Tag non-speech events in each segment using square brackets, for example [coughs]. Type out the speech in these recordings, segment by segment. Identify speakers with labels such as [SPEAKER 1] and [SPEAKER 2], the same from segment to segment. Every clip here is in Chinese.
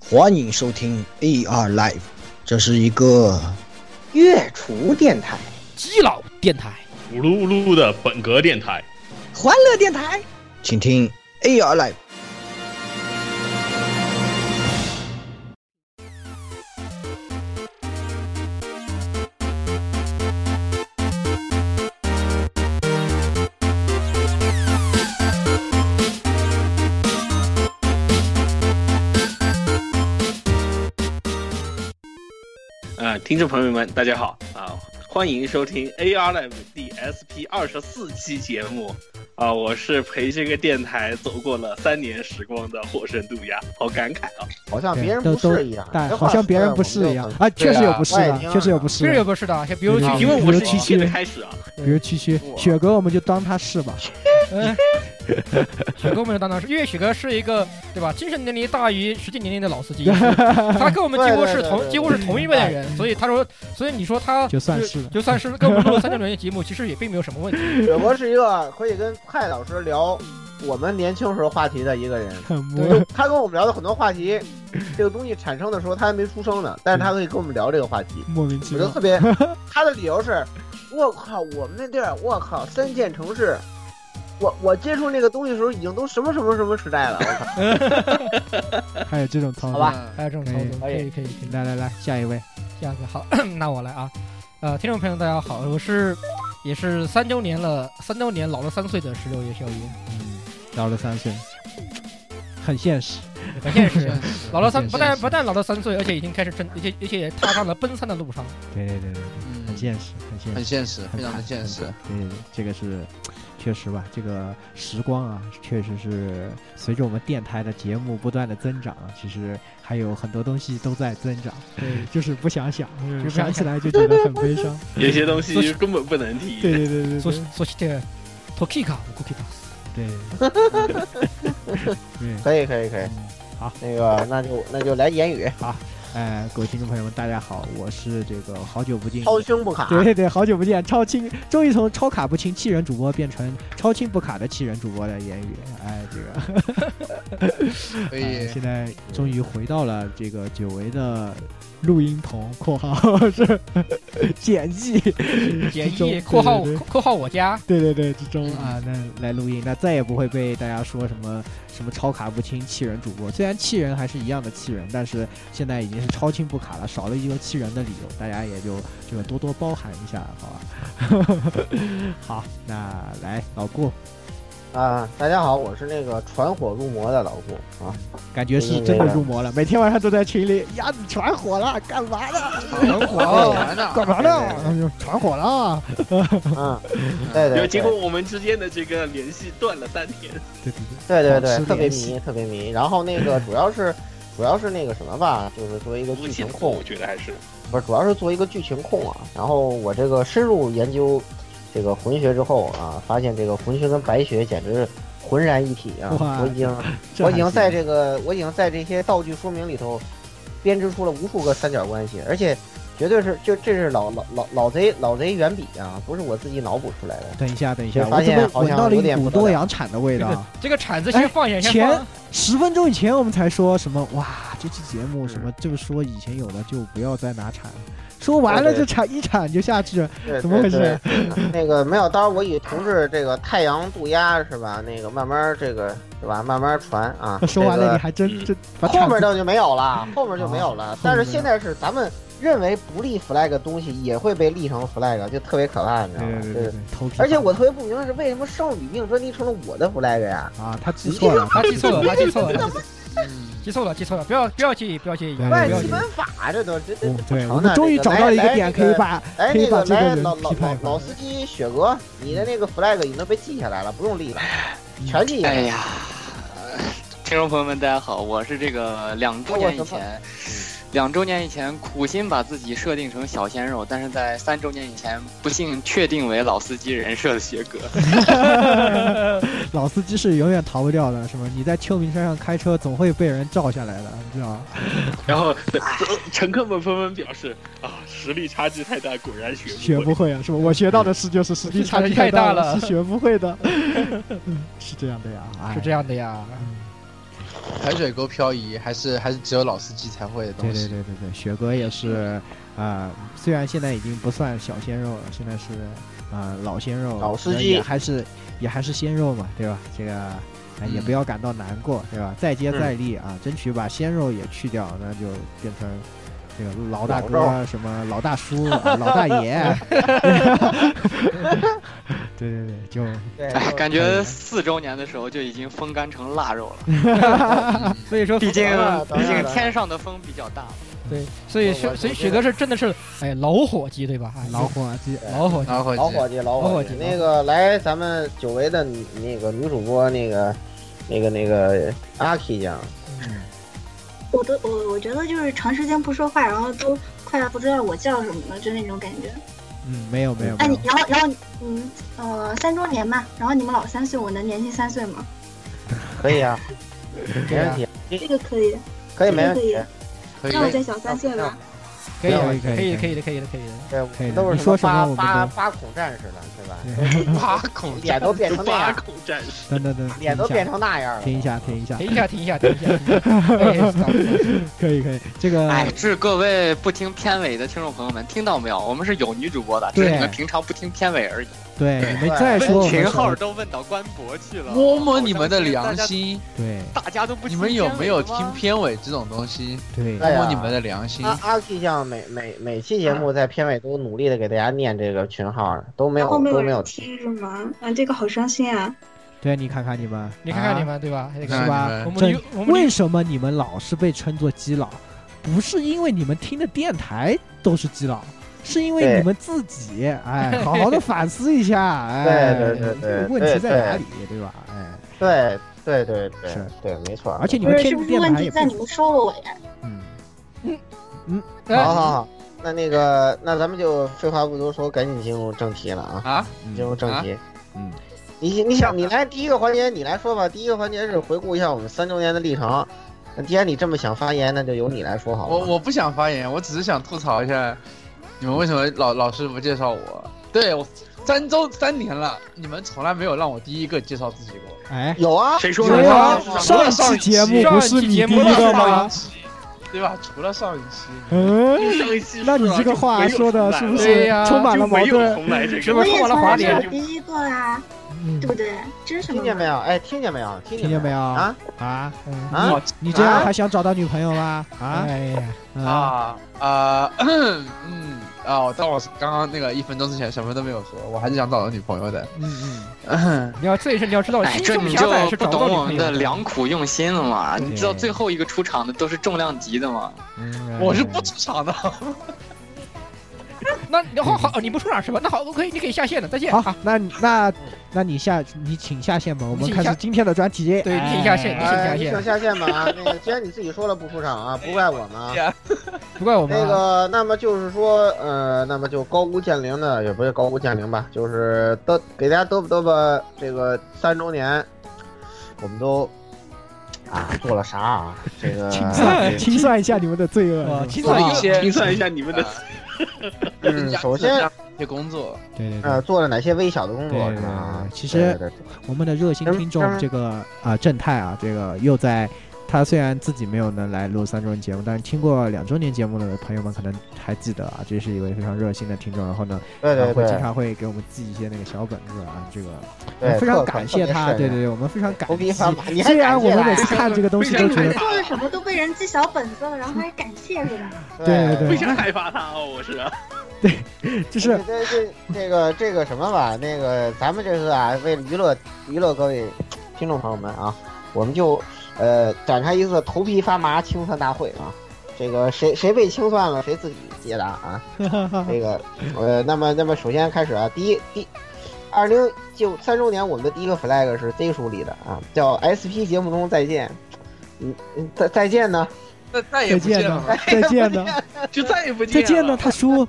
[SPEAKER 1] 欢迎收听 AR Live，这是一个
[SPEAKER 2] 月厨电台、
[SPEAKER 3] 基佬电台、
[SPEAKER 4] 咕噜咕噜的本格电台、
[SPEAKER 2] 欢乐电台，
[SPEAKER 1] 请听 AR Live。
[SPEAKER 5] 啊，听众朋友们，大家好啊！欢迎收听 AR Live 第 SP 二十四期节目啊！我是陪这个电台走过了三年时光的火神渡鸦，好感慨啊！
[SPEAKER 6] 好像别人
[SPEAKER 7] 都
[SPEAKER 6] 不
[SPEAKER 7] 都
[SPEAKER 6] 是一样，
[SPEAKER 7] 但
[SPEAKER 6] 这
[SPEAKER 7] 好
[SPEAKER 6] 话
[SPEAKER 7] 像
[SPEAKER 6] 说
[SPEAKER 7] 别
[SPEAKER 6] 的
[SPEAKER 7] 人
[SPEAKER 6] 我
[SPEAKER 7] 不
[SPEAKER 6] 们
[SPEAKER 7] 是
[SPEAKER 6] 就
[SPEAKER 7] 一样
[SPEAKER 6] 很
[SPEAKER 7] 啊，确实有不是
[SPEAKER 6] 外
[SPEAKER 7] 的，
[SPEAKER 6] 听
[SPEAKER 7] 确实有
[SPEAKER 6] 啊
[SPEAKER 7] 不是
[SPEAKER 3] 这也
[SPEAKER 7] 的，
[SPEAKER 3] 不是的，比如
[SPEAKER 7] 嗯
[SPEAKER 5] 因
[SPEAKER 3] 去
[SPEAKER 5] 为我是
[SPEAKER 7] 有
[SPEAKER 5] 一
[SPEAKER 7] 七
[SPEAKER 5] 期
[SPEAKER 7] 夕
[SPEAKER 5] 的开始啊，
[SPEAKER 7] 比如区区
[SPEAKER 5] 哇
[SPEAKER 7] 雪哥，我们就当他是吧。
[SPEAKER 3] 嗯，呃许哥我们就当他是，因为许哥是一个对吧，精神年龄大于实际年龄的老司机，他跟我们几乎
[SPEAKER 6] 对对
[SPEAKER 3] 是
[SPEAKER 6] 对
[SPEAKER 3] 同
[SPEAKER 6] 对
[SPEAKER 3] 几乎是同一辈的人，所以他说，所以你说他
[SPEAKER 7] 就算是了
[SPEAKER 3] 就算是跟我们录了三年轮的节目，其实也并没有什么问题。
[SPEAKER 6] 雪博是一个可以跟派老师聊我们年轻时候话题的一个人。
[SPEAKER 7] 很
[SPEAKER 6] 就
[SPEAKER 7] 摸，
[SPEAKER 6] 他跟我们聊的很多话题，这个东西产生的时候他还没出生呢，但是他可以跟我们聊这个话题，
[SPEAKER 7] 莫名其
[SPEAKER 6] 我觉得
[SPEAKER 7] 妙
[SPEAKER 6] 特。别。他的理由是，我靠，我们那地儿，我靠，三线城市，我我接触那个东西的时候已经都什么什么什么时代了，我靠，
[SPEAKER 7] 还有这种操
[SPEAKER 6] 好
[SPEAKER 7] 作
[SPEAKER 6] 吧，
[SPEAKER 3] 嗯还有这种操作，可
[SPEAKER 6] 可以
[SPEAKER 3] 以可以可以。
[SPEAKER 7] 来来来，下一位，
[SPEAKER 3] 这样子好， [coughs] 那我来啊。呃，听众朋友大家好，我是也是三周年了，三周年老了三岁的十六爷少爷，
[SPEAKER 7] 嗯，老了三岁，很现实，
[SPEAKER 3] 很现实。老了三
[SPEAKER 7] 很现实
[SPEAKER 3] 不但不但老了三岁，而且已经开始正，而且而且也踏上了奔三的路上。
[SPEAKER 7] 对对对对，对很现实，很现
[SPEAKER 8] 嗯很
[SPEAKER 7] 实，
[SPEAKER 8] 现实，非常的
[SPEAKER 7] 坦
[SPEAKER 8] 现实。。
[SPEAKER 7] 对对对，这个是确实吧，这个时光啊，确实是随着我们电台的节目不断的增长啊，其实还有很多东西都在增长，对，嗯就是不想想，
[SPEAKER 3] 不想
[SPEAKER 7] 想起来就觉得很悲伤。
[SPEAKER 5] 有些东西根本不能提。
[SPEAKER 7] 对对对对
[SPEAKER 3] 所
[SPEAKER 7] 对。
[SPEAKER 3] 所以的 Tokika 我 k i k a
[SPEAKER 7] [laughs] 对，嗯对，
[SPEAKER 6] 可以可以可以，
[SPEAKER 7] 好，
[SPEAKER 6] 那个那就那就来言 [laughs] 语，
[SPEAKER 7] 哎，各位听众朋友们，大家好，我是这个好久不见，
[SPEAKER 6] 掏胸不卡，
[SPEAKER 7] 对对，好久不见，超清，终于从超卡不清气人主播变成超清不卡的气人主播的言语，哎，这个，
[SPEAKER 8] 所
[SPEAKER 7] 哎
[SPEAKER 8] 以
[SPEAKER 7] 现在终于回到了这个久违的录音棚（括号是剪辑
[SPEAKER 3] 演
[SPEAKER 7] 之中
[SPEAKER 3] 绎（括号
[SPEAKER 7] 对对对
[SPEAKER 3] 括号我家
[SPEAKER 7] [laughs] 对对对，之中啊，那来录音，那再也不会被大家说什么什么超卡不清气人主播。虽然气人还是一样的气人，但是现在已经是超清不卡了，少了一个气人的理由，大家也就这个多多包涵一下，好吧？ [laughs] 好，那来老顾，
[SPEAKER 6] 啊，大家好，我是那个传火入魔的老顾啊，
[SPEAKER 7] 感觉是真的入魔了，每天晚上都在群里呀，你传火了，干嘛呢？传火
[SPEAKER 8] 好玩呢，
[SPEAKER 7] 干嘛呢？哎传火了，
[SPEAKER 6] 嗯，对
[SPEAKER 5] 然后
[SPEAKER 6] 对，
[SPEAKER 5] 结果我们之间的这个联系断了三天，
[SPEAKER 7] 对
[SPEAKER 6] 对对
[SPEAKER 7] 对对，保
[SPEAKER 6] 对
[SPEAKER 7] 持，
[SPEAKER 6] 特别
[SPEAKER 7] 联系
[SPEAKER 6] 迷，特别迷。然后那个主要是，主要是那个什么吧，就是作为一个
[SPEAKER 5] 无
[SPEAKER 6] 剧
[SPEAKER 5] 解
[SPEAKER 6] 情
[SPEAKER 5] 的
[SPEAKER 6] 控
[SPEAKER 5] 我，觉得还是
[SPEAKER 6] 不是，主要是作为一个剧情控啊。然后我这个深入研究这个魂学之后啊，发现这个魂学跟白学简直是浑然一体
[SPEAKER 7] 哇
[SPEAKER 6] 啊！我已经，
[SPEAKER 7] 这
[SPEAKER 6] 我已
[SPEAKER 7] 还
[SPEAKER 6] 经
[SPEAKER 7] 行
[SPEAKER 6] 在这个，我已经在这些道具说明里头编织出了无数个三角关系，而且绝对是，就这是老老老老贼老贼远笔啊，不是我自己脑补出来的。
[SPEAKER 7] 等一下，等一下，
[SPEAKER 6] 就发
[SPEAKER 7] 我怎
[SPEAKER 6] 现
[SPEAKER 7] 么
[SPEAKER 6] 好
[SPEAKER 7] 闻
[SPEAKER 6] 像
[SPEAKER 7] 到了
[SPEAKER 6] 有
[SPEAKER 7] 一
[SPEAKER 6] 点
[SPEAKER 7] 股
[SPEAKER 6] 不得啊
[SPEAKER 7] 洛
[SPEAKER 6] 了
[SPEAKER 7] 阳铲的味道？
[SPEAKER 3] 这个铲子先放眼先
[SPEAKER 7] 前
[SPEAKER 3] 放，
[SPEAKER 7] 十分钟以前我们才说什么哇，这期节目什么就是说以前有的就不要再拿铲，说完了
[SPEAKER 6] 对对
[SPEAKER 7] 这铲一铲就下去了，
[SPEAKER 6] 对
[SPEAKER 7] 怎么回事？
[SPEAKER 6] 对对 [laughs] 那个没有，当然我以同事这个太阳渡鸦是吧？那个慢慢这个是吧？慢慢传啊。
[SPEAKER 7] 说完
[SPEAKER 6] 这
[SPEAKER 7] 了
[SPEAKER 6] 个
[SPEAKER 7] 你还真真把
[SPEAKER 6] 后
[SPEAKER 7] 铲
[SPEAKER 6] 面
[SPEAKER 7] 子
[SPEAKER 6] 倒就没有了，后面就没有了。
[SPEAKER 7] 哦
[SPEAKER 6] 但是现在是咱们认为不立 flag 的东西也会被立成 flag，就特别可怕，你知道
[SPEAKER 7] 对
[SPEAKER 6] 吗？
[SPEAKER 7] 对
[SPEAKER 6] 就
[SPEAKER 7] 对
[SPEAKER 6] 是
[SPEAKER 7] 对，头皮发麻。
[SPEAKER 6] 而且我特别不明白是为什么少女命专辑成了我的 flag 呀？
[SPEAKER 7] 啊，他记错了，
[SPEAKER 3] 他记错了，他记错了，他
[SPEAKER 8] 嗯，
[SPEAKER 3] 记错了，记错了，不要不要介意，不要介意，不要
[SPEAKER 7] 对
[SPEAKER 6] 万
[SPEAKER 7] 对
[SPEAKER 6] 基
[SPEAKER 3] 介
[SPEAKER 6] 本
[SPEAKER 3] 意。
[SPEAKER 6] 法这都这这这
[SPEAKER 7] 我嗯哦对，
[SPEAKER 6] 常
[SPEAKER 7] 我们
[SPEAKER 6] 的
[SPEAKER 7] 终于
[SPEAKER 6] 这
[SPEAKER 7] 找到了一
[SPEAKER 6] 来
[SPEAKER 7] 个
[SPEAKER 6] 来
[SPEAKER 7] 点
[SPEAKER 6] 这
[SPEAKER 7] 可以
[SPEAKER 6] 个
[SPEAKER 7] 把
[SPEAKER 6] 哎
[SPEAKER 7] 可以
[SPEAKER 6] 那
[SPEAKER 7] 把
[SPEAKER 6] 个
[SPEAKER 7] 这个
[SPEAKER 6] 来
[SPEAKER 7] 人
[SPEAKER 6] 老老
[SPEAKER 7] 批判
[SPEAKER 6] 老
[SPEAKER 7] 一下
[SPEAKER 6] 老司机雪哥，你的那个 flag 已经被记下来了，不用立了，
[SPEAKER 7] 嗯
[SPEAKER 6] 全记下来
[SPEAKER 8] 哎
[SPEAKER 6] 了。
[SPEAKER 8] 呀，听众朋友们，大家好，我是这个两周年以前，
[SPEAKER 9] 嗯
[SPEAKER 8] 两周年以前苦心把自己设定成小鲜肉，但是在三周年以前不幸确定为老司机人设的学哥。
[SPEAKER 7] 老司机是永远逃不掉的，是吧？你在秋名山上开车，总会被人照下来的，你知道吗？
[SPEAKER 5] 然后等乘客们纷纷表示啊，实力差距太大，果然学
[SPEAKER 7] 学
[SPEAKER 5] 不
[SPEAKER 7] 不
[SPEAKER 5] 会。
[SPEAKER 7] 会啊，是吧？我学到的是就是实际
[SPEAKER 3] 是
[SPEAKER 7] 差距
[SPEAKER 3] 太
[SPEAKER 7] 太
[SPEAKER 3] 大
[SPEAKER 7] 大
[SPEAKER 3] 了
[SPEAKER 7] [laughs] 是学不会的，嗯是这样的呀，哎
[SPEAKER 3] 是这样的呀，
[SPEAKER 7] 嗯
[SPEAKER 9] 海水沟漂移还是还是只有老司机才会的
[SPEAKER 7] 对
[SPEAKER 9] 东
[SPEAKER 7] 对
[SPEAKER 9] 西。
[SPEAKER 7] 对对对，雪哥也是啊、虽然现在已经不算小鲜肉了，现在是啊、老鲜肉，
[SPEAKER 6] 老司
[SPEAKER 7] 那
[SPEAKER 6] 机
[SPEAKER 7] 也还是也还是鲜肉嘛，对吧？这个。啊也
[SPEAKER 9] 嗯
[SPEAKER 7] 不要感到难过，对吧？再接再厉
[SPEAKER 6] 嗯
[SPEAKER 7] 啊，争取把鲜肉也去掉，那就变成这个老大哥、啊什么老大叔、
[SPEAKER 6] [laughs]
[SPEAKER 7] 啊老大爷。对对对，就
[SPEAKER 6] 对，
[SPEAKER 8] 哎，
[SPEAKER 6] 就
[SPEAKER 8] [laughs] 感觉四周年的时候就已经风干成腊肉了。
[SPEAKER 3] 所以说，
[SPEAKER 8] 毕竟
[SPEAKER 6] 当然了当
[SPEAKER 8] 毕
[SPEAKER 6] 然
[SPEAKER 8] 竟
[SPEAKER 6] 了
[SPEAKER 8] 天上的风比较大嘛。
[SPEAKER 3] 对，所以
[SPEAKER 6] 我
[SPEAKER 3] 是
[SPEAKER 6] 我
[SPEAKER 3] 所以
[SPEAKER 6] 我
[SPEAKER 3] 雪
[SPEAKER 6] 觉
[SPEAKER 3] 哥
[SPEAKER 6] 得
[SPEAKER 3] 是真的是哎老火鸡对吧？哎
[SPEAKER 7] 老啊伙计，
[SPEAKER 3] 老火鸡，
[SPEAKER 9] 然后
[SPEAKER 6] 老
[SPEAKER 9] 伙
[SPEAKER 6] 伙
[SPEAKER 9] 计，
[SPEAKER 6] 计，老
[SPEAKER 3] 老
[SPEAKER 6] 伙
[SPEAKER 3] 伙
[SPEAKER 6] 计
[SPEAKER 3] 计，
[SPEAKER 6] 那个来咱们久违的女那个女主播那个那个那个阿 K 酱，
[SPEAKER 10] 我都我我觉得就是长时间不说话，然后都快要不知道我叫什么了，就那种感觉。
[SPEAKER 7] 嗯，没有没有
[SPEAKER 10] 哎，
[SPEAKER 7] 没
[SPEAKER 10] 你
[SPEAKER 7] 有，
[SPEAKER 10] 然后然后嗯呃三周年嘛，然后你们老三岁，我能年轻三岁吗？
[SPEAKER 6] 可以
[SPEAKER 7] [laughs]
[SPEAKER 6] 啊，没
[SPEAKER 7] 啊
[SPEAKER 6] 问题，
[SPEAKER 10] 这个可以，
[SPEAKER 6] 可以没问题
[SPEAKER 10] 可以，
[SPEAKER 9] 可以
[SPEAKER 10] 那我再小三岁吧。
[SPEAKER 3] 可以
[SPEAKER 7] 可以
[SPEAKER 3] 可
[SPEAKER 7] 可以
[SPEAKER 3] 以可以的可以的可以的。
[SPEAKER 6] 对，我
[SPEAKER 7] 可以
[SPEAKER 6] 都是
[SPEAKER 7] 你说什么
[SPEAKER 6] 八
[SPEAKER 7] 我们
[SPEAKER 6] 八
[SPEAKER 7] 都
[SPEAKER 6] 八孔战士了，对吧？
[SPEAKER 7] [laughs]
[SPEAKER 5] 八孔
[SPEAKER 6] 脸都变成那
[SPEAKER 5] 八
[SPEAKER 6] 样，
[SPEAKER 5] 孔战士，
[SPEAKER 7] 等等等，停
[SPEAKER 6] 脸都
[SPEAKER 7] 一下
[SPEAKER 6] 变成那样了。
[SPEAKER 7] 停一下，停一下，
[SPEAKER 3] 停一下，停一下，停一下停一下。哎早了
[SPEAKER 7] 可以可以，这个
[SPEAKER 8] 哎，致各位不听片尾的听众朋友们，听到没有？我们是有女主播的，只
[SPEAKER 7] 对
[SPEAKER 8] 是你们平常不听片尾而已。
[SPEAKER 7] 对你
[SPEAKER 6] 对
[SPEAKER 7] 们再说我
[SPEAKER 8] 问
[SPEAKER 7] 们
[SPEAKER 8] 群
[SPEAKER 7] 少
[SPEAKER 8] 号都问到官博去了，
[SPEAKER 9] 摸摸你们的
[SPEAKER 8] 我
[SPEAKER 9] 良
[SPEAKER 8] 相信
[SPEAKER 9] 心，
[SPEAKER 7] 对
[SPEAKER 8] 大家，大家都不
[SPEAKER 9] 你
[SPEAKER 8] 听
[SPEAKER 9] 们有没有听
[SPEAKER 8] 片
[SPEAKER 9] 片尾这种东西？
[SPEAKER 7] 对
[SPEAKER 9] 摸
[SPEAKER 6] 哎呀
[SPEAKER 9] 摸你们的良心。
[SPEAKER 6] 阿阿 K 酱每每每期节目在片尾都努力的给大家念这个群号了，都没有
[SPEAKER 10] 然后没
[SPEAKER 6] 都
[SPEAKER 10] 有
[SPEAKER 6] 没有
[SPEAKER 10] 人。听是吗？啊，这个好伤心啊！
[SPEAKER 7] 对，你看看你们，
[SPEAKER 3] 你看看你们对吧？这
[SPEAKER 9] 是
[SPEAKER 3] 个
[SPEAKER 7] 是吧
[SPEAKER 3] 我们
[SPEAKER 7] 这
[SPEAKER 3] 有我们
[SPEAKER 7] 为
[SPEAKER 3] 有
[SPEAKER 7] 什么你们老是被称作基佬？不是因为你们听的电台都是基佬，是因为
[SPEAKER 6] 对
[SPEAKER 7] 你们自己哎，好好的反思一下，哎，
[SPEAKER 6] 对对对对
[SPEAKER 7] 问题
[SPEAKER 6] 对
[SPEAKER 7] 在哪里，对吧？哎，
[SPEAKER 6] 对对对对
[SPEAKER 7] 是
[SPEAKER 6] 对，没错。
[SPEAKER 7] 而且你
[SPEAKER 10] 不
[SPEAKER 7] 们
[SPEAKER 10] 是，
[SPEAKER 7] 听
[SPEAKER 10] 是
[SPEAKER 7] 的
[SPEAKER 10] 不是
[SPEAKER 7] 电
[SPEAKER 10] 问
[SPEAKER 7] 台
[SPEAKER 10] 题
[SPEAKER 7] 也
[SPEAKER 10] 在你
[SPEAKER 7] 不，
[SPEAKER 10] 们说我呀？
[SPEAKER 7] 嗯，
[SPEAKER 5] 嗯
[SPEAKER 3] 哎
[SPEAKER 6] 好好好，那那个，那咱们就废话不多说，赶紧进入正题了啊！
[SPEAKER 9] 啊，
[SPEAKER 6] 进入正题。
[SPEAKER 7] 嗯嗯，
[SPEAKER 6] 你你想，你来第一个环节，你来说吧。第一个环节是回顾一下我们三周年的历程。那既然你这么想发言，那就由你来说好了。
[SPEAKER 9] 我我不想发言，我只是想吐槽一下，你们为什么老老是不介绍我？对我三周三年了，你们从来没有让我第一个介绍自己过。
[SPEAKER 7] 哎，
[SPEAKER 6] 有啊，
[SPEAKER 5] 谁说
[SPEAKER 7] 有
[SPEAKER 5] 的？
[SPEAKER 7] 啊，
[SPEAKER 5] 谁说
[SPEAKER 7] 上
[SPEAKER 5] 的
[SPEAKER 7] 期节目
[SPEAKER 3] 上
[SPEAKER 7] 不
[SPEAKER 3] 一
[SPEAKER 7] 是
[SPEAKER 3] 期
[SPEAKER 7] 你
[SPEAKER 3] 节
[SPEAKER 7] 第
[SPEAKER 3] 目
[SPEAKER 7] 一
[SPEAKER 3] 是上
[SPEAKER 7] 个吗
[SPEAKER 9] 一？期，对吧？除了上一期，
[SPEAKER 7] 嗯，
[SPEAKER 5] 上一期
[SPEAKER 7] 那你
[SPEAKER 5] 说了
[SPEAKER 7] 这个
[SPEAKER 5] 就
[SPEAKER 7] 话
[SPEAKER 5] 没有
[SPEAKER 7] 说的
[SPEAKER 5] 重来
[SPEAKER 7] 是不
[SPEAKER 5] 了
[SPEAKER 3] 对
[SPEAKER 7] 是
[SPEAKER 3] 呀
[SPEAKER 7] 充满
[SPEAKER 5] 就
[SPEAKER 7] 了矛
[SPEAKER 5] 没有
[SPEAKER 7] 盾？
[SPEAKER 5] 重来这
[SPEAKER 3] 是
[SPEAKER 5] 个
[SPEAKER 3] 不
[SPEAKER 10] 我
[SPEAKER 5] 问题。
[SPEAKER 3] 是
[SPEAKER 10] 也
[SPEAKER 3] 充
[SPEAKER 10] 从
[SPEAKER 3] 满了
[SPEAKER 10] 来
[SPEAKER 3] 滑
[SPEAKER 10] 没有
[SPEAKER 3] 点？
[SPEAKER 10] 第一个啊，对不对？这是什
[SPEAKER 6] 听见没
[SPEAKER 10] 么？
[SPEAKER 6] 有？哎，听见没有？听
[SPEAKER 7] 听见没
[SPEAKER 6] 有？
[SPEAKER 7] 有
[SPEAKER 6] 啊
[SPEAKER 7] 啊？
[SPEAKER 3] 嗯
[SPEAKER 6] 啊！
[SPEAKER 7] 你这样
[SPEAKER 6] 啊
[SPEAKER 7] 还想找到女朋友吗？啊
[SPEAKER 3] 哎呀，
[SPEAKER 7] 啊！
[SPEAKER 9] 啊啊，嗯嗯啊！我当我刚刚那个一分钟之前什么都没有说，我还是想找个女朋友的。
[SPEAKER 7] 嗯嗯，
[SPEAKER 9] 嗯，
[SPEAKER 3] 你要这也是你要知道，
[SPEAKER 8] 哎，
[SPEAKER 3] 哦心
[SPEAKER 8] 这
[SPEAKER 3] 胸
[SPEAKER 8] 你
[SPEAKER 3] 狭
[SPEAKER 8] 就
[SPEAKER 3] 窄是
[SPEAKER 8] 不
[SPEAKER 3] 找不
[SPEAKER 8] 懂我
[SPEAKER 3] 到
[SPEAKER 8] 们
[SPEAKER 3] 女
[SPEAKER 8] 的
[SPEAKER 3] 朋友的。
[SPEAKER 8] 良苦用心了嘛？你知道
[SPEAKER 7] 对
[SPEAKER 8] 最后一个出场的都是重量级的嘛？
[SPEAKER 7] 嗯
[SPEAKER 9] 我是不出场的。
[SPEAKER 3] 那你好哦好，你不出场是吧？那好，OK，你可以下线了，再见。
[SPEAKER 7] 嗯
[SPEAKER 3] 啊
[SPEAKER 7] 好，那你那那你下你请下线吧，我们
[SPEAKER 3] 请
[SPEAKER 7] 开始
[SPEAKER 3] 下
[SPEAKER 7] 今天的专题。
[SPEAKER 3] 对 [laughs] 你请下线
[SPEAKER 7] 哎
[SPEAKER 6] 哎，
[SPEAKER 3] 你
[SPEAKER 6] 你请
[SPEAKER 3] 请下线
[SPEAKER 6] 下线吧啊！那个，既然你自己说了不出场啊，不怪我们啊。
[SPEAKER 3] 不怪我们
[SPEAKER 6] 那
[SPEAKER 3] 啊，
[SPEAKER 6] 个，那么就是说，呃，那么就高屋建瓴的，也不是高屋建瓴吧，就是嘚给大家嘚吧嘚吧这个三周年，我们都啊做了啥啊？这
[SPEAKER 7] [laughs]
[SPEAKER 6] 个
[SPEAKER 7] 清算清算一下你们的罪恶
[SPEAKER 3] 哇，。
[SPEAKER 7] 是吧
[SPEAKER 3] 清算一
[SPEAKER 9] 一
[SPEAKER 3] 个
[SPEAKER 9] 些
[SPEAKER 5] 清算一下你们的
[SPEAKER 6] 嗯首先
[SPEAKER 9] 一些工作，
[SPEAKER 7] 对对
[SPEAKER 6] 呃
[SPEAKER 7] 对，
[SPEAKER 6] 做了哪些微小的工作
[SPEAKER 7] 对
[SPEAKER 6] 是吧
[SPEAKER 7] 对对？其实
[SPEAKER 6] 对对对
[SPEAKER 7] 我们的热心听众
[SPEAKER 6] 嗯
[SPEAKER 7] 这个啊正太啊，这个又在。他虽然自己没有能来录三周年节目，但是听过两周年节目的朋友们可能还记得啊，这是一位非常热心的听众。然后呢，
[SPEAKER 6] 对
[SPEAKER 7] 然
[SPEAKER 6] 对
[SPEAKER 7] 后会
[SPEAKER 6] 对
[SPEAKER 7] 经常会给我们寄一些那个小本子啊，这个我
[SPEAKER 6] 对，
[SPEAKER 7] 们非常
[SPEAKER 6] 特
[SPEAKER 7] 感谢他，对对，对，我们非常感
[SPEAKER 6] 头皮
[SPEAKER 7] 激。
[SPEAKER 6] 发麻，你还
[SPEAKER 7] 虽然我们每
[SPEAKER 6] 感
[SPEAKER 7] 次
[SPEAKER 6] 谢
[SPEAKER 7] 看这个东西都觉得，
[SPEAKER 10] 做了什么都被人记小本子了，然后还感谢是吧？
[SPEAKER 7] 啊
[SPEAKER 6] 他
[SPEAKER 7] 对对
[SPEAKER 5] 为
[SPEAKER 7] 对
[SPEAKER 5] 啥害怕他哦？我是
[SPEAKER 9] 啊
[SPEAKER 6] [laughs]
[SPEAKER 7] [laughs] 就是
[SPEAKER 6] 这这这个这个什么吧，那个咱们这次啊，为了娱乐娱乐各位听众朋友们啊，我们就呃展开一次头皮发麻清算大会啊。这个谁谁被清算了，谁自己解答啊。这个呃，那么那么首先开始啊，第一第二零九三周年，我们的第一个 flag 是 Z 书立的啊，叫 SP 节目中再见。嗯，嗯再再见呢？
[SPEAKER 9] 那再也
[SPEAKER 7] 再
[SPEAKER 9] 不见
[SPEAKER 7] 见
[SPEAKER 9] 了
[SPEAKER 7] 呢
[SPEAKER 9] 吗。，
[SPEAKER 7] 再见呢，
[SPEAKER 5] 就再也不见
[SPEAKER 7] 再
[SPEAKER 5] 了，
[SPEAKER 7] 见呢，他叔，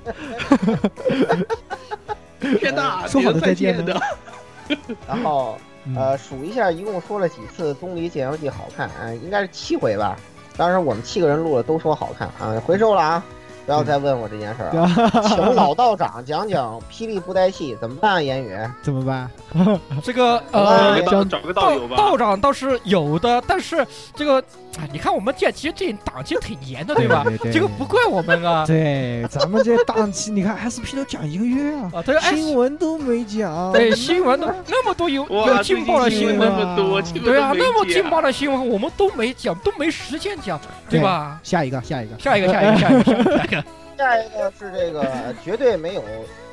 [SPEAKER 5] 天大，
[SPEAKER 7] 说好的
[SPEAKER 5] 啊
[SPEAKER 7] 再
[SPEAKER 5] 再
[SPEAKER 7] 见呢
[SPEAKER 5] 的，
[SPEAKER 6] 然后
[SPEAKER 7] 嗯
[SPEAKER 6] 呃，数一下，一共说了几次《东篱剑游呃记》好看啊？应该是七回吧。当时我们七个人录了，都说好看啊，回收了啊。不要再问我这件事儿
[SPEAKER 7] 对
[SPEAKER 6] 了。
[SPEAKER 7] 吧？
[SPEAKER 6] 请老道长讲讲霹雳布袋戏怎么办，啊言语。
[SPEAKER 7] 怎么办？
[SPEAKER 3] 这个
[SPEAKER 5] 找
[SPEAKER 7] 啊
[SPEAKER 3] 呃
[SPEAKER 5] 个，道找个道友吧。
[SPEAKER 3] 道长倒是有的，但是这个，哎，你看我们这其实这档期挺严的，吧？
[SPEAKER 7] 对对对
[SPEAKER 3] 这个不怪我们啊
[SPEAKER 7] 对，咱们这档期，你看 SP 都讲一个月啊，
[SPEAKER 3] 啊！对，哎，
[SPEAKER 7] 新闻都没讲。
[SPEAKER 3] 对新闻都那么多有
[SPEAKER 5] 哇，
[SPEAKER 3] 有劲爆
[SPEAKER 5] 最
[SPEAKER 3] 的
[SPEAKER 5] 近
[SPEAKER 3] 新
[SPEAKER 5] 那
[SPEAKER 3] 闻，
[SPEAKER 5] 么多，基本
[SPEAKER 3] 对啊，
[SPEAKER 5] 都没
[SPEAKER 3] 那么
[SPEAKER 5] 见
[SPEAKER 3] 劲爆的新闻我们都没讲，都没时间讲，对吧？
[SPEAKER 7] 下一个，下一个，
[SPEAKER 3] 下一个，下一个，下一个，下一个，
[SPEAKER 6] 下一个是这个绝对没有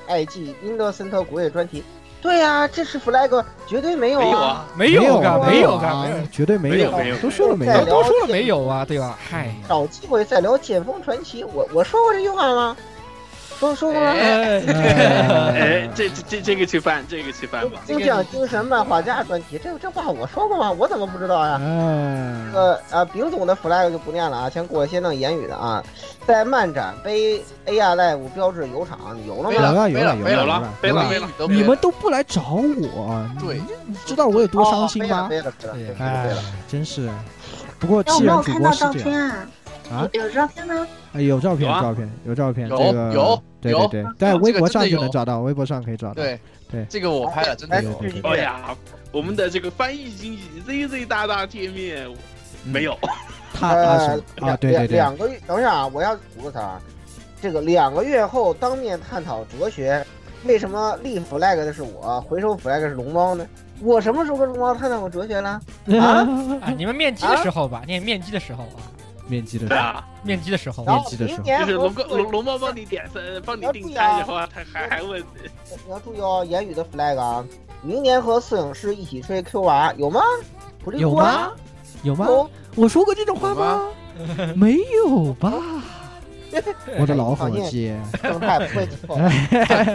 [SPEAKER 6] IG 英德森特国乐专题。对呀、这是 flag，绝对没有
[SPEAKER 5] 没有
[SPEAKER 6] 啊。
[SPEAKER 5] 啊，
[SPEAKER 3] 没有
[SPEAKER 7] 啊
[SPEAKER 3] 噶，
[SPEAKER 6] 没
[SPEAKER 3] 没有
[SPEAKER 7] 啊
[SPEAKER 3] 噶，没有，
[SPEAKER 7] 绝对没
[SPEAKER 5] 没有
[SPEAKER 7] 啊
[SPEAKER 5] 没有
[SPEAKER 7] 都说了没
[SPEAKER 6] 再
[SPEAKER 5] 哎
[SPEAKER 7] 有。
[SPEAKER 6] 聊
[SPEAKER 3] 都说了没有啊，对吧？嗨，
[SPEAKER 6] 找机会再聊《剑锋传奇》我，我说过这句话吗？说说过吗？
[SPEAKER 5] 哎
[SPEAKER 7] 哎，
[SPEAKER 5] 这这这这个去翻，这个去翻吧。
[SPEAKER 6] 就讲精神漫画家专题，这这话我说过吗？我怎么不知道
[SPEAKER 7] 啊
[SPEAKER 6] 呀、这
[SPEAKER 7] 嗯，
[SPEAKER 6] 个啊，丙总的 flag 就不念了啊，先过先弄言语的啊，在漫展杯 AR Live 标志有场，你有了
[SPEAKER 9] 没
[SPEAKER 6] 吗？哦
[SPEAKER 7] 了
[SPEAKER 9] 了，
[SPEAKER 7] 有
[SPEAKER 9] 没了，
[SPEAKER 7] 有
[SPEAKER 9] 没
[SPEAKER 7] 有
[SPEAKER 9] 了，
[SPEAKER 7] 了
[SPEAKER 9] 没
[SPEAKER 7] 有
[SPEAKER 9] 了，
[SPEAKER 7] 了
[SPEAKER 9] 没了，都没
[SPEAKER 7] 你
[SPEAKER 9] 了
[SPEAKER 7] 们都不来找我，
[SPEAKER 9] 对
[SPEAKER 7] 你，你知道我有多伤心
[SPEAKER 6] 哦
[SPEAKER 7] 吗？
[SPEAKER 6] 飞了飞了飞了飞了
[SPEAKER 7] 哎
[SPEAKER 6] 飞了！，
[SPEAKER 7] 真是。不过
[SPEAKER 10] 哎，我
[SPEAKER 7] 气
[SPEAKER 10] 没
[SPEAKER 7] 人
[SPEAKER 10] 有
[SPEAKER 7] 主
[SPEAKER 10] 看
[SPEAKER 7] 播
[SPEAKER 10] 到
[SPEAKER 7] 是
[SPEAKER 10] 照
[SPEAKER 7] 这
[SPEAKER 10] 片
[SPEAKER 7] 样，
[SPEAKER 10] 啊，
[SPEAKER 7] 啊
[SPEAKER 10] 有有照片吗？
[SPEAKER 7] 哎有照片，
[SPEAKER 5] 有啊
[SPEAKER 7] 照片，有照片，
[SPEAKER 9] 有
[SPEAKER 7] 这个
[SPEAKER 9] 有
[SPEAKER 7] 对对
[SPEAKER 9] 有
[SPEAKER 7] 对，
[SPEAKER 9] 这
[SPEAKER 7] 在
[SPEAKER 9] 个
[SPEAKER 7] 微博上
[SPEAKER 9] 真的
[SPEAKER 7] 就
[SPEAKER 9] 有
[SPEAKER 7] 能找到，微博上可以找到。
[SPEAKER 9] 对
[SPEAKER 7] 对
[SPEAKER 9] 这个我拍了，真的
[SPEAKER 6] 来
[SPEAKER 9] 有。
[SPEAKER 6] 试一
[SPEAKER 5] 哎
[SPEAKER 6] 遍，
[SPEAKER 5] 呀，我们的这个翻译经济 Z Z 大大见面
[SPEAKER 7] 嗯
[SPEAKER 5] 没有，
[SPEAKER 7] 他啊
[SPEAKER 6] 呃
[SPEAKER 7] 什，么啊，对对对，
[SPEAKER 6] 两个月，等一下啊，我要吐个槽啊，这个两个月后当面探讨哲学，为什么立 flag 的是我，回收 flag 是龙猫呢？我什么时候跟龙猫探讨过哲学了？
[SPEAKER 7] [laughs]
[SPEAKER 3] [laughs] 啊，你们面基的时候吧，你面基的时候啊，
[SPEAKER 7] 面基的
[SPEAKER 5] 对啊，
[SPEAKER 3] 面基的时候，
[SPEAKER 6] 然
[SPEAKER 7] 面
[SPEAKER 6] 后
[SPEAKER 7] 基的时
[SPEAKER 6] 明
[SPEAKER 7] 候
[SPEAKER 10] 哎
[SPEAKER 6] 年
[SPEAKER 5] 就是
[SPEAKER 6] 和
[SPEAKER 5] 龙哥龙龙猫帮你点分，帮你订餐，然后他还还问
[SPEAKER 6] 你要注意哦，言语的 flag 啊，明年和摄影师一起吹 Q R 有吗？不利
[SPEAKER 7] 有
[SPEAKER 6] 多啊
[SPEAKER 7] 吗？有吗？
[SPEAKER 6] 有
[SPEAKER 7] 我说过这种话
[SPEAKER 9] 有
[SPEAKER 7] 吗？没有吧？我的老伙计，
[SPEAKER 6] 正太不会
[SPEAKER 7] [laughs]
[SPEAKER 6] 错。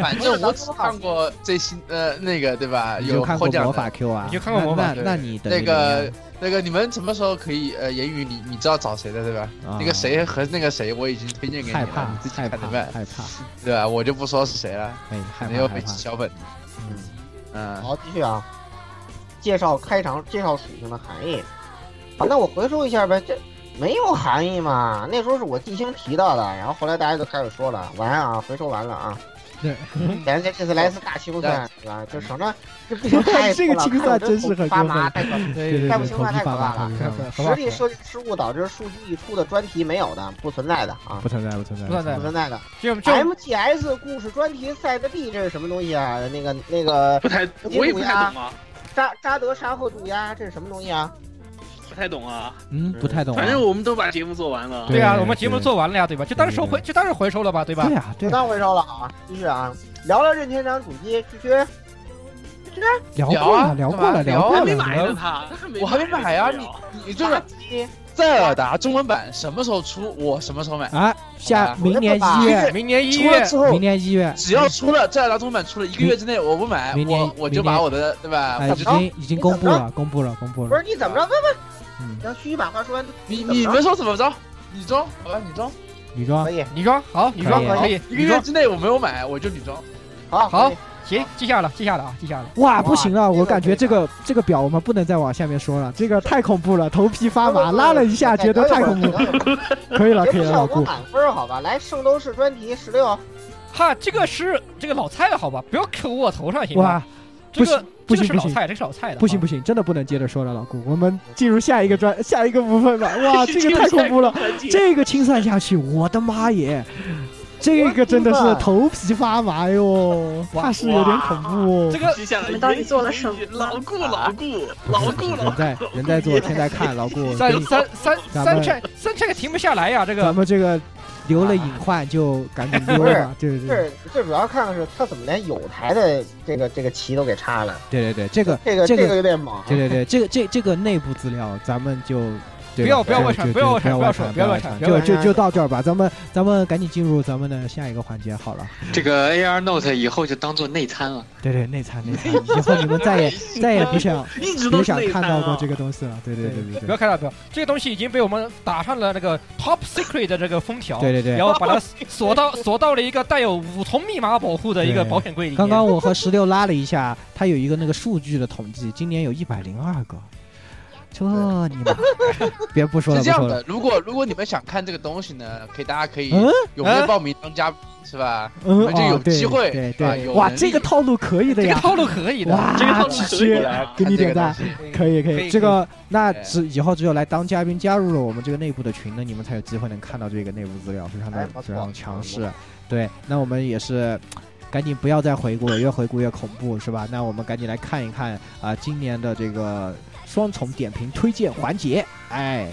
[SPEAKER 9] 反正我只看过最新呃那个对吧？
[SPEAKER 7] 你就
[SPEAKER 9] 有
[SPEAKER 7] 看
[SPEAKER 9] 获
[SPEAKER 7] 过
[SPEAKER 9] 奖
[SPEAKER 7] 魔
[SPEAKER 9] 的
[SPEAKER 7] 法 Q 啊？
[SPEAKER 3] 你就看过魔法
[SPEAKER 7] 那
[SPEAKER 9] Q
[SPEAKER 7] 那那你等于
[SPEAKER 9] 那个那个，你们什么时候可以呃言语你你知道找谁的对吧？
[SPEAKER 7] 怎么样啊
[SPEAKER 9] 那个谁和那个谁我已经推荐给你
[SPEAKER 7] 害怕
[SPEAKER 9] 了，你自己
[SPEAKER 7] 害
[SPEAKER 9] 看
[SPEAKER 7] 怕
[SPEAKER 9] 着
[SPEAKER 7] 害
[SPEAKER 9] 办，
[SPEAKER 7] 怕，
[SPEAKER 9] 对吧？我就不说是谁了，
[SPEAKER 7] 哎害
[SPEAKER 9] 没
[SPEAKER 7] 怕
[SPEAKER 9] 有
[SPEAKER 7] 害
[SPEAKER 9] 被
[SPEAKER 7] 怕。
[SPEAKER 9] 小本。
[SPEAKER 7] 嗯
[SPEAKER 9] 嗯，
[SPEAKER 6] 好，继续啊，介绍开场，介绍属性的含义。好，那我回溯一下呗，这没有含义嘛？那时候是我记星提到的，然后后来大家就开始说了，完啊，回收完了啊。
[SPEAKER 7] 对，
[SPEAKER 6] 咱这这次来一次大清算是吧？就省着这不
[SPEAKER 7] [laughs] 这个清算真是很
[SPEAKER 6] 发
[SPEAKER 7] 过
[SPEAKER 6] 麻，
[SPEAKER 7] 分
[SPEAKER 6] 太可怕了。
[SPEAKER 7] 对对对，
[SPEAKER 6] 太
[SPEAKER 7] 头
[SPEAKER 6] 不
[SPEAKER 7] 皮
[SPEAKER 6] 行了太可
[SPEAKER 7] 发麻，
[SPEAKER 6] 怕
[SPEAKER 7] 头皮
[SPEAKER 3] 可
[SPEAKER 7] 发麻
[SPEAKER 3] 可
[SPEAKER 6] 实力设计失误导致数据溢出的专题没有的，不存在的啊，
[SPEAKER 7] 不存在不存在
[SPEAKER 3] 不存在
[SPEAKER 6] 不存在的。
[SPEAKER 3] 就就
[SPEAKER 6] MGS 故事专题赛德币这是什么东西啊？那个那个
[SPEAKER 5] 不太，我也不太懂啊，
[SPEAKER 6] 扎扎德沙后渡鸦这是什么东西啊？
[SPEAKER 5] 不太懂啊。
[SPEAKER 7] 嗯，不太
[SPEAKER 9] 哎
[SPEAKER 7] 懂啊。
[SPEAKER 5] 反正我们都把节目做完了，
[SPEAKER 3] 对啊，
[SPEAKER 7] 对
[SPEAKER 3] 我们节目
[SPEAKER 7] 对
[SPEAKER 3] 做完了呀，对吧？就当时回就当时回收了吧，对吧
[SPEAKER 7] 对？啊呀对
[SPEAKER 6] 不
[SPEAKER 7] 呀，
[SPEAKER 6] 当回收了啊，继续啊，聊聊任天堂主机，去去。
[SPEAKER 7] 聊
[SPEAKER 9] 聊
[SPEAKER 7] 过
[SPEAKER 9] 啊
[SPEAKER 7] 了聊
[SPEAKER 9] 干
[SPEAKER 7] 过
[SPEAKER 9] 嘛
[SPEAKER 7] 了
[SPEAKER 9] 聊
[SPEAKER 7] 聊
[SPEAKER 9] 啊
[SPEAKER 7] 过
[SPEAKER 5] 还
[SPEAKER 7] 了
[SPEAKER 5] 没
[SPEAKER 7] 聊
[SPEAKER 5] 买
[SPEAKER 7] 过
[SPEAKER 5] 呢，
[SPEAKER 7] 了，
[SPEAKER 5] 他他还没
[SPEAKER 9] 我还没买啊，
[SPEAKER 5] 呢
[SPEAKER 9] 你你就是
[SPEAKER 6] 打
[SPEAKER 9] 《
[SPEAKER 6] 机，
[SPEAKER 9] 塞尔达》中文版什么时候出，我什么时候买。
[SPEAKER 7] 啊，下
[SPEAKER 9] 好吧
[SPEAKER 7] 明年一
[SPEAKER 6] 我
[SPEAKER 7] 月，
[SPEAKER 3] 明年一
[SPEAKER 9] 出了
[SPEAKER 3] 月
[SPEAKER 9] 之后
[SPEAKER 7] 明，年一月，
[SPEAKER 9] 只要出了《塞尔达》中文版出了一个月之内，我不买，
[SPEAKER 7] 明年
[SPEAKER 9] 我我就
[SPEAKER 7] 明年
[SPEAKER 9] 把我的对吧？
[SPEAKER 7] 哎，
[SPEAKER 9] 我
[SPEAKER 7] 已
[SPEAKER 9] 就
[SPEAKER 7] 经已经公布了，公布了，公布
[SPEAKER 6] 不
[SPEAKER 7] 了
[SPEAKER 6] 是。你怎么着？问问，
[SPEAKER 7] 嗯，
[SPEAKER 6] 让旭旭把话说完。
[SPEAKER 9] 你你们说怎么着？你装好吧，你装。
[SPEAKER 7] 女装
[SPEAKER 6] 可，以，
[SPEAKER 3] 女装好，女装
[SPEAKER 7] 可
[SPEAKER 3] 可以，
[SPEAKER 9] 一个
[SPEAKER 3] 女
[SPEAKER 9] 月
[SPEAKER 3] 装
[SPEAKER 9] 之内我没有买，我就女装。
[SPEAKER 6] 好，
[SPEAKER 3] 好
[SPEAKER 6] 可以
[SPEAKER 3] 行，记下了，记下了啊，记下了。
[SPEAKER 7] 哇，不行了，
[SPEAKER 6] 这个
[SPEAKER 7] 我感觉这个这个表我们不能再往下面说了，这个太恐怖了，头皮发麻，拉了一
[SPEAKER 6] 哎
[SPEAKER 7] 下，觉得太恐怖。可以了，可
[SPEAKER 6] 节
[SPEAKER 7] 以
[SPEAKER 6] 目
[SPEAKER 7] 了，
[SPEAKER 6] 效
[SPEAKER 7] 老
[SPEAKER 6] 果
[SPEAKER 7] 顾，
[SPEAKER 6] 满分好吧？来，圣斗士专题十六，
[SPEAKER 3] 哈，这个是这个老蔡的好吧？不要扣我头上行吗？
[SPEAKER 7] 哇，
[SPEAKER 3] 这个这个
[SPEAKER 7] 不行不行
[SPEAKER 3] 是
[SPEAKER 7] 不
[SPEAKER 3] 老
[SPEAKER 7] 行
[SPEAKER 3] 蔡，这个是老蔡的啊。
[SPEAKER 7] 不行不行，真的不能接着说了，老顾，我们进入下一个专下一个部分吧。哇，这个太恐怖了，这个清算下去，我的妈耶！这个真的是头皮发麻哟，怕是有点恐怖
[SPEAKER 3] 这
[SPEAKER 7] 哦。
[SPEAKER 3] 个
[SPEAKER 5] 接下来
[SPEAKER 10] 你们到底做了什么啊
[SPEAKER 5] 老顾老顾老顾老
[SPEAKER 7] 人 [laughs]
[SPEAKER 5] 顾，
[SPEAKER 3] [laughs]
[SPEAKER 7] 在人在做，天在看，老顾，
[SPEAKER 3] 三
[SPEAKER 7] 给你
[SPEAKER 3] 三三
[SPEAKER 7] 咱
[SPEAKER 3] 三
[SPEAKER 7] 们
[SPEAKER 3] 拆三拆停不下来呀，这
[SPEAKER 7] 咱
[SPEAKER 3] 个啊
[SPEAKER 7] 们这个留了隐患就赶紧溜了吧，对对对
[SPEAKER 6] 这这主要看看是他怎么连有台的这个这个旗都给插了，
[SPEAKER 7] 对对对，
[SPEAKER 3] [laughs]
[SPEAKER 7] 这个
[SPEAKER 6] 这个
[SPEAKER 7] 这个
[SPEAKER 6] 有点猛啊。
[SPEAKER 7] 对对对，这个这这个内部资料咱们就。对
[SPEAKER 3] 不
[SPEAKER 7] 吧
[SPEAKER 3] 要不要
[SPEAKER 7] 就
[SPEAKER 3] 外传
[SPEAKER 7] 就
[SPEAKER 3] 不要外
[SPEAKER 7] 就
[SPEAKER 3] 传
[SPEAKER 7] 不
[SPEAKER 3] 不要
[SPEAKER 7] 外
[SPEAKER 3] 传
[SPEAKER 7] 传，
[SPEAKER 3] 不要外传
[SPEAKER 7] 传，
[SPEAKER 3] 不
[SPEAKER 7] 就
[SPEAKER 3] 要
[SPEAKER 6] 外传
[SPEAKER 7] 就就到这儿吧，咱们咱们赶紧进入咱们的下一个环节好了。
[SPEAKER 8] [laughs] 这个 AR Note 以后就当做内参了。
[SPEAKER 7] 对对，内参内参，以后你们
[SPEAKER 3] [laughs]
[SPEAKER 7] 再也再也不想
[SPEAKER 5] 一直
[SPEAKER 7] 不
[SPEAKER 5] 都是
[SPEAKER 7] 想
[SPEAKER 5] 内
[SPEAKER 7] 看
[SPEAKER 5] 参
[SPEAKER 7] 到过
[SPEAKER 5] 啊
[SPEAKER 7] 这。个东西了。对对对对
[SPEAKER 3] 不要
[SPEAKER 7] 对，
[SPEAKER 3] 看到不要，这个东西已经被我们打上了那个 top secret 的这个封条，
[SPEAKER 7] 对对对
[SPEAKER 3] 然。后把它锁到锁到了一个带有五重密码保护的一个
[SPEAKER 7] 对
[SPEAKER 3] 保险柜里面。
[SPEAKER 7] 刚刚我和石榴拉了一下，它有一个那个数据的统计，今年有一百零二个，这你妈！别不说了，
[SPEAKER 9] 是
[SPEAKER 7] 不
[SPEAKER 9] 这样
[SPEAKER 7] 说
[SPEAKER 9] 的
[SPEAKER 7] 了。，
[SPEAKER 9] 如果如果你们想看这个东西呢，可以大家可以
[SPEAKER 7] 嗯
[SPEAKER 9] 踊跃报名当嘉宾，是吧？你
[SPEAKER 7] 嗯，
[SPEAKER 9] 们就
[SPEAKER 7] 哦
[SPEAKER 9] 有
[SPEAKER 7] 对
[SPEAKER 9] 机会
[SPEAKER 7] 对
[SPEAKER 9] 是吧
[SPEAKER 7] 对，
[SPEAKER 9] 有
[SPEAKER 7] 哇，
[SPEAKER 9] 能
[SPEAKER 7] 这个
[SPEAKER 9] 力
[SPEAKER 7] 套路可以
[SPEAKER 3] 这
[SPEAKER 7] 的
[SPEAKER 3] 个
[SPEAKER 7] 呀，
[SPEAKER 3] 套路可以的。
[SPEAKER 7] 哇，
[SPEAKER 5] 这个套路
[SPEAKER 7] 直
[SPEAKER 5] 可以
[SPEAKER 7] 接
[SPEAKER 5] 的
[SPEAKER 7] 给
[SPEAKER 9] 看这
[SPEAKER 7] 你点
[SPEAKER 9] 个
[SPEAKER 7] 赞
[SPEAKER 9] 东，西
[SPEAKER 7] 可以可
[SPEAKER 3] 可以
[SPEAKER 7] 以，这个那
[SPEAKER 9] 对
[SPEAKER 7] 只以后只有来当嘉宾加入了我们这个内部的群呢，你们才有机会能看到这个内部资料，非常的
[SPEAKER 6] 哎不错
[SPEAKER 7] 非常强
[SPEAKER 6] 不
[SPEAKER 7] 势。对，那我们也是。赶紧不要再回顾了，越回顾越恐怖，是吧？那我们赶紧来看一看啊、今年的这个双重点评推荐环节。哎，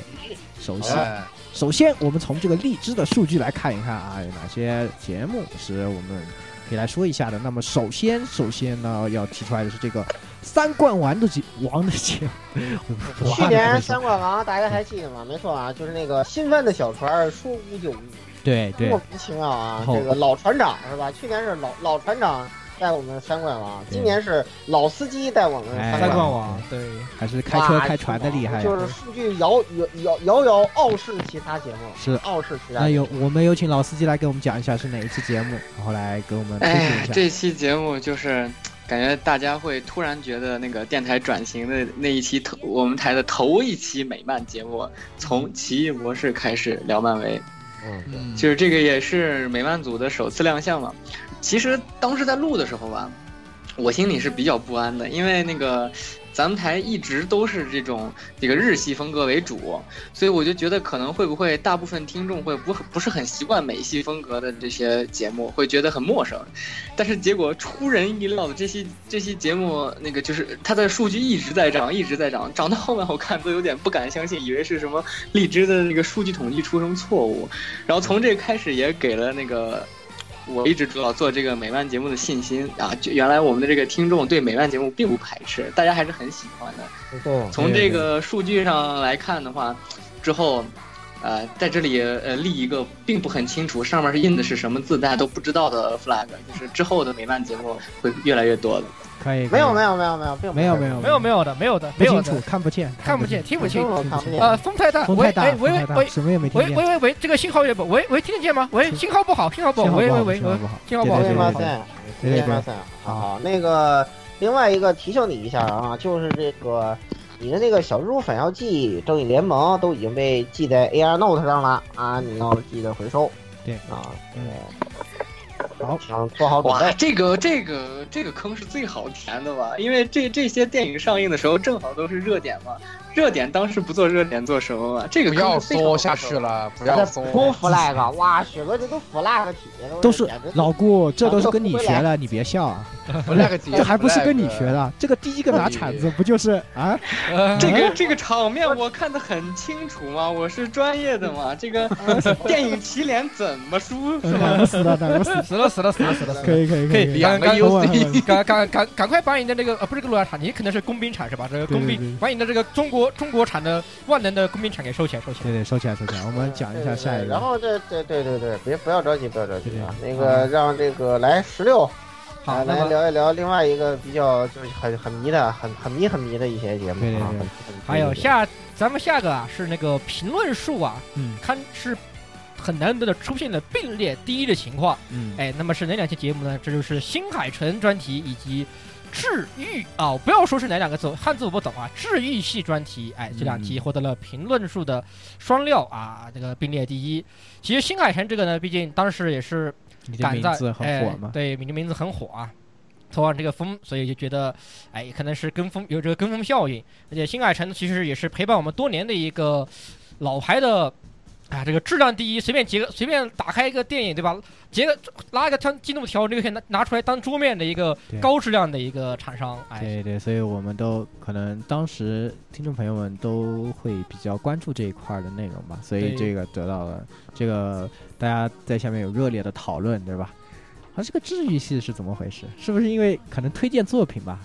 [SPEAKER 7] 首先
[SPEAKER 9] 哎
[SPEAKER 7] 首先，我们从这个荔枝的数据来看一看啊，有哪些节目是我们可以来说一下的。那么，首先，首先呢，要提出来的是这个三冠王的节王的节目，哇
[SPEAKER 6] 去
[SPEAKER 7] 这
[SPEAKER 6] 年
[SPEAKER 7] 个
[SPEAKER 6] 三冠王大家还记得吗？没错啊，就是那个兴奋的小船儿说五就五，
[SPEAKER 7] 对对
[SPEAKER 6] 莫名其妙啊
[SPEAKER 7] 然，后
[SPEAKER 6] 这个老船长是吧？去年是老老船长带我们三冠王，今年是老司机带我们
[SPEAKER 7] 哎
[SPEAKER 6] 三
[SPEAKER 3] 三
[SPEAKER 6] 冠
[SPEAKER 3] 冠
[SPEAKER 6] 王。
[SPEAKER 3] 王，啊对，
[SPEAKER 7] 还是开车开船的厉害。
[SPEAKER 6] 就是数据遥遥遥遥遥傲视其他节目，
[SPEAKER 7] 是
[SPEAKER 6] 傲视其他
[SPEAKER 7] 那
[SPEAKER 6] 节目。
[SPEAKER 7] 有我们有请老司机来给我们讲一下是哪一期节目，然后来给我们推荐
[SPEAKER 8] 哎
[SPEAKER 7] 一，下。
[SPEAKER 8] 这期节目就是感觉大家会突然觉得那个电台转型的那一期头，我们台的头一期美漫节目，从《奇异博士》开始聊漫威，
[SPEAKER 6] 嗯，
[SPEAKER 9] 嗯
[SPEAKER 8] 就是这个也是美漫组的首次亮相嘛。其实当时在录的时候吧，我心里是比较不安的，因为那个咱们台一直都是这种这个日系风格为主，所以我就觉得可能会不会大部分听众会不不是很习惯美系风格的这些节目，会觉得很陌生。但是结果出人意料的，这期这期节目那个就是它的数据一直在涨，一直在涨，涨到后面我看都有点不敢相信，以为是什么荔枝的那个数据统计出什么错误。然后从这开始也给了那个我一直主导做这个美漫节目的信心啊，就原来我们的这个听众对美漫节目并不排斥，大家还是很喜欢的。
[SPEAKER 6] 对，
[SPEAKER 8] 从这个数据上来看的话，之后，呃，在这里呃立一个并不很清楚上面是印的是什么字，大家都不知道的 flag，就是之后的美漫节目会越来越多的。
[SPEAKER 7] 可以，可以
[SPEAKER 6] 没有没有没有没有，并不
[SPEAKER 7] 没有
[SPEAKER 6] 是
[SPEAKER 7] 没有
[SPEAKER 3] 没有没有的，没有的，
[SPEAKER 7] 不
[SPEAKER 3] 没有
[SPEAKER 7] 清
[SPEAKER 3] 的
[SPEAKER 7] 楚，，看不见
[SPEAKER 3] 看不见，听不
[SPEAKER 6] 不清
[SPEAKER 3] 清。
[SPEAKER 6] 楚看不见。
[SPEAKER 3] 呃，风太大，
[SPEAKER 7] 风
[SPEAKER 3] 喂
[SPEAKER 7] 太大，
[SPEAKER 3] 哎
[SPEAKER 7] 风
[SPEAKER 3] 喂
[SPEAKER 7] 太
[SPEAKER 3] 喂
[SPEAKER 7] 大，
[SPEAKER 3] 喂
[SPEAKER 7] 什么也没听
[SPEAKER 3] 喂
[SPEAKER 7] 见，
[SPEAKER 3] 喂喂喂，这个信号也不喂喂，听得见吗？喂，信号不好，信号不
[SPEAKER 7] 信
[SPEAKER 3] 好，
[SPEAKER 7] 号
[SPEAKER 3] 喂
[SPEAKER 7] 不
[SPEAKER 3] 喂
[SPEAKER 7] 好
[SPEAKER 3] 喂
[SPEAKER 7] 信号
[SPEAKER 3] 喂
[SPEAKER 7] 不，好，
[SPEAKER 3] 信号不
[SPEAKER 6] 对
[SPEAKER 3] 好
[SPEAKER 7] 对对对
[SPEAKER 6] 吗？
[SPEAKER 7] 对
[SPEAKER 6] 对，
[SPEAKER 7] 对对
[SPEAKER 6] 对吗？对，好，那个另外一个提醒你一下啊，就是这个你的那个小蜘蛛反妖记、正义联盟都已经被记在 AR Note 上了啊，你要记得回收。
[SPEAKER 7] 对
[SPEAKER 6] 啊，
[SPEAKER 7] 嗯
[SPEAKER 6] 对，好，请做好准
[SPEAKER 8] [laughs] 哇，
[SPEAKER 6] 备。
[SPEAKER 8] 这个这个这个坑是最好填的吧？因为这这些电影上映的时候正好都是热点嘛，热点当时不做热点做什么嘛？这个
[SPEAKER 9] 不要
[SPEAKER 8] 坑是非常好
[SPEAKER 9] 缩下
[SPEAKER 8] 的
[SPEAKER 9] 去了，不
[SPEAKER 6] 这
[SPEAKER 9] 要
[SPEAKER 6] 不
[SPEAKER 9] 缩。
[SPEAKER 6] flag，哇，雪哥这都 flag 体，
[SPEAKER 7] 都是
[SPEAKER 6] 简直
[SPEAKER 7] 老顾，这都是跟你学的，你别笑啊。
[SPEAKER 9] 不赖个姐，
[SPEAKER 7] 这还不是跟你
[SPEAKER 9] 赖个
[SPEAKER 7] 学？的？这个第一个拿铲子不就是啊？
[SPEAKER 3] 呃
[SPEAKER 8] 这个这个场面我看得很清楚嘛，我是专业的嘛，这个电影祁连怎么输是吧？
[SPEAKER 7] 哪个死的？哪个死的？
[SPEAKER 3] 死了死了死了死了，死了
[SPEAKER 7] 可以可以可以，
[SPEAKER 9] 两个
[SPEAKER 7] 刚刚
[SPEAKER 9] UC
[SPEAKER 7] 刚刚刚
[SPEAKER 3] 赶赶赶赶快把你的那个呃不是个罗兰铲，你可能是工兵铲是吧？这个
[SPEAKER 7] 对
[SPEAKER 3] 工
[SPEAKER 7] 对
[SPEAKER 3] 兵
[SPEAKER 7] 对
[SPEAKER 3] 把你的这个中国中国产的万能的工兵铲给收起来收起
[SPEAKER 7] 对
[SPEAKER 3] 来。
[SPEAKER 7] 对，收起来收起来，我们讲一下
[SPEAKER 6] 对
[SPEAKER 7] 下一
[SPEAKER 6] 对对然
[SPEAKER 7] 个。
[SPEAKER 6] 后这这对对对，别不要着急，不要着急啊。
[SPEAKER 7] 对对
[SPEAKER 6] 那个让这个来十六，
[SPEAKER 3] 好，
[SPEAKER 6] 啊来
[SPEAKER 3] 那
[SPEAKER 6] 来
[SPEAKER 3] 么
[SPEAKER 6] 聊一聊另外一个比较就是很很迷的、很很迷很迷的一些节目
[SPEAKER 7] 对对
[SPEAKER 6] 啊
[SPEAKER 7] 对。
[SPEAKER 6] 很
[SPEAKER 3] 还有，下咱们下个啊是那个评论数啊，
[SPEAKER 7] 嗯
[SPEAKER 3] 看是很难得的出现了并列第一的情况。
[SPEAKER 7] 嗯，
[SPEAKER 3] 哎，那么是哪两期节目呢？这就是新海诚专题以及治愈啊、不要说是哪两个字，汉字我不懂啊。治愈系专题，哎，这两题
[SPEAKER 7] 嗯
[SPEAKER 3] 获得了评论数的双料啊，这个并列第一。其实新海诚这个呢，毕竟当时也是
[SPEAKER 7] 你的
[SPEAKER 3] 赶
[SPEAKER 7] 名
[SPEAKER 3] 在
[SPEAKER 7] 字很火
[SPEAKER 3] 哎
[SPEAKER 7] 嘛？
[SPEAKER 3] 对，你的名字很火啊。头上这个风，所以就觉得，哎，可能是跟风有这个跟风效应，而且新海诚其实也是陪伴我们多年的一个老牌的，啊，这个质量第一，随便截个随便打开一个电影对吧？截个拉一个当进度条，你就可以拿拿出来当桌面的一个
[SPEAKER 7] 对
[SPEAKER 3] 高质量的一个厂商，哎，
[SPEAKER 7] 对对，所以我们都可能当时听众朋友们都会比较关注这一块儿的内容吧，所以
[SPEAKER 3] 对
[SPEAKER 7] 这个得到了这个大家在下面有热烈的讨论，对吧？啊，这个治愈系是怎么回事？是不是因为可能推荐作品吧？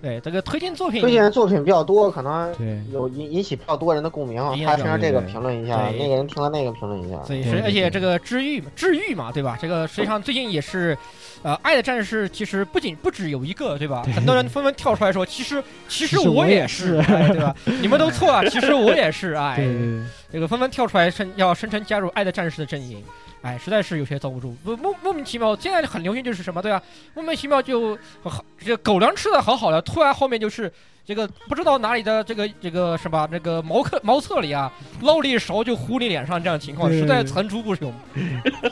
[SPEAKER 3] 对这个推荐作品，
[SPEAKER 6] 推荐的作品比较多，可能
[SPEAKER 7] 对
[SPEAKER 6] 有引引起比较多人的共鸣。啊
[SPEAKER 3] 引起
[SPEAKER 6] 他听了这个
[SPEAKER 7] 对对对
[SPEAKER 6] 评论一下，
[SPEAKER 3] 对
[SPEAKER 6] 那个人听了那个评论一下。
[SPEAKER 3] 所以是，
[SPEAKER 7] 对对
[SPEAKER 3] 而且
[SPEAKER 7] 对
[SPEAKER 3] 这个治愈嘛，治愈嘛，对吧？这个实际上最近也是，呃，《爱的战士》其实不仅不止有一个，对吧？
[SPEAKER 7] 对
[SPEAKER 3] 很多人纷纷跳出来说，其实其
[SPEAKER 7] 其
[SPEAKER 3] 实
[SPEAKER 7] 实我
[SPEAKER 3] 也
[SPEAKER 7] 也
[SPEAKER 3] 是，哎对吧？你们都错啊，其实我也
[SPEAKER 7] [laughs]
[SPEAKER 3] 是，哎
[SPEAKER 7] 对，对
[SPEAKER 3] 这个纷纷跳出来声要声称加入《爱的战士》的阵营，哎，实在是有些遭不住，不莫莫名其妙。现在啊呃很流行就是什么，对吧？莫名其妙就好，这狗粮吃的好好的，突然后面就是这个不知道哪里的这个这个是吧？这个茅厕茅厕里啊， [laughs] 捞了一勺就糊你脸上，这样情况
[SPEAKER 7] 对
[SPEAKER 3] 实在层出不穷。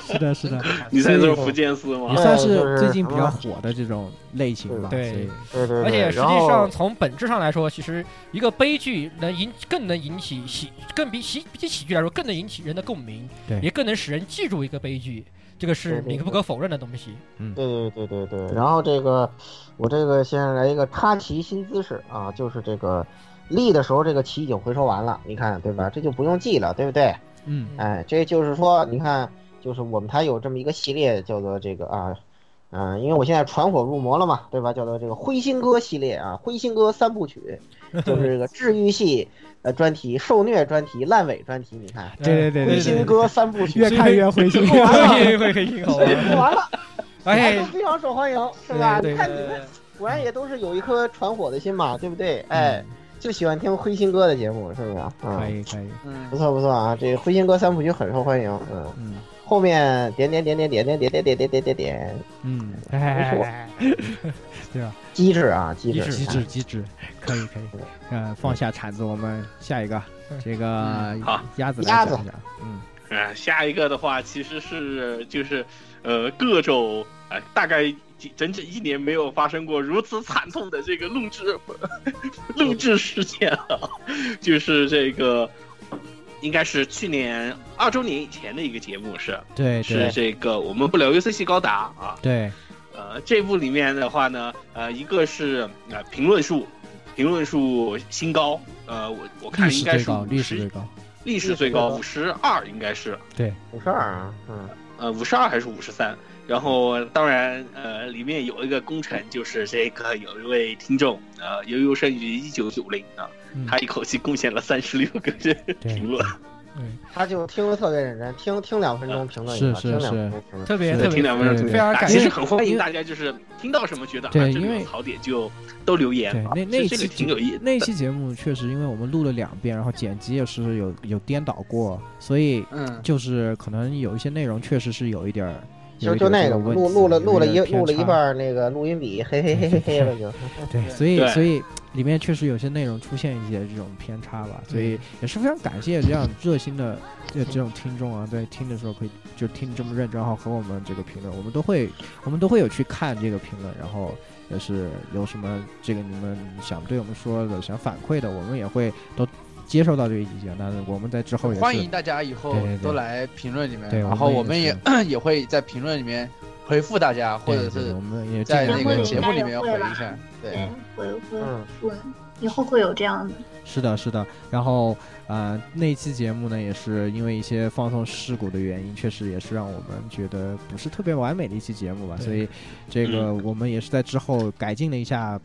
[SPEAKER 7] 是
[SPEAKER 3] [laughs]
[SPEAKER 7] 的，是的，
[SPEAKER 5] 你猜这是福建丝
[SPEAKER 7] 也
[SPEAKER 5] 吗？
[SPEAKER 7] 算哦是啊最近比较火的这种类型吧。
[SPEAKER 3] 对
[SPEAKER 7] 所以
[SPEAKER 6] 对对对，
[SPEAKER 3] 而且实
[SPEAKER 6] 然
[SPEAKER 3] 际
[SPEAKER 6] 后
[SPEAKER 3] 上，从本质上来说，其实一个悲剧能引更能引起喜，更比喜比起喜剧来说，更能引起人的共鸣，
[SPEAKER 7] 对
[SPEAKER 3] 也更能使人记住一个悲剧，这个
[SPEAKER 6] 对
[SPEAKER 3] 是
[SPEAKER 6] 对
[SPEAKER 3] 你不可否认的东西。
[SPEAKER 6] 对对对对对，然后这个我这个先来一个插旗新姿势啊，就是这个立的时候这个旗已经回收完了，你看对吧？这就不用记了，对不对？
[SPEAKER 7] 嗯，
[SPEAKER 6] 哎，这就是说，你看，就是我们它有这么一个系列叫做这个啊，嗯、因为我现在传火入魔了嘛，对吧？叫做这个灰心歌系列啊，灰心歌三部曲，就是这个治愈系呃专题、受虐专题、烂尾专题，你看。
[SPEAKER 3] [laughs]
[SPEAKER 7] 对对对
[SPEAKER 6] 灰
[SPEAKER 7] 对对
[SPEAKER 6] 哎心
[SPEAKER 7] 对，
[SPEAKER 6] 歌三部曲
[SPEAKER 7] 越
[SPEAKER 6] [laughs]
[SPEAKER 7] 看越灰 [laughs] 心。
[SPEAKER 3] 会会会，好玩。
[SPEAKER 6] 完了，
[SPEAKER 3] 哎
[SPEAKER 6] 哎，，非常受欢迎， [laughs] 是吧？
[SPEAKER 3] 对
[SPEAKER 6] 你看你们果然也都是有一颗传火的心嘛，对不对？哎，就喜欢听灰心哥的节目，是不是啊？
[SPEAKER 7] 可
[SPEAKER 6] 嗯，
[SPEAKER 7] 以可以，
[SPEAKER 8] 嗯
[SPEAKER 6] 不错不错啊，这灰心哥三部曲很受欢迎，嗯。
[SPEAKER 7] 嗯
[SPEAKER 6] 后面点点点点点点点点点点点点点，
[SPEAKER 7] 嗯，哎，
[SPEAKER 6] 机智啊，嗯机智，
[SPEAKER 7] 机智机智，可以可以，呃，放下铲子，我们下一个这个
[SPEAKER 5] 好
[SPEAKER 7] 鸭子来
[SPEAKER 6] 嗯鸭子
[SPEAKER 7] 讲一讲，嗯，
[SPEAKER 5] 啊，下一个的话其实是就是呃各种哎、大概几整整一年没有发生过如此惨痛的这个录制 [laughs] 录制事件了，就是这个应该是去年二周年以前的一个节目是
[SPEAKER 7] 对
[SPEAKER 5] 是
[SPEAKER 7] 对
[SPEAKER 5] 这个我们不聊 UCC 高达啊，
[SPEAKER 7] 对，
[SPEAKER 5] 呃这部里面的话呢呃一个是呃评论数。评论数新高，呃，我我
[SPEAKER 7] 历
[SPEAKER 5] 看应
[SPEAKER 7] 史
[SPEAKER 5] 该
[SPEAKER 7] 最
[SPEAKER 5] 是
[SPEAKER 7] 高，
[SPEAKER 5] 五
[SPEAKER 7] 历史最
[SPEAKER 5] 十，
[SPEAKER 7] 高，
[SPEAKER 5] 历史最高，五十二应该是，
[SPEAKER 6] 五十二啊，嗯，
[SPEAKER 5] 呃五十二还是五十三？然后当然呃里面有一个功臣，就是这个有一位听众呃悠悠生于一九九零啊
[SPEAKER 7] 嗯，
[SPEAKER 5] 他一口气贡献了三十六个这
[SPEAKER 7] 对
[SPEAKER 5] 评论，
[SPEAKER 6] 他就听得特别认真，听听两分钟评论一下，听两分钟评论。
[SPEAKER 3] 特别
[SPEAKER 7] 是
[SPEAKER 3] 特
[SPEAKER 5] 听
[SPEAKER 3] 别
[SPEAKER 5] 两分钟
[SPEAKER 7] 对
[SPEAKER 5] 评论。
[SPEAKER 3] 非
[SPEAKER 5] 啊
[SPEAKER 3] 常感
[SPEAKER 5] 其实
[SPEAKER 3] 谢。
[SPEAKER 5] 很欢
[SPEAKER 7] 因
[SPEAKER 5] 迎
[SPEAKER 7] 为
[SPEAKER 5] 大家，就是听到什么觉得啊
[SPEAKER 7] 对
[SPEAKER 5] 这
[SPEAKER 7] 因为
[SPEAKER 5] 里有槽点就都留言
[SPEAKER 7] 对，
[SPEAKER 5] 啊，
[SPEAKER 7] 那那
[SPEAKER 5] 这
[SPEAKER 7] 一
[SPEAKER 5] 这
[SPEAKER 7] 期
[SPEAKER 5] 个挺有意思。
[SPEAKER 7] 那一期节目确实，因为我们录了两遍，然后剪辑也是有有颠倒过，所以
[SPEAKER 8] [laughs]
[SPEAKER 9] 嗯，
[SPEAKER 7] 就是可能有一些内容确实是有一点儿，
[SPEAKER 6] 就就那个
[SPEAKER 7] 个
[SPEAKER 6] 录录了录了一录了一半那个录音笔，嘿嘿嘿嘿嘿了就。
[SPEAKER 7] 对，所以
[SPEAKER 5] 对
[SPEAKER 7] 所以里面确实有些内容出现一些这种偏差吧，所以也是非常感谢这样热心的这这种听众啊，在听的时候可以就听这么认真，然后和我们这个评论，我们都会我们都会有去看这个评论，然后也是有什么这个你们想对我们说的、想反馈的，我们也会都接受到这个意见。那我们在之后也是
[SPEAKER 9] 欢迎大家以后
[SPEAKER 7] 对对对
[SPEAKER 9] 都来评论里面，
[SPEAKER 7] 对
[SPEAKER 9] 然后
[SPEAKER 7] 我
[SPEAKER 9] 我
[SPEAKER 7] 们
[SPEAKER 9] 们
[SPEAKER 7] 也
[SPEAKER 9] 也也 [clears throat] 会在评论里面回复大家，或
[SPEAKER 7] 对
[SPEAKER 9] 者
[SPEAKER 7] 对对
[SPEAKER 9] 是
[SPEAKER 7] 我们也
[SPEAKER 9] 在
[SPEAKER 7] 尽
[SPEAKER 9] 那
[SPEAKER 7] 量
[SPEAKER 9] 个
[SPEAKER 7] 会
[SPEAKER 9] 节目里面回一下。对，
[SPEAKER 10] 对，会会
[SPEAKER 6] 嗯
[SPEAKER 10] 会，以后会有这样的。
[SPEAKER 7] 是的，是的。然后，呃，那期节目呢，也是因为一些放送事故的原因，确实也是让我们觉得不是特别完美的一期节目吧。
[SPEAKER 3] 对嗯
[SPEAKER 7] 所以，这个我们也是在之后改进了一下，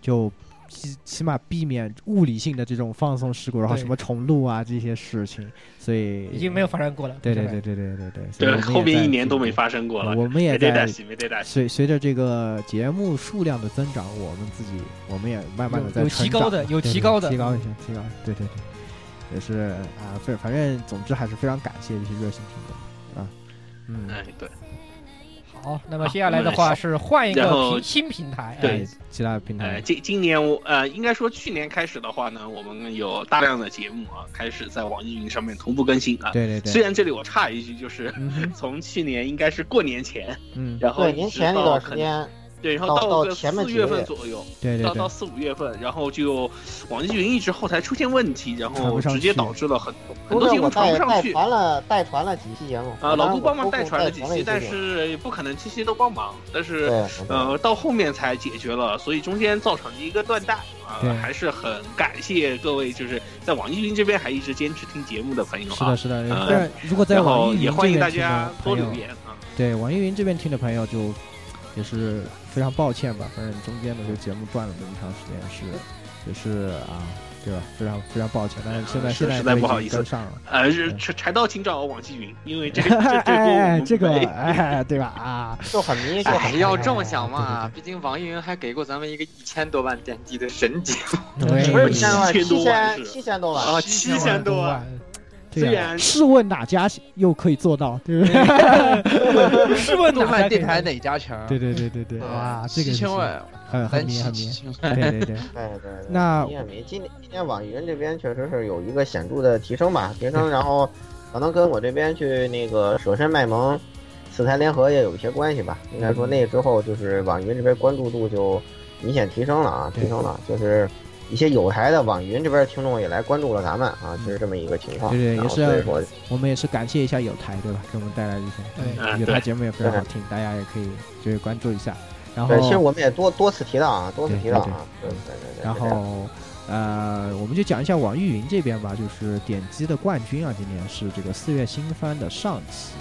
[SPEAKER 7] 就起起码避免物理性的这种放送事故，然后
[SPEAKER 3] 对
[SPEAKER 7] 什么重录啊这些事情。所以
[SPEAKER 3] 已经没有。发生过了，
[SPEAKER 7] 对对对对对对对。所
[SPEAKER 5] 对
[SPEAKER 7] 以我，们也
[SPEAKER 5] 后面
[SPEAKER 7] 在
[SPEAKER 5] 一年
[SPEAKER 7] 这
[SPEAKER 5] 都
[SPEAKER 7] 个
[SPEAKER 5] 没发生过了，
[SPEAKER 7] 我们也
[SPEAKER 5] 没得
[SPEAKER 7] 在
[SPEAKER 5] 担心，没得担心。
[SPEAKER 7] 随随着这个节目数量的增长，我们自己我们也慢慢的在
[SPEAKER 3] 有有
[SPEAKER 7] 成
[SPEAKER 3] 提
[SPEAKER 7] 长
[SPEAKER 3] 高的
[SPEAKER 7] 嘛
[SPEAKER 3] 有
[SPEAKER 7] 对
[SPEAKER 3] 提
[SPEAKER 7] 对
[SPEAKER 3] 高的
[SPEAKER 7] 提高一下，提高一下，对对对，也是啊，反反正总之还是非常感谢这些热心听众啊，嗯，
[SPEAKER 5] 哎，对
[SPEAKER 3] 好，那么接下来的话是换一个
[SPEAKER 5] 然后
[SPEAKER 3] 平新平台，
[SPEAKER 5] 对
[SPEAKER 7] 哎，其他平
[SPEAKER 5] 呃，
[SPEAKER 7] 台，
[SPEAKER 5] 今今年我呃，应该说去年开始的话呢，我们有大量的节目啊，开始在网易云上面同步更新啊。
[SPEAKER 7] 对对对，
[SPEAKER 5] 虽然这里我插一句，就是
[SPEAKER 7] 嗯哼
[SPEAKER 5] [laughs] 从去年应该是过年前，
[SPEAKER 7] 嗯，
[SPEAKER 5] 然后
[SPEAKER 6] 对，
[SPEAKER 5] 一直
[SPEAKER 6] 年前那
[SPEAKER 5] 到
[SPEAKER 6] 段
[SPEAKER 5] 可
[SPEAKER 6] 时
[SPEAKER 5] 能，
[SPEAKER 6] 间，
[SPEAKER 5] 对，然后
[SPEAKER 6] 到到
[SPEAKER 5] 个
[SPEAKER 6] 前面
[SPEAKER 5] 四
[SPEAKER 6] 几
[SPEAKER 5] 月
[SPEAKER 6] 个月
[SPEAKER 5] 份左右，
[SPEAKER 7] 对对
[SPEAKER 5] 到到
[SPEAKER 7] 对，
[SPEAKER 5] 四五月份，然后就网易云一直后台出现问题，然
[SPEAKER 7] 传不
[SPEAKER 5] 后
[SPEAKER 7] 上
[SPEAKER 5] 直接
[SPEAKER 7] 去
[SPEAKER 5] 导致了很很
[SPEAKER 6] 不
[SPEAKER 5] 多
[SPEAKER 6] 是
[SPEAKER 5] 节目
[SPEAKER 6] 我
[SPEAKER 5] 传
[SPEAKER 6] 代
[SPEAKER 5] 不上
[SPEAKER 6] 代
[SPEAKER 5] 去。
[SPEAKER 6] 传了代传了几期节目
[SPEAKER 5] 啊，老
[SPEAKER 6] 顾
[SPEAKER 5] 顾帮忙代传了几期，但
[SPEAKER 6] 对
[SPEAKER 5] 是哎也不可能期期都帮忙，但是
[SPEAKER 6] 对嗯
[SPEAKER 5] 呃，到后面才解决了，所以中间造成一个断代啊、
[SPEAKER 7] 对
[SPEAKER 5] 还是很感谢各位，就是在网易云这边还一直坚持听节目的朋友
[SPEAKER 7] 是
[SPEAKER 5] 啊
[SPEAKER 7] 的，。是的，
[SPEAKER 5] 呃
[SPEAKER 7] 但如果在
[SPEAKER 5] 然
[SPEAKER 7] 网
[SPEAKER 5] 后
[SPEAKER 7] 易云
[SPEAKER 5] 也
[SPEAKER 7] 这
[SPEAKER 5] 欢迎
[SPEAKER 7] 边
[SPEAKER 5] 大
[SPEAKER 7] 听
[SPEAKER 5] 家
[SPEAKER 7] 的
[SPEAKER 5] 多
[SPEAKER 7] 朋
[SPEAKER 5] 留
[SPEAKER 7] 友，
[SPEAKER 5] 言啊。
[SPEAKER 7] 对网易云这边听的朋友就也是非常抱歉吧，反正中间的这个节目断了这么长时间是，也是啊，对吧？非常非常抱歉，但是现在
[SPEAKER 5] 是
[SPEAKER 7] 现在
[SPEAKER 5] 实在
[SPEAKER 7] 都已
[SPEAKER 5] 不好
[SPEAKER 7] 经
[SPEAKER 5] 意思
[SPEAKER 7] 跟上了。
[SPEAKER 5] 呃，是柴柴刀，请找网易云，因
[SPEAKER 7] [laughs]
[SPEAKER 5] 为这个
[SPEAKER 7] 哎
[SPEAKER 5] 这这波我
[SPEAKER 7] 哎
[SPEAKER 5] 们没
[SPEAKER 7] 哎，这个哎，对吧？啊，
[SPEAKER 6] 就很迷，就
[SPEAKER 8] 哎
[SPEAKER 6] 很，迷
[SPEAKER 8] 要这么想嘛，毕竟网易云还给过咱们一个一千多万点击的神节目，
[SPEAKER 7] 对，
[SPEAKER 6] 不是一千多万，
[SPEAKER 5] 七千多
[SPEAKER 6] 七
[SPEAKER 5] 万
[SPEAKER 6] 千
[SPEAKER 5] 是
[SPEAKER 6] 七千多万，
[SPEAKER 8] 啊，
[SPEAKER 5] 七千
[SPEAKER 8] 万
[SPEAKER 5] 多万，虽
[SPEAKER 7] 对呀、
[SPEAKER 5] 然
[SPEAKER 7] 试问哪家又可以做到，对不对？
[SPEAKER 3] 试问
[SPEAKER 9] 动
[SPEAKER 3] 哪
[SPEAKER 9] 漫
[SPEAKER 3] 家
[SPEAKER 9] 电台哪家强？
[SPEAKER 7] 对对对对对，哇，这个
[SPEAKER 9] 七千
[SPEAKER 7] 是
[SPEAKER 9] 万，
[SPEAKER 7] 很很
[SPEAKER 9] 咱
[SPEAKER 7] 迷
[SPEAKER 9] 七
[SPEAKER 7] 很迷
[SPEAKER 9] 七，千万。
[SPEAKER 7] 对对对，
[SPEAKER 6] 对对对，
[SPEAKER 7] 那
[SPEAKER 6] 你也没今年今年网易云这边确实是有一个显著的提升
[SPEAKER 7] [laughs]
[SPEAKER 6] 吧，提升，然后可能跟我这边去那个舍身卖萌、四台联合也有一些关系吧。应该
[SPEAKER 7] 嗯
[SPEAKER 6] 说那之后就是网易云这边关注度就明显提升了啊，
[SPEAKER 7] 对
[SPEAKER 6] 提升了，就是一些有台的网易云这边的听众也来关注了咱们啊，就是这么一个情况。
[SPEAKER 7] 对对
[SPEAKER 6] 然后
[SPEAKER 7] 也是要
[SPEAKER 6] 所以说
[SPEAKER 7] 我们也是感谢一下有台，对吧？给我们带来一些，
[SPEAKER 5] 嗯
[SPEAKER 7] 有台
[SPEAKER 5] 对
[SPEAKER 7] 节目也非常好听，大家也可以就是关注一下。然后
[SPEAKER 6] 对，其实我们也多多次提到啊，多次
[SPEAKER 7] 哦对
[SPEAKER 6] 提到
[SPEAKER 7] 对
[SPEAKER 6] 啊，对对对对。
[SPEAKER 7] 然
[SPEAKER 6] 对对
[SPEAKER 7] 后呃，我们就讲一下网易云这边吧，就是点击的冠军啊，今年是这个四月新番的上期。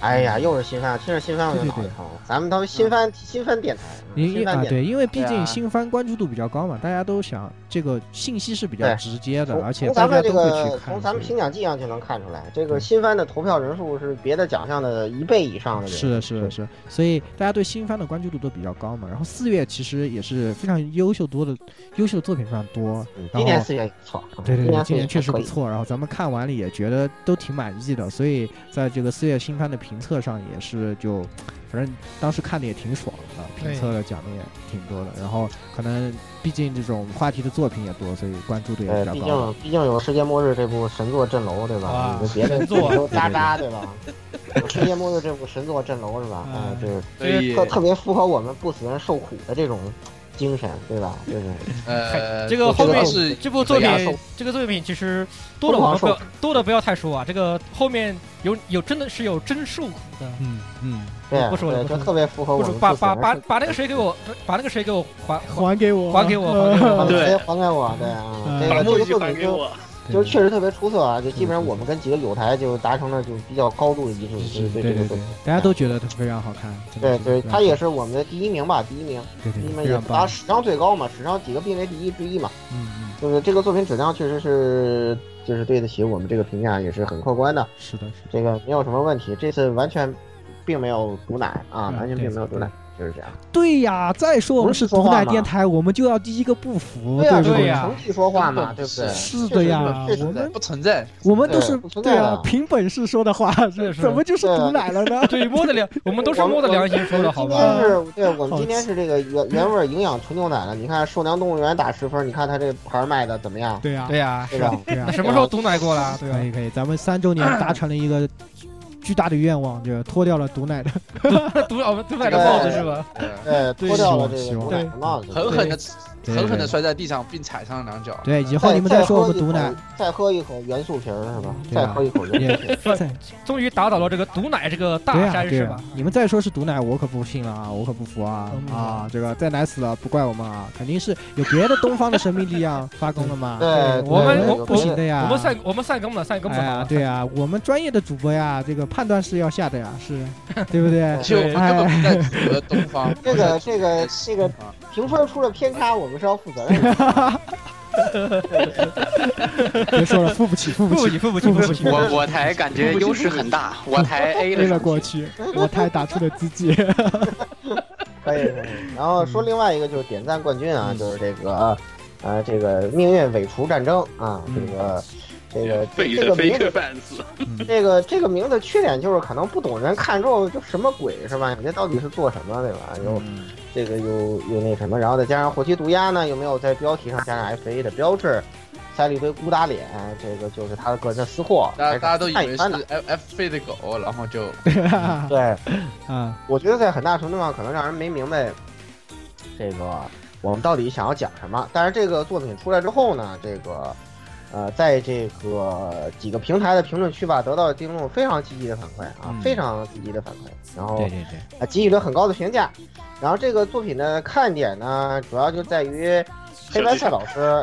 [SPEAKER 6] 哎呀，又是新番，听着新番我就
[SPEAKER 7] 对对
[SPEAKER 6] 脑
[SPEAKER 7] 对
[SPEAKER 6] 疼。咱们都是新番新番电台，嗯
[SPEAKER 7] 因
[SPEAKER 6] 新
[SPEAKER 7] 为
[SPEAKER 6] 番
[SPEAKER 7] 啊，
[SPEAKER 6] 电台。
[SPEAKER 7] 对，因为毕
[SPEAKER 8] 对啊
[SPEAKER 7] 竟新番关注度比较高嘛，大家都想这个信息是比较
[SPEAKER 6] 对
[SPEAKER 7] 直接的，
[SPEAKER 6] 从
[SPEAKER 7] 而且
[SPEAKER 6] 从
[SPEAKER 7] 大
[SPEAKER 6] 咱
[SPEAKER 7] 家
[SPEAKER 6] 们这
[SPEAKER 7] 都会去
[SPEAKER 6] 个
[SPEAKER 7] 看。
[SPEAKER 6] 从咱们
[SPEAKER 7] 所
[SPEAKER 6] 评
[SPEAKER 7] 以
[SPEAKER 6] 奖季上就能看出来，这
[SPEAKER 7] 对
[SPEAKER 6] 个新番的投票人数是别的奖项的一倍以上的人。嗯
[SPEAKER 7] 是的，是的，是的，所以大家对新番的关注度都比较高嘛。然后四月其实也是非常优秀多的，优秀的作品非常多。
[SPEAKER 6] 嗯
[SPEAKER 7] 然后
[SPEAKER 6] 今年四月也不错，嗯
[SPEAKER 7] 对对对，
[SPEAKER 6] 年
[SPEAKER 7] 今
[SPEAKER 6] 四月
[SPEAKER 7] 年确实
[SPEAKER 6] 还
[SPEAKER 7] 不
[SPEAKER 6] 可以。
[SPEAKER 7] 错。然后咱们看完了也觉得都挺满意的，所以在这个四月新番的评测上也是就，反正当时看的也挺爽的，评
[SPEAKER 3] 对
[SPEAKER 7] 测的讲的也挺多的。然后可能毕竟这种话题的作品也多，所以关注度也
[SPEAKER 6] 呃
[SPEAKER 7] 比，较
[SPEAKER 6] 毕
[SPEAKER 7] 高
[SPEAKER 6] 竟。毕竟有《世界末日》这部神作《镇楼》，对吧
[SPEAKER 7] 哇？
[SPEAKER 6] 你就别的
[SPEAKER 3] 神作
[SPEAKER 6] 都渣渣，对吧？《世界末日》这部神作《镇楼》是吧？哎
[SPEAKER 7] 嗯，
[SPEAKER 6] 就是
[SPEAKER 9] 所以
[SPEAKER 6] 特特别符合我们不死人受苦的这种精神，对吧？就是
[SPEAKER 9] 呃，
[SPEAKER 3] 这个
[SPEAKER 9] 我
[SPEAKER 3] 后
[SPEAKER 9] 觉得
[SPEAKER 3] 面
[SPEAKER 9] 是
[SPEAKER 3] 这部作品
[SPEAKER 9] 一个压轴，
[SPEAKER 3] 这个作品其实多的我们不要多的不要太说啊，这个后面有有真的是有真受苦的。
[SPEAKER 7] 嗯嗯，
[SPEAKER 6] 对，
[SPEAKER 3] 不说了
[SPEAKER 6] 对
[SPEAKER 3] 不说
[SPEAKER 6] 就
[SPEAKER 3] 了
[SPEAKER 6] 特别符合我
[SPEAKER 3] 不
[SPEAKER 6] 们
[SPEAKER 3] 是
[SPEAKER 6] 不死
[SPEAKER 3] 把
[SPEAKER 6] 人
[SPEAKER 3] 把把
[SPEAKER 6] 受苦
[SPEAKER 3] 把那个谁给我，把那个谁给我还还
[SPEAKER 7] 还给我
[SPEAKER 3] 还给我还给我
[SPEAKER 6] 把
[SPEAKER 5] 对
[SPEAKER 6] 谁还给我，对啊，
[SPEAKER 7] 嗯
[SPEAKER 6] 这
[SPEAKER 5] 把
[SPEAKER 6] 个
[SPEAKER 5] 墨
[SPEAKER 6] 这个
[SPEAKER 5] 迹
[SPEAKER 6] 作
[SPEAKER 5] 还
[SPEAKER 6] 品
[SPEAKER 5] 给
[SPEAKER 6] 就
[SPEAKER 5] 我，
[SPEAKER 6] 就确
[SPEAKER 7] 实
[SPEAKER 6] 实特别出色啊！就基本上
[SPEAKER 7] 嗯
[SPEAKER 6] 我们跟几个友台就达成了就比较高度的一致，就是
[SPEAKER 7] 对
[SPEAKER 6] 这
[SPEAKER 7] 对
[SPEAKER 6] 个
[SPEAKER 7] 对
[SPEAKER 6] 作品。
[SPEAKER 7] 大家都觉得它非常好看。真
[SPEAKER 6] 对
[SPEAKER 7] 的是
[SPEAKER 6] 对，
[SPEAKER 7] 非常
[SPEAKER 6] 他也
[SPEAKER 7] 好
[SPEAKER 6] 是我们的第一名吧，第一名，
[SPEAKER 7] 对
[SPEAKER 6] 第
[SPEAKER 7] 对
[SPEAKER 6] 一
[SPEAKER 7] 对，
[SPEAKER 6] 名
[SPEAKER 7] 非
[SPEAKER 6] 也
[SPEAKER 7] 常
[SPEAKER 6] 达
[SPEAKER 7] 棒。
[SPEAKER 6] 史上最高嘛，史上几个并列第一之一嘛。
[SPEAKER 7] 嗯嗯，
[SPEAKER 6] 就是这个作品质量确实是，就是对得起我们这个评价，也是很客观的，
[SPEAKER 7] 是的，是的。
[SPEAKER 6] 这个没有什么问题。这次完全并没有毒奶啊，
[SPEAKER 7] 嗯
[SPEAKER 6] 完全
[SPEAKER 7] 对
[SPEAKER 6] 并没有毒
[SPEAKER 7] 对
[SPEAKER 6] 奶，就是这样。
[SPEAKER 7] 对呀，再说我们是
[SPEAKER 6] 不是说
[SPEAKER 7] 毒奶
[SPEAKER 6] 话吗
[SPEAKER 7] 电台，我们就要第一个不服，
[SPEAKER 6] 呀，
[SPEAKER 7] 不
[SPEAKER 6] 就
[SPEAKER 3] 对
[SPEAKER 6] 是
[SPEAKER 7] 对？
[SPEAKER 3] 呀
[SPEAKER 6] 诚实说话嘛，对不对？
[SPEAKER 7] 是
[SPEAKER 6] 确
[SPEAKER 7] 的
[SPEAKER 6] 实
[SPEAKER 7] 呀，
[SPEAKER 6] 确实
[SPEAKER 7] 我
[SPEAKER 6] 的
[SPEAKER 7] 们
[SPEAKER 9] 不存在，
[SPEAKER 7] 我们都
[SPEAKER 6] 对
[SPEAKER 7] 是
[SPEAKER 6] 不存在
[SPEAKER 7] 对呀
[SPEAKER 6] 的，
[SPEAKER 7] 凭本事说的话，
[SPEAKER 3] 是是
[SPEAKER 7] 怎么就是毒奶了呢？
[SPEAKER 3] 对摸着良，我们都是摸着良心说的，好
[SPEAKER 6] 今
[SPEAKER 3] 吧？
[SPEAKER 6] 天是对我
[SPEAKER 7] 好
[SPEAKER 6] 们今天是这个原原味营养纯牛奶了。你看寿良动物园打十分，你看它这牌卖的怎么样，
[SPEAKER 7] [laughs] 对呀，
[SPEAKER 3] 对呀，
[SPEAKER 6] 对吧？
[SPEAKER 7] 对呀
[SPEAKER 3] [laughs]
[SPEAKER 7] 啊
[SPEAKER 3] 那，什么时候毒奶过了？啊对吧
[SPEAKER 7] 可？以可以，咱们三周年达成了一个巨大的愿望，就是脱掉了毒奶的，
[SPEAKER 3] [laughs] 毒我们毒奶的帽子是吧？
[SPEAKER 6] 对，
[SPEAKER 7] 对
[SPEAKER 6] 脱掉了这
[SPEAKER 7] 希
[SPEAKER 6] 个
[SPEAKER 7] 望
[SPEAKER 6] 牛奶的帽子，
[SPEAKER 9] 狠狠的
[SPEAKER 7] 对
[SPEAKER 9] 狠狠的摔在地上，并踩上两脚。
[SPEAKER 7] 对，以
[SPEAKER 6] 再
[SPEAKER 7] 后你们
[SPEAKER 6] 再
[SPEAKER 7] 说我
[SPEAKER 6] 喝
[SPEAKER 7] 们
[SPEAKER 6] 一
[SPEAKER 7] 毒奶
[SPEAKER 6] 口，再喝一口元素瓶儿是吧？
[SPEAKER 7] 对
[SPEAKER 6] 再
[SPEAKER 7] 啊
[SPEAKER 6] 喝一口元
[SPEAKER 7] 也
[SPEAKER 6] 素瓶儿。
[SPEAKER 7] 再
[SPEAKER 3] 终于打倒了这个毒奶这个
[SPEAKER 7] 对
[SPEAKER 3] 大
[SPEAKER 7] 呀
[SPEAKER 3] 山
[SPEAKER 7] 对啊
[SPEAKER 3] 是
[SPEAKER 7] 呀
[SPEAKER 3] 吧？，
[SPEAKER 7] 你们再说是毒奶，我可不信了啊，我可不服啊
[SPEAKER 3] 嗯
[SPEAKER 7] 啊！这个再奶死了不怪我们啊，肯定是有别的东方的神秘力量发功了嘛。
[SPEAKER 6] 对，
[SPEAKER 3] 我们
[SPEAKER 6] 对
[SPEAKER 3] 我
[SPEAKER 6] 有
[SPEAKER 7] 不行的呀，
[SPEAKER 3] 我们散我们散更了，散更
[SPEAKER 7] 啊哎呀，
[SPEAKER 3] 了。
[SPEAKER 7] 对呀，我们专业的主播呀，这个判断是要下的呀，是对不对？哎
[SPEAKER 9] 其实我们根本不在指责东方，
[SPEAKER 6] [laughs] 这个这个这个
[SPEAKER 9] 啊
[SPEAKER 6] 评分出了偏差，我们是要负责任的。
[SPEAKER 7] 别说了，付不起，付
[SPEAKER 3] 付不
[SPEAKER 7] 不
[SPEAKER 3] 起，
[SPEAKER 7] 起，
[SPEAKER 3] 付不起，付不起。
[SPEAKER 8] 我我台感觉优势很大，我台 A
[SPEAKER 7] 飞了
[SPEAKER 8] 了
[SPEAKER 7] 过去，我太打出了自己。
[SPEAKER 6] 可以可以。然后说另外一个就是点赞冠军啊，就是这个呃这个命运伪厨战争啊，这个这个
[SPEAKER 5] 背
[SPEAKER 6] 这
[SPEAKER 5] 着
[SPEAKER 6] 个
[SPEAKER 5] 飞
[SPEAKER 6] 名
[SPEAKER 5] 克
[SPEAKER 6] 字
[SPEAKER 5] 半死，
[SPEAKER 6] 这个这个名字缺点就是可能不懂人看之后就什么鬼是吧？你这到底是做什么对吧？
[SPEAKER 11] 嗯
[SPEAKER 6] 有
[SPEAKER 8] 嗯
[SPEAKER 6] 这个有有那什么，然后再加上火漆毒鸦呢，有没有在标题上加上 F A 的标志？塞了一堆咕打脸，这个就是他的个人的私货。
[SPEAKER 9] 大家大家都以
[SPEAKER 6] 还
[SPEAKER 9] 为是
[SPEAKER 6] 看一番的
[SPEAKER 9] F F 飞的狗，然后就
[SPEAKER 7] 啊
[SPEAKER 6] 对，
[SPEAKER 7] [laughs] 啊，
[SPEAKER 6] 我觉得在很大程度上可能让人没明白这个我们到底想要讲什么。但是这个作品出来之后呢，这个呃，在这个几个平台的评论区吧，得到了听众非常积极的反馈啊，
[SPEAKER 7] 嗯
[SPEAKER 6] 非常积极的反馈，然后
[SPEAKER 2] 哦
[SPEAKER 7] 对对对，
[SPEAKER 6] 啊给予了很高的评价。然后这个作品的看点呢，主要就在于黑白菜老师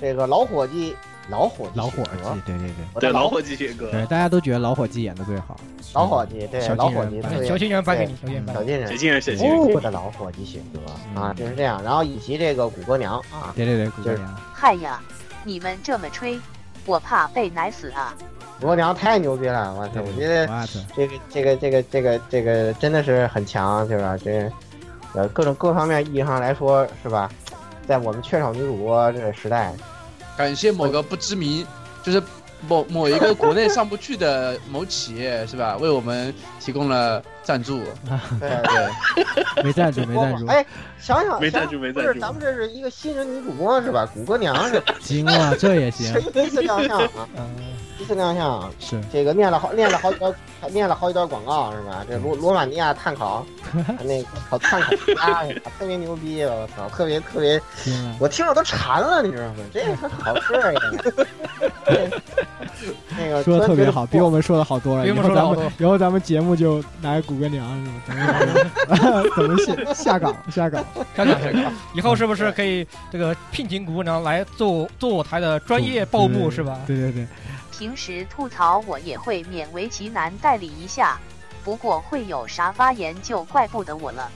[SPEAKER 6] 这个老伙计。老伙计，
[SPEAKER 7] 老伙计，，对对对，
[SPEAKER 6] 我的
[SPEAKER 5] 对
[SPEAKER 6] 老
[SPEAKER 5] 老伙计雪哥，
[SPEAKER 7] 对，大家都觉得老伙计演的最好。
[SPEAKER 6] 老伙计，对
[SPEAKER 7] 小
[SPEAKER 6] 老
[SPEAKER 7] 金
[SPEAKER 6] 伙
[SPEAKER 7] 人
[SPEAKER 6] 计，
[SPEAKER 7] 吧
[SPEAKER 6] 对
[SPEAKER 3] 哎小金人颁给你，小金人颁给
[SPEAKER 6] 小金人
[SPEAKER 5] 谁，竟然谁竟然
[SPEAKER 6] 哦，我的老伙计雪哥
[SPEAKER 7] 嗯
[SPEAKER 6] 啊，就是这样。然后以及这个谷歌娘啊，
[SPEAKER 7] 对对对，姑娘，
[SPEAKER 12] 嗨呀，你们这么吹，我怕被奶死啊！
[SPEAKER 6] 谷歌娘太牛逼了，我操！我觉得
[SPEAKER 7] 嗯哇塞，
[SPEAKER 6] 这个这个这个这个这个真的是很强，对吧？这呃各种各方面意义上来说，是吧？
[SPEAKER 7] [laughs]
[SPEAKER 6] 在我们缺少女主播这个时代，
[SPEAKER 9] 感谢某个不知名，就是某某一个国内上不去的某企业是吧，为我们提供了赞助。
[SPEAKER 7] [laughs]
[SPEAKER 6] 对
[SPEAKER 9] 对，
[SPEAKER 7] 没赞助，没赞助。
[SPEAKER 6] 哎，想想
[SPEAKER 5] 没赞助，没赞
[SPEAKER 6] 不是，咱们这是一个新人女主播是吧？谷歌娘
[SPEAKER 7] [laughs]
[SPEAKER 6] 是吧？
[SPEAKER 7] 行啊，这也行。嗯
[SPEAKER 6] 第一次亮相啊，第一次亮相啊，
[SPEAKER 7] [laughs] 是
[SPEAKER 6] 这个念了好，念了好几段，念了好几段广告是吧？这
[SPEAKER 7] 嗯
[SPEAKER 6] 罗罗马尼亚碳
[SPEAKER 7] [laughs]
[SPEAKER 6] 烤，那个烤碳烤鸭是吧？特别牛逼，我操，特别特别，我听着都馋了，你知道吗？这个好吃啊！
[SPEAKER 7] [laughs]
[SPEAKER 6] 哎那个
[SPEAKER 7] 说的特别好，比我们说的好多了。
[SPEAKER 3] 比
[SPEAKER 7] 以
[SPEAKER 3] 我们
[SPEAKER 7] 后
[SPEAKER 3] 说的
[SPEAKER 7] 咱
[SPEAKER 3] 好
[SPEAKER 7] 们以后咱们节目就拿谷歌娘是吧？咱
[SPEAKER 6] [laughs]
[SPEAKER 7] 们咱们下下岗下岗。
[SPEAKER 3] 看看这
[SPEAKER 7] 嗯
[SPEAKER 3] 个，以后是不是可以这个聘请姑娘来做做我台的专业报幕是吧？
[SPEAKER 7] 嗯对对对，
[SPEAKER 12] 平时吐槽我也会勉为其难代理一下，不过会有啥发言就怪不得我了。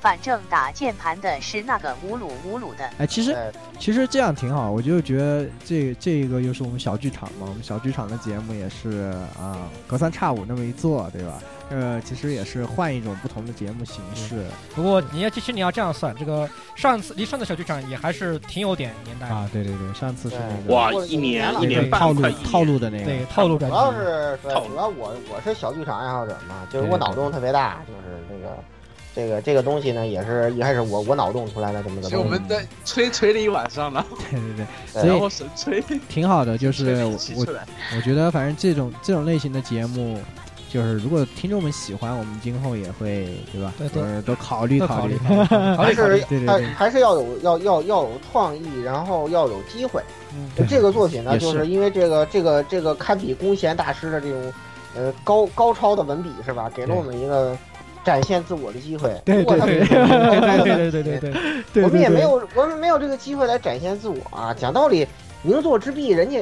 [SPEAKER 12] 反正打键盘的是那个侮辱侮辱的。
[SPEAKER 7] 哎，其实其实这样挺好，我就觉得这这个又是我们小剧场嘛，我们小剧场的节目也是啊、隔三差五那么一做，对吧？呃，其实也是换一种不同的节目形式
[SPEAKER 3] 不过你要其实你要这样算，这个上次离上次小剧场也还是挺有点年代的
[SPEAKER 7] 啊。对对对，上次是那个
[SPEAKER 5] 哇，一年一
[SPEAKER 7] 那
[SPEAKER 5] 年
[SPEAKER 7] 个
[SPEAKER 5] 半
[SPEAKER 7] 套路
[SPEAKER 5] 快
[SPEAKER 7] [laughs] 套路的那个，
[SPEAKER 3] 对套路
[SPEAKER 6] 主
[SPEAKER 3] 专
[SPEAKER 6] 要
[SPEAKER 3] 辑。
[SPEAKER 6] 是对，
[SPEAKER 5] 套路
[SPEAKER 6] 主要我我是小剧场爱好者嘛，就是
[SPEAKER 7] 对
[SPEAKER 6] 我
[SPEAKER 7] 对
[SPEAKER 6] 脑
[SPEAKER 7] 对
[SPEAKER 6] 洞特别大，就是这个这个这个东西呢，也是一开始我我脑洞出来的这么个
[SPEAKER 9] 所以我
[SPEAKER 6] 东西
[SPEAKER 9] 们。在吹吹了一晚上了，
[SPEAKER 7] 对对对，
[SPEAKER 6] 对
[SPEAKER 7] 所
[SPEAKER 9] 然
[SPEAKER 7] 以
[SPEAKER 9] 后神吹，
[SPEAKER 7] 挺好
[SPEAKER 5] [laughs]
[SPEAKER 7] 的，哎就是
[SPEAKER 9] 吹
[SPEAKER 7] 我
[SPEAKER 9] 气
[SPEAKER 7] 我
[SPEAKER 9] 出来。
[SPEAKER 7] 我觉得反正这种这种类型的节目，就是如果听众们喜欢，我们今后也会对吧？
[SPEAKER 3] 对对
[SPEAKER 7] 呃，都考虑
[SPEAKER 3] 都
[SPEAKER 7] 考
[SPEAKER 3] 考虑
[SPEAKER 7] 虑。
[SPEAKER 3] 考虑考
[SPEAKER 6] 还
[SPEAKER 3] 虑考虑
[SPEAKER 6] 是
[SPEAKER 7] 对对
[SPEAKER 6] 还
[SPEAKER 7] 对
[SPEAKER 6] 还是要有要要要有创意，然后要有机会。
[SPEAKER 3] 嗯
[SPEAKER 6] 就这个作品呢，
[SPEAKER 7] 也
[SPEAKER 6] 就是是因为这个这个这个堪比弓弦大师的这种呃高高超的文笔是吧，给了
[SPEAKER 7] 对
[SPEAKER 6] 我们一个展现自我的机会。
[SPEAKER 7] 对
[SPEAKER 6] 如果他
[SPEAKER 3] 对
[SPEAKER 6] 们
[SPEAKER 3] 对对对对对对对，
[SPEAKER 6] [laughs]
[SPEAKER 7] 对
[SPEAKER 6] 我们
[SPEAKER 7] 对
[SPEAKER 6] 也没
[SPEAKER 7] 对
[SPEAKER 6] 有，我们没有这个机会来展现自我啊。讲道理，名作之壁，人家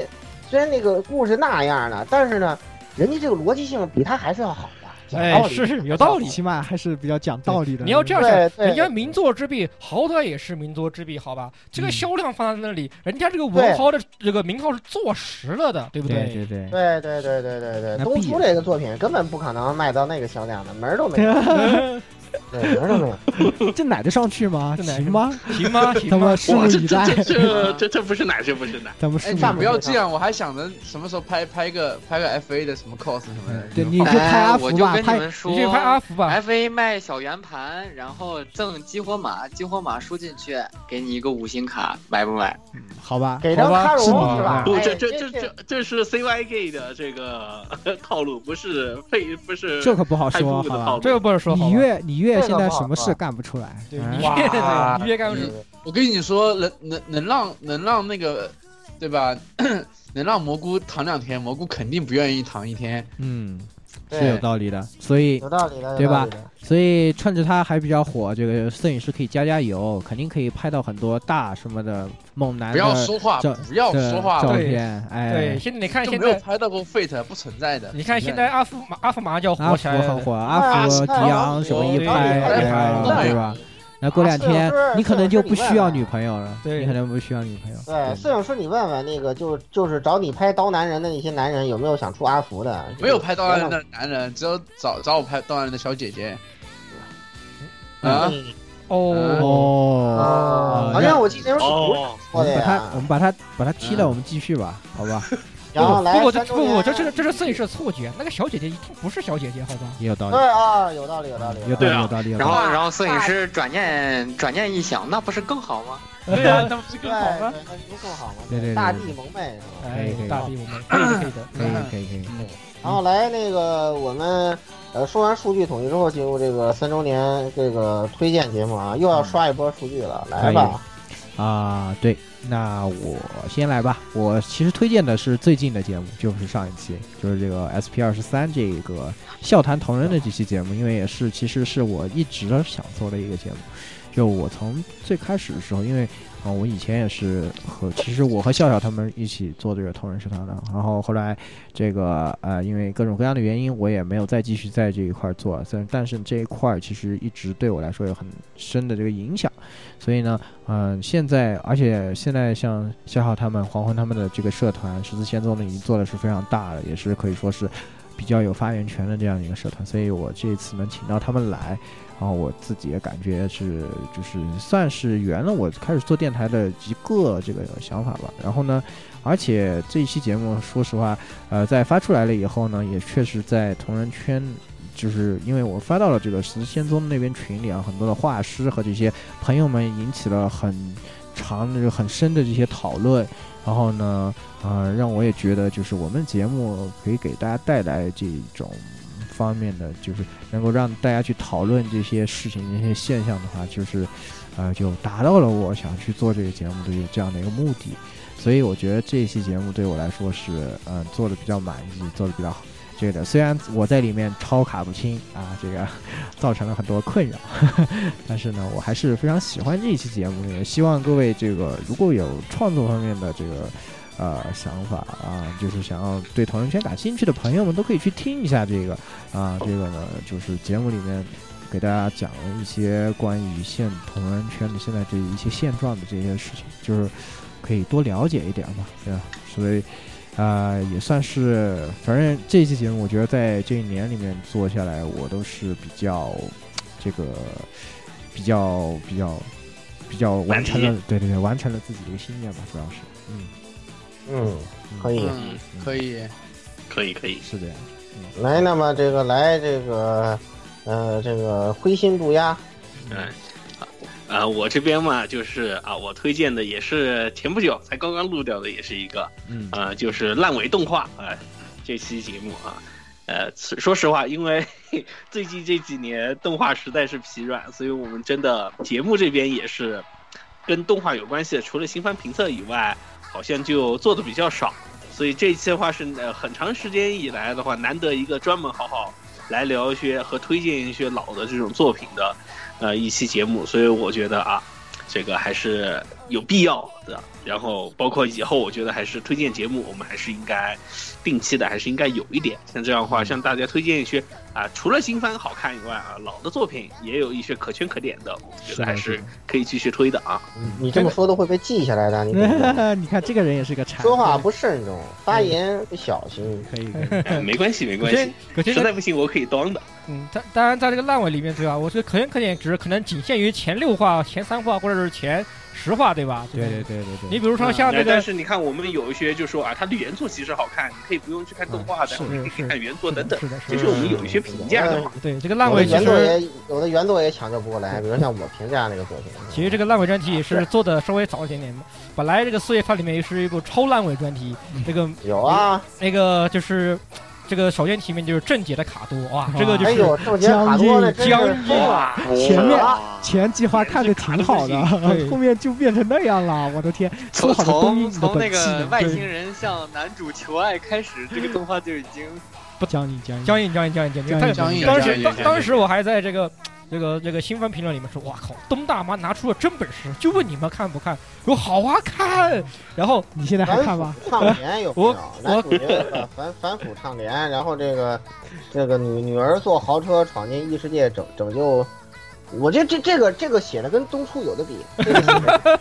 [SPEAKER 6] 虽然那个故事那样呢，但是呢，人家这个逻辑性比他还是要好的。讲道
[SPEAKER 3] 哎，
[SPEAKER 6] 理
[SPEAKER 3] 是是有道理。
[SPEAKER 7] 起码还是比较讲道理的。
[SPEAKER 3] 你要这样
[SPEAKER 6] 对
[SPEAKER 3] 想，
[SPEAKER 6] 对
[SPEAKER 3] 人家名作之壁好歹也是名作之壁，好吧？这个
[SPEAKER 7] 嗯
[SPEAKER 3] 销量放在那里，人家这个
[SPEAKER 6] 对
[SPEAKER 3] 文豪的这个名号是坐实了的，对不
[SPEAKER 7] 对对对，
[SPEAKER 6] 对对对对对对，
[SPEAKER 7] 那
[SPEAKER 6] 东
[SPEAKER 7] 必
[SPEAKER 6] 出
[SPEAKER 7] 然
[SPEAKER 6] 这个作品根本不可能卖到那个销量的，门儿都
[SPEAKER 7] [laughs]
[SPEAKER 6] 没有，对，门儿都没有。
[SPEAKER 7] 这奶得上去吗？
[SPEAKER 3] 这奶得
[SPEAKER 7] 行吗？
[SPEAKER 3] [laughs] 行吗？行
[SPEAKER 7] 咱
[SPEAKER 3] 吗
[SPEAKER 7] 们？拭目
[SPEAKER 5] 这
[SPEAKER 7] 以待
[SPEAKER 5] 这。这这这这不是奶，这不是奶。
[SPEAKER 7] 咱们拭
[SPEAKER 9] 哎，你
[SPEAKER 7] 目以
[SPEAKER 6] 上
[SPEAKER 7] 待。
[SPEAKER 9] 不要这样，我还想着什么时候拍拍个拍个 FA 的什么 cos 什么的。
[SPEAKER 7] 对，你就
[SPEAKER 8] 哎
[SPEAKER 7] 拍阿福
[SPEAKER 8] 我就
[SPEAKER 7] 吧，
[SPEAKER 8] 跟你
[SPEAKER 7] 拍
[SPEAKER 8] 们说
[SPEAKER 3] 你去拍阿福吧。
[SPEAKER 8] ，F A 卖小圆盘，然后赠激活码，激活码输进去，给你一个五星卡，买不买？
[SPEAKER 7] 好吧？
[SPEAKER 6] 给张
[SPEAKER 3] 好吧
[SPEAKER 6] 卡荣
[SPEAKER 7] 是
[SPEAKER 3] 吗
[SPEAKER 6] 是吧？
[SPEAKER 5] 不，
[SPEAKER 6] 哎
[SPEAKER 5] 这这这
[SPEAKER 6] 这
[SPEAKER 5] 这这是 CYG 的这个 [laughs] 套路，不是配不是
[SPEAKER 7] 这可不好
[SPEAKER 5] 太
[SPEAKER 7] 说，
[SPEAKER 5] 酷的
[SPEAKER 7] 好吧
[SPEAKER 5] 套？
[SPEAKER 3] 这
[SPEAKER 5] 路。
[SPEAKER 3] 个不是说好
[SPEAKER 7] 你
[SPEAKER 3] 吗
[SPEAKER 7] 越你越
[SPEAKER 6] 这个
[SPEAKER 7] 现在
[SPEAKER 6] 不好
[SPEAKER 7] 什么事
[SPEAKER 6] 说
[SPEAKER 7] 干不出来，
[SPEAKER 3] 对，
[SPEAKER 7] 嗯
[SPEAKER 3] 你
[SPEAKER 6] 哇
[SPEAKER 3] 越对你越干不
[SPEAKER 6] 这
[SPEAKER 3] 出。
[SPEAKER 6] 个
[SPEAKER 9] 我跟你说，能能能让能让那个，对吧？ [coughs] 能让蘑菇躺两天，蘑菇肯定不愿意躺一天。
[SPEAKER 7] 嗯，是有
[SPEAKER 6] 对
[SPEAKER 7] 道理的。所以
[SPEAKER 6] 有道理的，有
[SPEAKER 7] 对吧
[SPEAKER 6] 道理的？
[SPEAKER 7] 所以趁着它还比较火，这个摄影师可以加加油，肯定可以拍到很多大什么的猛男
[SPEAKER 9] 不要
[SPEAKER 7] 的
[SPEAKER 9] 说话，
[SPEAKER 7] 这
[SPEAKER 9] 不要
[SPEAKER 7] 这
[SPEAKER 9] 说话，
[SPEAKER 7] 照
[SPEAKER 3] 对
[SPEAKER 7] 片，哎
[SPEAKER 3] 对，，现在你看
[SPEAKER 9] 就
[SPEAKER 3] 现
[SPEAKER 9] 没有
[SPEAKER 3] 在，
[SPEAKER 9] 拍到过 Fate 不存在的。
[SPEAKER 3] 你看现在阿福马阿福马上就要
[SPEAKER 7] 阿
[SPEAKER 3] 火
[SPEAKER 7] 福
[SPEAKER 3] 起来
[SPEAKER 7] 很
[SPEAKER 3] 了。
[SPEAKER 7] 火，
[SPEAKER 6] 啊
[SPEAKER 7] 阿福、迪昂什么一拍，
[SPEAKER 9] 对
[SPEAKER 7] 哎对吧？那过两天
[SPEAKER 6] 啊摄影师
[SPEAKER 7] 你可能就不需要
[SPEAKER 6] 摄影师
[SPEAKER 7] 女朋友了，
[SPEAKER 3] 对
[SPEAKER 7] 你可能不需要女朋友。
[SPEAKER 6] 对，摄影师，你问问那个，就就是找你拍刀男人的那些男人，有没有想出阿福的？
[SPEAKER 9] 没有拍到人的男人，只有找找我拍到人的小姐姐。啊，
[SPEAKER 6] 嗯
[SPEAKER 3] 哦，
[SPEAKER 7] 哦，
[SPEAKER 6] 啊，好像我记得有是图
[SPEAKER 5] 哦，
[SPEAKER 6] 说
[SPEAKER 7] 我
[SPEAKER 6] 的
[SPEAKER 7] 们把他
[SPEAKER 6] 呀
[SPEAKER 7] 我。们把他把他踢了，我们继续吧，好
[SPEAKER 6] [laughs]
[SPEAKER 7] 吧？
[SPEAKER 6] 然后来
[SPEAKER 3] 不不
[SPEAKER 6] 山
[SPEAKER 3] 这
[SPEAKER 6] 东
[SPEAKER 3] 不不，
[SPEAKER 6] 人
[SPEAKER 3] 这是这是摄影师的错觉，那个小姐姐一定不是小姐姐，好吧？
[SPEAKER 7] 也有道理
[SPEAKER 6] 对，啊，有道理，有道理，
[SPEAKER 7] 有道
[SPEAKER 5] 对
[SPEAKER 7] 理，
[SPEAKER 5] 啊
[SPEAKER 7] 有道理。有
[SPEAKER 8] 然
[SPEAKER 7] 道
[SPEAKER 8] 后
[SPEAKER 7] 理。
[SPEAKER 8] 然后摄影师转念转念一想，那不是更好吗？
[SPEAKER 3] 对呀，那不是
[SPEAKER 6] 对，对，那不更好吗？
[SPEAKER 7] 对对对
[SPEAKER 6] 大地萌妹是吧？
[SPEAKER 3] 哎
[SPEAKER 7] 可以可以，
[SPEAKER 3] 大力我们可以的可
[SPEAKER 7] [laughs]
[SPEAKER 3] 以的，
[SPEAKER 7] 可以可以可以，
[SPEAKER 6] 然后来那个我们呃说完数据统计之后，进入这个三周年这个推荐节目啊，又要刷一波数据
[SPEAKER 3] 嗯
[SPEAKER 6] 了，来吧。
[SPEAKER 7] 啊，对，那我先来吧。我其实推荐的是最近的节目，就是上一期，就是这个 SP 二十三这个笑谈同人的这期节目，因为也是其实是我一直想做的一个节目。就我从最开始的时候，因为啊、呃我以前也是和其实我和笑笑他们一起做这个同人食堂的，然后后来这个呃，因为各种各样的原因，我也没有再继续在这一块儿做，但但是这一块儿其实一直对我来说有很深的这个影响，所以呢，嗯、现在而且现在像夏浩他们、黄昏他们的这个社团十字仙踪呢，已经做的是非常大的，也是可以说是比较有发言权的这样一个社团，所以我这次能请到他们来，然后我自己也感觉是就是算是圆了我开始做电台的一个这个想法吧。然后呢，而且这一期节目，说实话，呃，在发出来了以后呢，也确实在同人圈。就是因为我发到了这个十仙宗那边群里啊，很多的画师和这些朋友们引起了很长、就是、很深的这些讨论，然后呢，呃，让我也觉得就是我们节目可以给大家带来这种方面的，就是能够让大家去讨论这些事情、这些现象的话，就是呃，就达到了我想去做这个节目的这样的一个目的，所以我觉得这一期节目对我来说是嗯、呃、做的比较满意，做的比较好。这个虽然我在里面抄卡不清啊，这个造成了很多困扰呵呵，但是呢，我还是非常喜欢这一期节目，也希望各位这个如果有创作方面的这个呃想法啊，就是想要对同人圈感兴趣的朋友们，都可以去听一下这个啊，这个呢就是节目里面给大家讲了一些关于现同人圈的现在这一些现状的这些事情，就是可以多了解一点嘛，对吧？所以。啊、呃，也算是，反正这一期节目，我觉得在这一年里面做下来，我都是比较，这个比较比较比较完成了，对对对，完成了自己的一个心愿吧，主要是，嗯
[SPEAKER 6] 嗯，可以，
[SPEAKER 9] 嗯、可以，
[SPEAKER 5] [laughs] 可以，可以，
[SPEAKER 7] 是这样。
[SPEAKER 6] 嗯、来，那么这个来这个，呃，这个灰心渡鸦，
[SPEAKER 5] 嗯。啊、呃，我这边嘛，就是啊，我推荐的也是前不久才刚刚录掉的，也是一个，
[SPEAKER 7] 嗯，
[SPEAKER 5] 啊，就是烂尾动画啊、呃，这期节目啊，呃，说实话，因为 [laughs] 最近这几年动画实在是疲软，所以我们真的节目这边也是跟动画有关系的，除了新番评测以外，好像就做的比较少，所以这一期的话是呃很长时间以来的话，难得一个专门好好来聊一些和推荐一些老的这种作品的。呃，一期节目，所以我觉得啊，这个还是有必要的。然后，包括以后，我觉得还是推荐节目，我们还是应该定期的，还是应该有一点。像这样的话，向大家推荐一些啊，除了新番好看以外啊，老的作品也有一些可圈可点的，我觉得还是可以继续推的 [laughs] 啊。
[SPEAKER 3] 嗯
[SPEAKER 6] 你这么说都会被记下来的。你
[SPEAKER 3] [laughs]
[SPEAKER 7] 呃你看这个人也是个馋，
[SPEAKER 6] 说话不慎重，发言不小心。
[SPEAKER 7] 可以，可以
[SPEAKER 5] 哎，没关系，没关系。实在不行，我可以当的。
[SPEAKER 3] 嗯，当当然，在这个烂尾里面，对吧？我这可圈可点，只是可能仅限于前六话、前三话，或者是前十话，对吧？
[SPEAKER 7] 对对对对对。
[SPEAKER 3] 你比如说像那个，
[SPEAKER 5] 哎但是你看，我们有一些就说啊，它的原作其实好看，你可以不用去看动嗯画，但啊是你可以看原作等等。
[SPEAKER 3] 嗯是的，是
[SPEAKER 5] 的。其实我们有一些评价的嘛。
[SPEAKER 3] 对这个烂尾，
[SPEAKER 6] 原作也有的原作也抢救不过来，比如像我评价那个作品。
[SPEAKER 3] 其实这个烂尾专题也是做的稍微早一点点。本来这个四月份里面是一部超烂尾专题，
[SPEAKER 7] 嗯
[SPEAKER 3] 这个
[SPEAKER 6] 有啊，
[SPEAKER 3] 那个就是。这个首先提名就是正解的卡多，哇，这个就
[SPEAKER 6] 哎呦，正解卡多那
[SPEAKER 3] 僵硬
[SPEAKER 6] 啊！
[SPEAKER 5] 嗯
[SPEAKER 7] 前面前计划看着挺好的，啊后面就变成那样了，我的天！
[SPEAKER 8] 从从
[SPEAKER 7] 从
[SPEAKER 8] 那个外星人向男主求爱开始，这个动画就已经
[SPEAKER 7] 不僵硬、僵硬、
[SPEAKER 3] 僵硬、僵硬、僵硬、僵硬、
[SPEAKER 9] 僵硬。
[SPEAKER 3] 当时当当时我还在这个这个这个新番评论里面说，哇靠，东大妈拿出了真本事，就问你们看不看？我好啊，看。然后
[SPEAKER 7] 你现在还看吗？
[SPEAKER 6] 唱联有
[SPEAKER 3] 我
[SPEAKER 6] 我反反腐唱联，然后这个这个女女儿坐豪车闯进异世界拯拯救，我这这这个这个写的跟东初有的比，这个、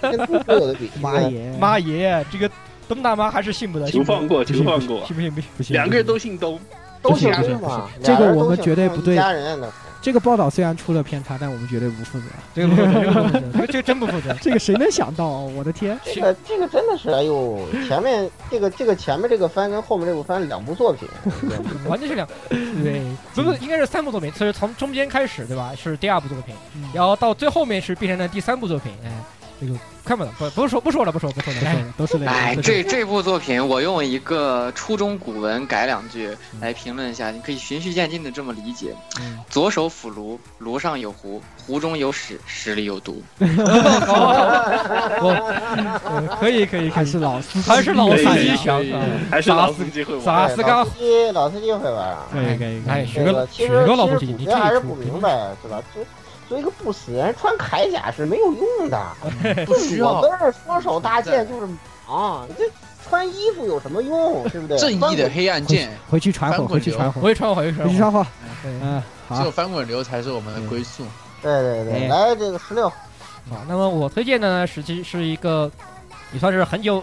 [SPEAKER 6] 跟东初有的比。
[SPEAKER 7] [laughs] 妈爷
[SPEAKER 3] 妈爷，这个东大妈还是信不得，
[SPEAKER 5] 求放过，求放过，
[SPEAKER 3] 信不信？不信不信，
[SPEAKER 5] 两个人都姓东，
[SPEAKER 6] 都姓东嘛。
[SPEAKER 7] 这个我们绝对不对。
[SPEAKER 6] 啊家人的。
[SPEAKER 7] 这个报道虽然出了偏差，但我们绝对不负责。
[SPEAKER 3] 这个不负责，这个真不负责。
[SPEAKER 7] [laughs] 这个谁能想到啊？我的天！
[SPEAKER 6] 这个这个真的是，哎呦，前面这个这个前面这个番跟后面这部番两部作品，
[SPEAKER 3] 完全是两对，不不，应该是三部作品。就是从中间开始，对吧？是第二部作品，然后到最后面是变成了第三部作品。哎，这个看不懂，不不是说不说了，不说不说了，都是那。
[SPEAKER 8] 哎，这这部作品，我用一个初中古文改两句来评论一下，你可以循序渐进的这么理解。左手抚炉，炉上有壶，壶中有屎，屎里有毒。
[SPEAKER 3] 我可以可以，
[SPEAKER 7] 还是老司机，
[SPEAKER 3] 还是老司机强，
[SPEAKER 5] 还是老司机会玩。
[SPEAKER 3] 萨斯嘎，
[SPEAKER 6] 哎老司机会玩啊！
[SPEAKER 7] 可以可以，
[SPEAKER 3] 哎，学个学个老司机，你这
[SPEAKER 6] 还是不明白是吧？就。作为一个不死人，穿铠甲是没有用的。
[SPEAKER 8] 不需要。
[SPEAKER 6] 我跟双手大剑就是啊，这穿衣服有什么用？对不对？
[SPEAKER 9] 正义的黑暗剑，
[SPEAKER 7] 回去传火，回去传火，
[SPEAKER 3] 回去传火，回
[SPEAKER 7] 去传火。嗯，好。
[SPEAKER 9] 只有翻滚流才是我们的归宿。
[SPEAKER 3] 嗯
[SPEAKER 6] 对对对，来这个十六。
[SPEAKER 3] 好，那么我推荐呢，实际是一个也算是很久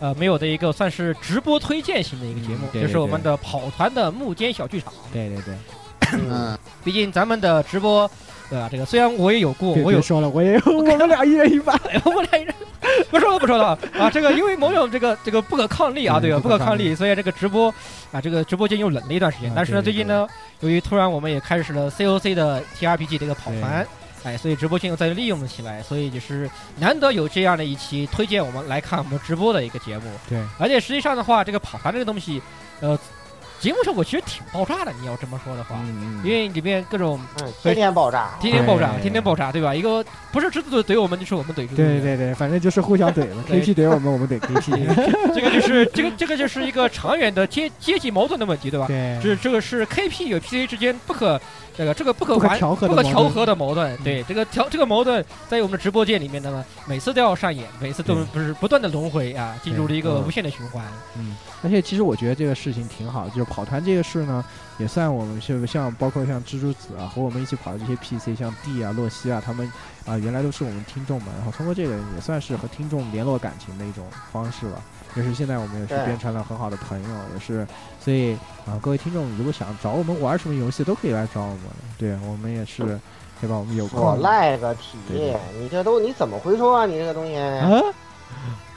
[SPEAKER 3] 呃没有的一个算是直播推荐型的一个节目，就是我们的跑团的幕间小剧场。
[SPEAKER 7] 对对对。
[SPEAKER 9] 嗯，
[SPEAKER 3] 毕竟咱们的直播。对吧？这个虽然我也有过，我有 [laughs]
[SPEAKER 7] 说了，我也有，我们俩一人一半，
[SPEAKER 3] 我们俩一人。不说了不说了啊！这个因为某种这个这个不可抗力啊，对吧？不可抗力，所以这个直播啊，这个直播间又冷了一段时间。但是呢，最近呢，由于突然我们也开始了 COC 的 TRPG 的一个跑团，哎，所以直播间又再利用了起来，所以也是难得有这样的一期推荐我们来看我们直播的一个节目。
[SPEAKER 7] 对，
[SPEAKER 3] 而且实际上的话，这个跑团这个东西，呃。节目效果其实挺爆炸的，你要这么说的话，因为里面各种
[SPEAKER 6] 嗯天天爆炸，啊哎
[SPEAKER 3] 天天爆炸，天天爆炸，对吧？一个不是狮子怼我们，就是我们怼。
[SPEAKER 7] 对对对，反正就是互相怼了，KP 怼我们，我们怼 KP。
[SPEAKER 3] [laughs] 这个就是这个这个就是一个长远的阶阶级矛盾的问题，对吧？
[SPEAKER 7] [laughs] 对，
[SPEAKER 3] 这这个是 KP 与 PC 之间不可这个这个不可
[SPEAKER 7] 不
[SPEAKER 3] 完
[SPEAKER 7] 调和
[SPEAKER 3] 不可调和的矛嗯盾。对，这个调这个矛盾在我们的直播间里面呢，每次都要上演，每次都不是不断的轮回啊，进入了一个无限的循环。
[SPEAKER 7] 嗯，而且其实我觉得这个事情挺好，就是跑团这个事呢，也算我们是像包括像蜘蛛子啊，和我们一起跑的这些 PC，像 D 啊、洛西啊，他们啊、呃、原来都是我们听众嘛，然后通过这个也算是和听众联络感情的一种方式吧。就是现在我们也是变成了很好的朋友，也是所以啊、呃，各位听众如果想找我们玩什么游戏，都可以来找我们。对我们也是，对吧？我们有空。
[SPEAKER 6] 我赖个体，你这都你怎么回收啊？你这个东西。
[SPEAKER 7] 啊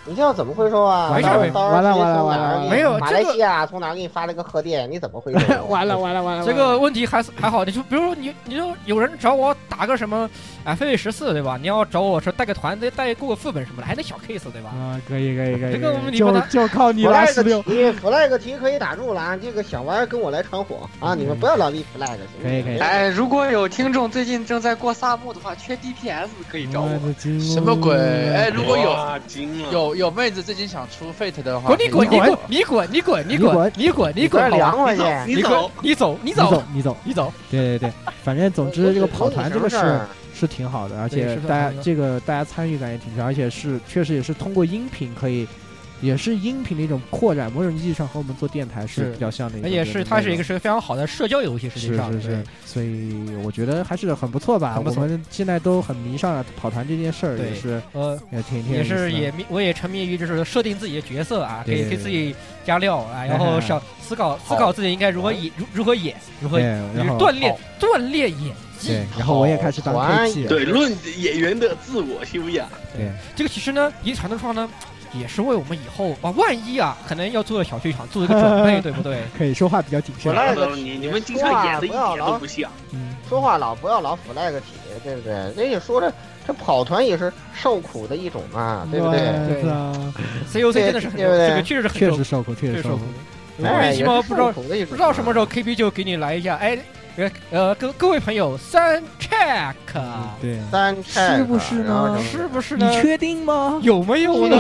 [SPEAKER 6] 你这要怎么回收啊？
[SPEAKER 3] 没事，
[SPEAKER 6] 完了完
[SPEAKER 7] 了完了，没有
[SPEAKER 6] 马来西亚从哪给你发了个贺电？你怎么回收？啊
[SPEAKER 7] [laughs] 完了完了完了，
[SPEAKER 3] 这个问题还还好，你就比如说你，你就有人找我打个什么啊，飞飞十四对吧？你要找我说带个团，再带过个副本什么的，还能小 case 对吧？
[SPEAKER 7] 啊，可以可以可以，
[SPEAKER 3] 这个我们
[SPEAKER 7] 就就靠你了，十六。
[SPEAKER 6] flag 题可以打住了啊！这个想玩跟我来传火啊！你们不要老立 flag。
[SPEAKER 7] 嗯可以可
[SPEAKER 8] [laughs]
[SPEAKER 7] 以。
[SPEAKER 8] 哎，如果有听众最近正在过萨木的话，缺 DPS 可以找
[SPEAKER 7] 嗯
[SPEAKER 8] 我。
[SPEAKER 9] 什么鬼？哎，如果有
[SPEAKER 3] 啊
[SPEAKER 9] 有。有妹子最近想出 Fate 的话，
[SPEAKER 3] 滚你滚你滚你滚你滚你滚你滚你滚，
[SPEAKER 6] 凉快去！
[SPEAKER 3] 你走你走
[SPEAKER 7] 你
[SPEAKER 3] 走
[SPEAKER 7] 你走
[SPEAKER 3] 你走，
[SPEAKER 7] 对对对，反正总之这个跑团这个事是挺好的，而且大家这个大家参与感也挺强，而且是确实也是通过音频可以。也是音频的一种扩展，某种意义上和我们做电台是比较像的一个。
[SPEAKER 3] 也是它是一个是非常好的社交游戏，实际上
[SPEAKER 7] 是是。所以我觉得还是很不错吧。
[SPEAKER 3] 我
[SPEAKER 7] 们现在都很迷上了跑团这件事儿，也是
[SPEAKER 3] 呃，
[SPEAKER 7] 也挺
[SPEAKER 3] 也是也迷，我也沉迷于就是设定自己的角色啊，给给自己加料啊，然
[SPEAKER 7] 嗯
[SPEAKER 3] 后想思考思考自己应该如何演如如何演如何
[SPEAKER 7] 哎
[SPEAKER 3] 锻炼锻炼演。
[SPEAKER 7] 对，然后我也开始当 KP。
[SPEAKER 5] 对，论演员的自我修养。
[SPEAKER 7] 对，
[SPEAKER 3] 这个其实呢，遗传的创呢。也是为我们以后啊，万一啊，可能要做小剧场做一个准备，对不
[SPEAKER 7] [laughs]
[SPEAKER 3] 对？
[SPEAKER 7] 可以说话比较谨慎。
[SPEAKER 6] flag
[SPEAKER 5] 你你们经常演的一点都不像，
[SPEAKER 7] 嗯
[SPEAKER 6] 说
[SPEAKER 3] 嗯
[SPEAKER 6] 话老不要老 flag 体，对不对？人家说这这跑团也是受苦的一种嘛，对不对？
[SPEAKER 3] 对啊，COC 真的是很这个确实
[SPEAKER 7] 确实受苦，确
[SPEAKER 3] 实
[SPEAKER 7] 受苦。
[SPEAKER 6] 哎
[SPEAKER 3] 莫名其妙不知道不知道什么时候 KB 就给你来一下，哎，呃，各各位朋友，三 check，
[SPEAKER 7] 对，
[SPEAKER 6] 啊三 check，
[SPEAKER 7] 是不是呢？
[SPEAKER 3] 是不是呢？
[SPEAKER 7] 你确定吗？
[SPEAKER 3] 嗯有没有呢？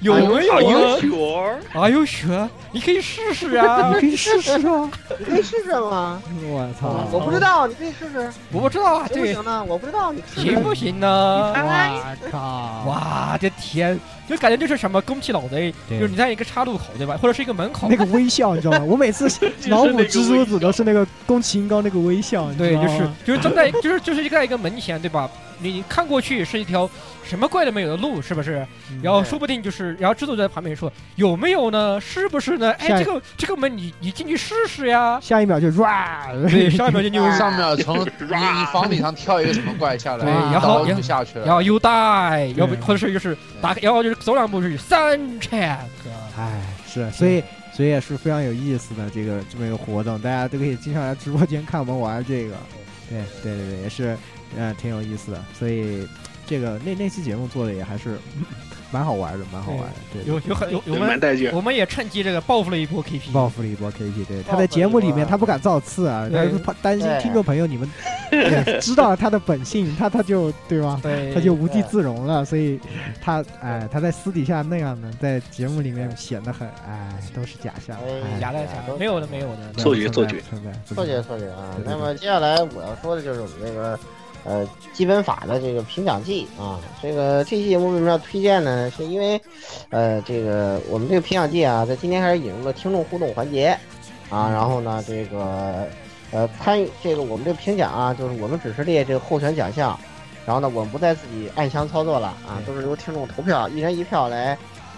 [SPEAKER 3] 有啊没
[SPEAKER 5] 哎
[SPEAKER 3] 有呢？啊，有血，你可以试试啊， [laughs]
[SPEAKER 7] 你可以试试啊，
[SPEAKER 6] 你可以试试吗？
[SPEAKER 7] 我操，
[SPEAKER 6] 啊我不知道，你可以试试。
[SPEAKER 3] 我不知道啊，
[SPEAKER 6] 行不行呢？我不知道，你
[SPEAKER 3] 行不行呢？
[SPEAKER 7] 我靠，
[SPEAKER 3] 哇，这天！就感觉就是什么攻气老贼，就是你在一个岔路口对吧，或者是一个门口
[SPEAKER 7] 那个微笑，你知道吗？我每次脑补蜘蛛子都是那个宫崎英高那个微笑，
[SPEAKER 3] 对，就是就是站在 [laughs] 就是就是在一个门前对吧？你看过去是一条什么怪都没有的路，是不是？
[SPEAKER 7] 嗯
[SPEAKER 3] 然后说不定就是，然后制作在旁边说有没有呢？是不是呢？哎，这个这个门你你进去试试呀。
[SPEAKER 7] 下一秒就 ra，
[SPEAKER 3] 对，下
[SPEAKER 7] [laughs]
[SPEAKER 3] 一秒就就
[SPEAKER 9] 上秒从房顶上跳一个什么怪下来，
[SPEAKER 3] 对，然后
[SPEAKER 9] 就下去了，
[SPEAKER 3] 然后 you die，要不或者是就是打，然后就是。走两步是三 check，
[SPEAKER 7] 哎，是，所以所以也是非常有意思的这个这么一个活动，大家都可以经常来直播间看我们玩这个，对对对对，也是，呃，挺有意思的，所以这个那那期节目做的也还是 [coughs] 蛮好玩的，蛮好玩的，对，
[SPEAKER 3] 有有很有我们我们也趁机这个报复了一波 KP，
[SPEAKER 7] 报复了一波 KP，对，他在节目里面他不敢造次啊，他是怕担心听众朋友你 [laughs] 们知道了他的本性，他他就对吧？
[SPEAKER 3] 对，
[SPEAKER 7] 他就无地自容了，所以他哎，他在私底下那样的，在节目里面显得很哎，都是假象，
[SPEAKER 3] 假
[SPEAKER 7] 哎
[SPEAKER 3] 的假的，没有的没有的，
[SPEAKER 5] 错觉错觉
[SPEAKER 7] 存在
[SPEAKER 6] 错觉错觉啊。那么接下来我要说的就是我们这个呃基本法的这个评奖季啊，这个这期节目为什么要推荐呢？是因为呃这个我们这个评奖季啊，在今天开始引入了听众互动环节啊，然后呢这个。呃，参与这个我们这个评奖啊，就是我们只是列这个候选奖项，然后呢，我们不再自己暗箱操作了啊，都是由听众投票，一人一票来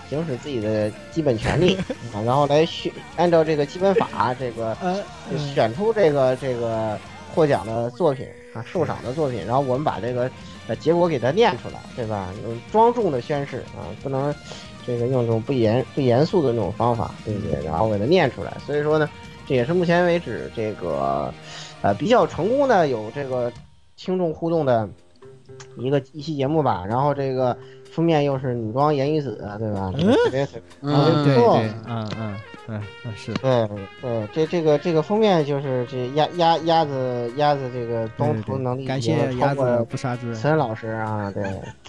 [SPEAKER 6] 行使自己的基本权利啊，然后来选按照这个基本法啊这个选出这个这个获奖的作品啊，受赏的作品，然后我们把这个把结果给它念出来，对吧？用庄重的宣誓啊，不能这个用这种不严不严肃的那种方法，对不对？然后给它念出来。所以说呢，这也是目前为止这个呃比较成功的有这个听众互动的一个一期节目吧。然后这个封面又是女装颜一子，啊对吧？特别
[SPEAKER 7] 嗯，
[SPEAKER 6] 特别
[SPEAKER 7] 对
[SPEAKER 6] 不错
[SPEAKER 7] 对，嗯嗯嗯嗯是，
[SPEAKER 6] 对对，嗯这这个这个封面就是这鸭鸭鸭子鸭子这个装图能力
[SPEAKER 7] 感
[SPEAKER 6] 已
[SPEAKER 7] 谢
[SPEAKER 6] 经
[SPEAKER 7] 鸭
[SPEAKER 6] 超
[SPEAKER 7] 子
[SPEAKER 6] 过了
[SPEAKER 7] 不杀之
[SPEAKER 6] 岑老师啊，对，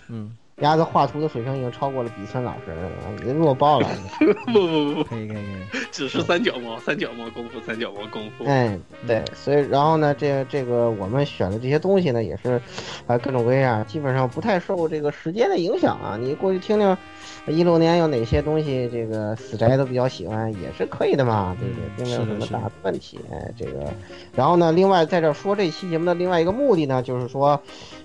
[SPEAKER 7] 嗯，
[SPEAKER 6] 鸭子画图的水平已经超过了比森老师了，已经弱爆了。
[SPEAKER 5] 不不不
[SPEAKER 7] 可以可以可
[SPEAKER 5] 以，只是三脚猫，三脚猫功夫，三脚猫功夫。
[SPEAKER 6] 哎，对，所以然后呢，这这个我们选的这些东西呢，也是，啊，各种各样，基本上不太受这个时间的影响啊。你过去听听，一六年有哪些东西，这个死宅都比较喜欢，也是可以的嘛，对不对？并没有什么大嗯的问题。哎，这个，然后呢，另外在这儿说这期节目的另外一个目的呢，就是说，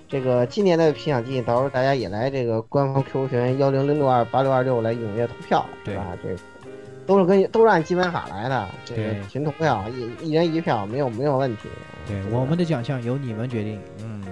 [SPEAKER 6] 这个今年的评奖季，到时候大家也来这个官方 QQ 群幺零零六二八六二六来踊跃投票，对吧？这个都是跟都是按基本法来的，这个
[SPEAKER 7] 对
[SPEAKER 6] 群投票，一一人一票，没有没有问题。
[SPEAKER 7] 对，我们的奖项由你们决定，嗯，